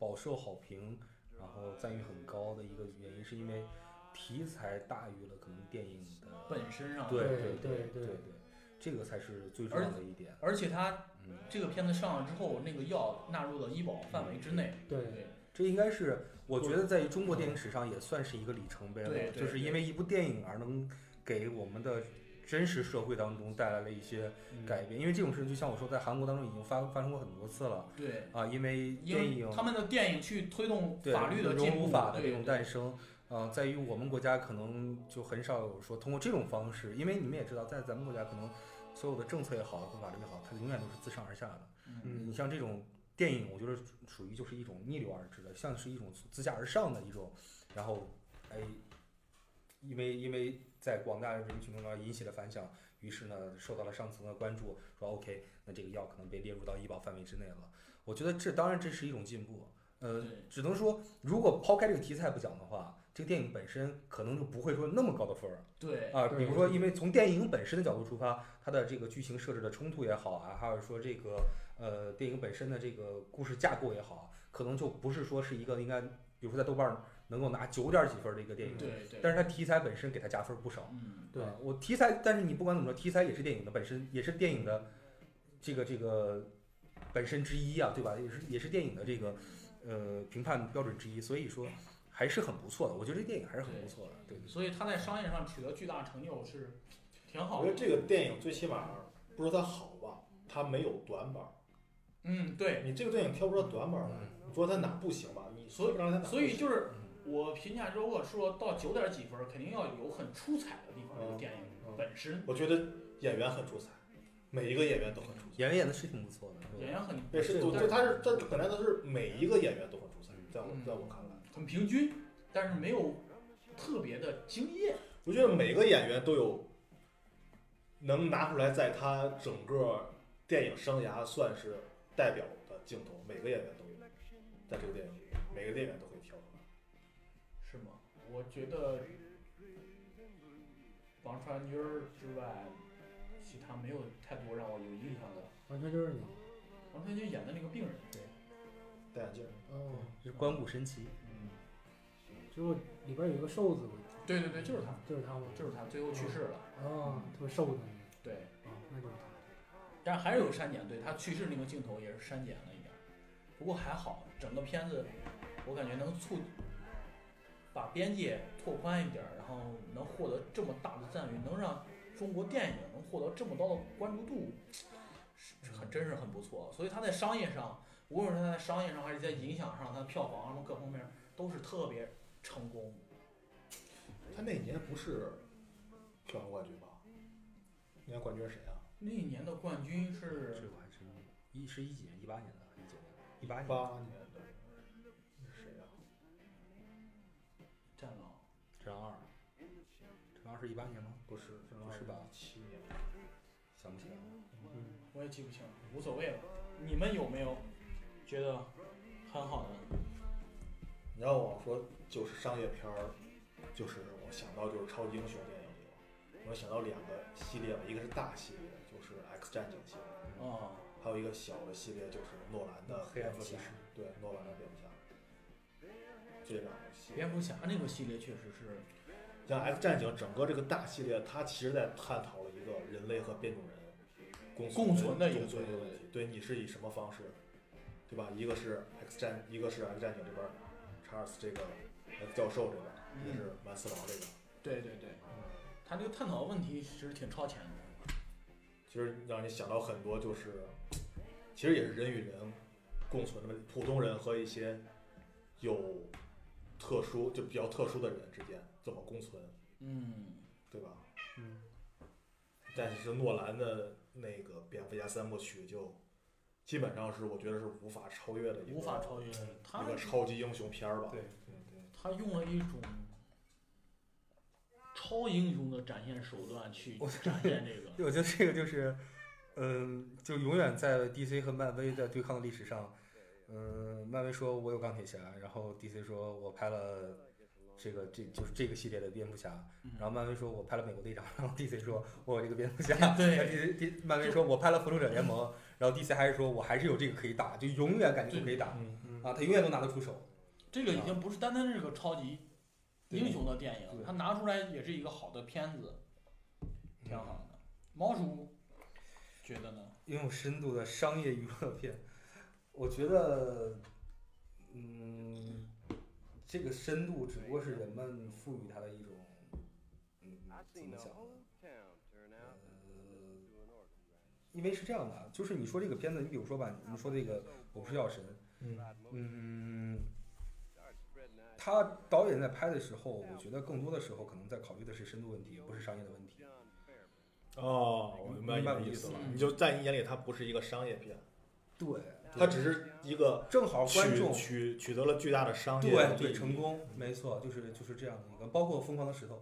D: 饱受好评，然后赞誉很高的一个原因，是因为题材大于了可能电影的
A: 本身上，
D: 对
B: 对
D: 对
B: 对
D: 对
B: 对
D: 对，这个才是最重要的一点。
A: 而且他
D: 嗯，
A: 这个片子上了之后，那个药纳入到医保范围之内，
B: 对，
A: 对，
D: 这应该是我觉得在于中国电影史上也算是一个里程碑
A: 对
D: 了，
A: 对
D: 就是
A: 对
D: 因为一部电影而能给我们的真实社会当中带来了一些改变。因为这种事情，就像我说，在韩国当中已经发发生过很多次了
A: 对，
D: 啊，因为
A: 因
D: 电
A: 为
D: 影
A: 他们的电影去推动
D: 对
A: 法律的进
D: 融入
A: 步，
D: 法的这
A: 对
D: 种诞生。呃，在于我们国家可能就很少有说通过这种方式，因为你们也知道，在咱们国家可能所有的政策也好，或法律也好，它永远都是自上而下的。
A: 嗯
B: 嗯
D: 你像这种电影，我觉得属属于就是一种逆流而至的，像是一种自下而上的一种，然后哎，因为因为在广大人民群众那儿引起了反响，于是呢受到了上层的关注，说 OK，那这个药可能被列入到医保范围之内了。我觉得这当然这是一种进步，呃，
A: 对，
D: 只能说如果抛开这个题材不讲的话，这个电影本身可能就不会说那么高的分儿。
A: 对，
D: 啊，
B: 对
D: 比如说，因为从电影本身的角度出发，它的这个剧情设置的冲突也好啊，还有说这个呃电影本身的这个故事架构也好啊，可能就不是说是一个应该，比如说在豆瓣儿能够拿九点几分儿的一个电影，
A: 对对，
D: 但是它题材本身给它加分儿不少。
A: 嗯，
B: 嗯对
D: 啊我题材，但是你不管怎么说，题材也是电影的本身，也是电影的这个这个本身之一啊，对吧？也是也是电影的这个呃评判标准之一，所以说还是很不错的。我觉得这电影还是很不错的，对。
A: 所以他在商业上取得巨大成就是挺
C: 我
A: 好
C: 觉得
A: 的，
C: 这个电影最起码不说它好吧，它没有短板。
A: 嗯，对，
C: 你这个电影挑不出来短板
B: 嗯
C: 来，你说它哪不行吧？你
A: 所以
C: 让它哪不行
A: 所以就是我评价，如果说到九点几分儿，肯定要有很出彩的地方。这个
C: 嗯
A: 电影
C: 嗯
A: 本身，
C: 我觉得演员很出彩，每一个演员都很出彩。
D: 演员演的是挺不错的，是吧
A: 演员很
C: 对，是，
D: 对
C: 对，他是，他本来他是每一个演员都很出彩，在我
A: 嗯
C: 在我看来，
A: 很平均，但是没有特别的惊艳。
C: 我觉得每个演员都有能拿出来，在他整个电影生涯算是代表的镜头，每个演员都有，在这个电影里，每个演员都会挑出来。
A: 是吗？我觉得王传君儿之外，其他没有太多让我有印象的。
B: 完全就是你
A: 王传君演的那个病人，对，
C: 戴眼镜儿，
B: 哦。
D: 是关谷神奇，
B: 之后里边有一个瘦子，
A: 对对对，哎就是他，
B: 就是他吗？
A: 就是他，最后去世了。
B: 哦，特别瘦的那个，
A: 对，
B: 哦，那就是他。
A: 但是还是有删减，对他去世那个镜头也是删减了一点儿，不过还好，整个片子我感觉能促把边界拓宽一点儿，然后能获得这么大的赞誉，能让中国电影能获得这么高的关注度，是是很真是很不错。所以他在商业上，无论是他在商业上还是在影响上，他的票房啊各方面都是特别成功。
C: 他那年不是票房冠军吧？那年冠军是谁啊？
A: 那一年的冠军
D: 这
A: 是
D: 个还是一是一几年，一八年的，一九年，一八年，
C: 啊八年的是谁呀、
A: 《战狼
D: 这沈阳二，沈阳二是一八年吗？
C: 不是，
D: 不是吧
C: 七年，
D: 想不起来了。
A: 我也记不清，了，无所谓了。你们有没有觉得很好的？
C: 你要我说就是商业片儿，就是我想到就是超级英雄电影里，我想到两个系列吧，一个是大系列，就是 X 战警系列，
A: 哦，
C: 还有一个小的系列就是诺兰的
D: 黑暗
C: 蝙蝠
D: 骑
C: 侠
D: 士，
C: 对，诺兰的蝙蝠侠，这两个系列。
A: 蝙蝠侠那个系列确实是，
C: 像 X 战警整个这个大系列，它其实在探讨了一个人类和变种人共
A: 共存的一个
C: 共存问题。对，你是以什么方式，对吧？一个是 X 战，一个是 X 战警这边儿查尔斯这个 X 教授这边儿，一个是
A: 嗯
C: 万磁王这边儿。
A: 对对对，
C: 嗯，
A: 他这个探讨问题其实挺超前的。
C: 其实让你想到很多，就是其实也是人与人共存的问题，普通人和一些有特殊就比较特殊的人之间怎么共存，
A: 嗯，
C: 对吧？
B: 嗯，
C: 但是诺兰的那个蝙蝠侠三部曲就基本上是我觉得是无法超越的一个
A: 无法超越他
C: 一个超级英雄片儿吧。
D: 对
C: 嗯对，
A: 他用了一种超英雄的展现手段去
D: 我
A: 展现这 个。
D: 我觉得这个就是，嗯，就永远在 DC 和漫威在对抗的历史上，嗯，漫威说我有钢铁侠，然后 DC 说我拍了这个这就是这个系列的蝙蝠侠，
A: 嗯
D: 然后漫威说我拍了美国队长，然后 DC 说我有这个蝙蝠侠，
A: 对
D: 然后，DC D 漫威说我拍了复仇者联盟，然后 DC 还是说我还是有这个可以打，就永远感觉都可以打
C: 嗯
B: 嗯
D: 啊，他永远都拿得出手，
A: 这个已经不是单单是个超级英雄的电
D: 对
A: 影，它拿出来也是一个好的片子，嗯挺好的。猫叔觉得呢？
D: 拥有深度的商业娱乐片，我觉得，嗯，这个深度只不过是人们赋予它的一种，嗯，怎么讲呢？呃，因为是这样的啊，就是你说这个片子，你比如说吧，你说这个《我不是药神》，
C: 嗯
D: 嗯，他导演在拍的时候，我觉得更多的时候可能在考虑的是深度问题，不是商业的问题。
C: 哦，我明白你
D: 明白
C: 的
D: 你的
C: 意
D: 意
C: 思
D: 思
C: 了
D: 了。
C: 你就在你眼里，它不是一个商业片，
D: 对，
C: 它只是一个
D: 正好观
C: 取
D: 众
C: 取取得了巨大的商业
D: 对
C: 利
D: 对
C: 益
D: 成。功，没错，就是就是这样的一个，包括《疯狂的石头》，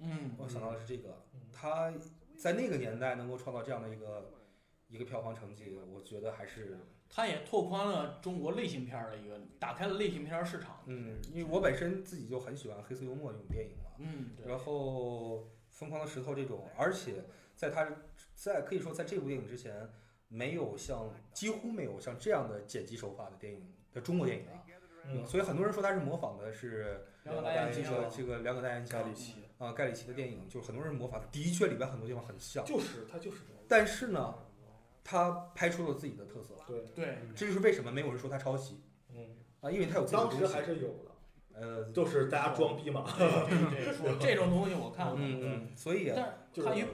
A: 嗯，
D: 我想到的是这个
C: 嗯，
D: 他在那个年代能够创造这样的一个一个票房成绩，我觉得还是
A: 他也拓宽了中国类型片儿的一个，打开了类型片儿市场。
D: 嗯，因为我本身自己就很喜欢黑色幽默这种电影嘛，
A: 嗯，对，
D: 然后《疯狂的石头》这种，而且在他在可以说在这部电影之前，没有像几乎没有像这样的剪辑手法的电影的中国电影啊，
C: 嗯
D: 所以很多人说他是模仿的是
A: 然后大家记
D: 这个
A: 得
D: 这个两个单元
C: 盖
D: 枪
C: 里奇
D: 啊，盖里奇的电影，就是很多人模仿，的确里边很多地方很像，
C: 就是它就是这样
D: 但是呢，他拍出了自己的特色，
C: 对，
A: 嗯对，
D: 嗯这就是为什么没有人说他抄袭
C: 嗯，
D: 啊，因为他有自己的
C: 当
D: 东
C: 时
D: 西。
C: 还是有的，
D: 呃，
C: 就是大家装逼
D: 哦
C: 嘛，
A: 对对对，说这种东西我看过，
D: 嗯嗯，所以啊
A: 但
C: 就是
A: 他与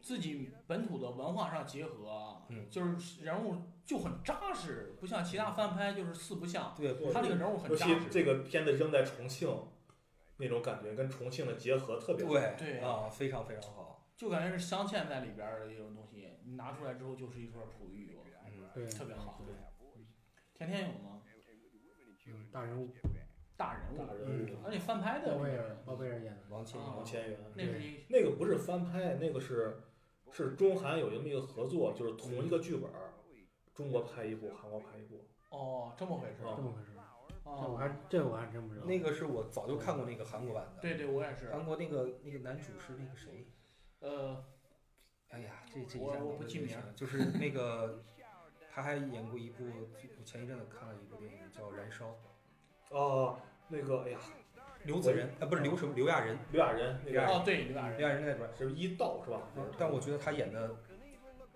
A: 自己本土的文化上结合，啊
D: 嗯
A: 就是人物就很扎实，不像其他翻拍就是四不像，
D: 对，
C: 对
A: 他这个人物很
C: 尤
A: 扎
C: 其
A: 实。
C: 这个片子扔在重庆，那种感觉跟重庆的结合特别好。
D: 对
A: 对
D: 啊，非常非常好，
A: 就感觉是镶嵌在里边儿的一种东西，你拿出来之后就是一块璞玉，我感
D: 嗯，
B: 对
A: 觉，特别好。
C: 对
A: 天天有吗？
B: 嗯，大人物，
A: 大人
C: 大
A: 物，
C: 人物
D: 嗯
A: 而且翻拍的
B: 包贝尔，包贝尔演的，
D: 王千源
A: 啊
C: 王千源，
A: 那是一
C: 那个不是翻拍，那个是是中韩有这么一个合作，就是同一个剧本儿，中国拍一部，韩国拍一部。
A: 哦，这么回事儿
B: 这么回事儿。这我
A: 哦，
B: 还这我还真不知道。
D: 那个是我早就看过那个韩国版的，
A: 对对，我也是。
D: 韩国那个那个男主是那个谁？
A: 呃，
D: 哎呀，这这一
A: 我
D: 下
A: 我
D: 脑
A: 不
D: 子
A: 记
D: 就
A: 名
D: 想就是那个，他还演过一部，我前一阵子看了一部电影叫《燃烧》，
C: 哦，那个哎呀，
D: 刘子仁啊，不是刘什么刘亚仁，
C: 刘亚仁那
D: 刘亚
C: 个
A: 哦，对，刘大
D: 刘
A: 人，
D: 亚仁在里边儿，
C: 是不是一道是吧？
D: 嗯但我觉得他演的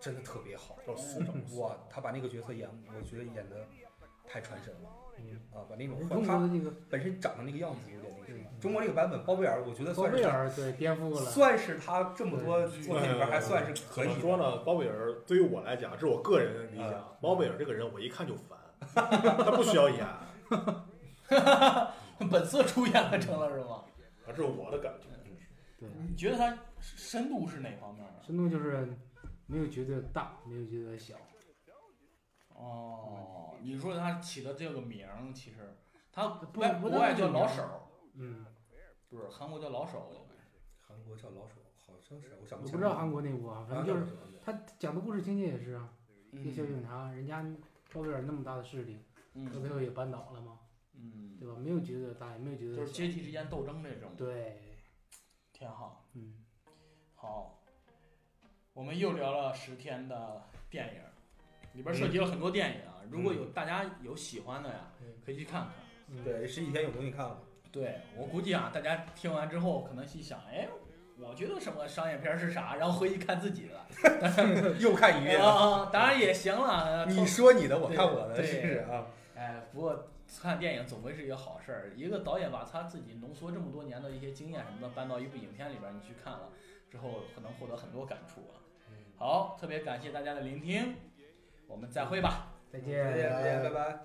D: 真的特别好，
C: 叫司长。
D: 哇，他把那个角色演，我觉得演的太传神了
C: 嗯，
D: 啊，把那种
B: 中国
D: 他
B: 的那个
D: 本身长得那个样子有点那什么
B: 嗯。
D: 中国这个版本包贝尔，我觉得
B: 包
D: 算
B: 贝
D: 是
B: 尔对颠覆了，
D: 算是他这么多作品里边还算是可
C: 怎
D: 以
C: 么
D: 的
C: 说呢？包贝尔对于我来讲，这是我个人理解
D: 啊
C: 啊。包贝尔这个人，我一看就 烦，他不需要演，啊
A: 本色出演了，成了是吗？
C: 这是我的感觉。
B: 对，
A: 你觉得他深度是哪方面儿？
B: 深度就是没有觉得大，没有觉得小，
A: 哦，你说他起的这个名儿，其实他
B: 不
A: 在
B: 不
A: 国
B: 但
A: 外
B: 是
A: 叫
B: 名
A: 老
B: 儿
A: 手儿，
B: 嗯，
D: 不知道
A: 韩国叫老手，应该是
D: 韩国叫老手，好像是我想
B: 我
D: 不
B: 不知道韩国那部啊，反正就是
D: 是
B: 他讲的故事情节也是啊，一个小
A: 嗯
B: 警察，人家包贝尔那么大的势力，到
A: 嗯
B: 最后也扳倒了嘛，
A: 嗯，
B: 对吧？没有觉得大，也没有觉得
A: 就是
B: 小
A: 阶级之间斗争这种，
B: 对，
A: 挺好。
B: 嗯，
A: 好，我们又聊了十天的电影，里边涉及了很多电影啊。如果有大家有喜欢的呀，
D: 嗯
A: 可以去看看。
B: 嗯，
D: 对，十几天有东西看了。
A: 对我估计啊，大家听完之后可能心想，哎，我觉得什么商业片是啥，然后回去看自己的，
D: 又看一遍。
A: 啊，当然也行了。
D: 你说你的，我看我的，
A: 啊对
D: 是不是啊？
A: 哎，不过看电影总归是一个好事儿。一个导演把他自己浓缩这么多年的一些经验什么的搬到一部影片里边儿，你去看了之后，可能获得很多感触啊。好，特别感谢大家的聆听，我们再会吧。
B: 再
D: 再
B: 见
D: 哎
A: 啊
D: 见，再见，拜拜。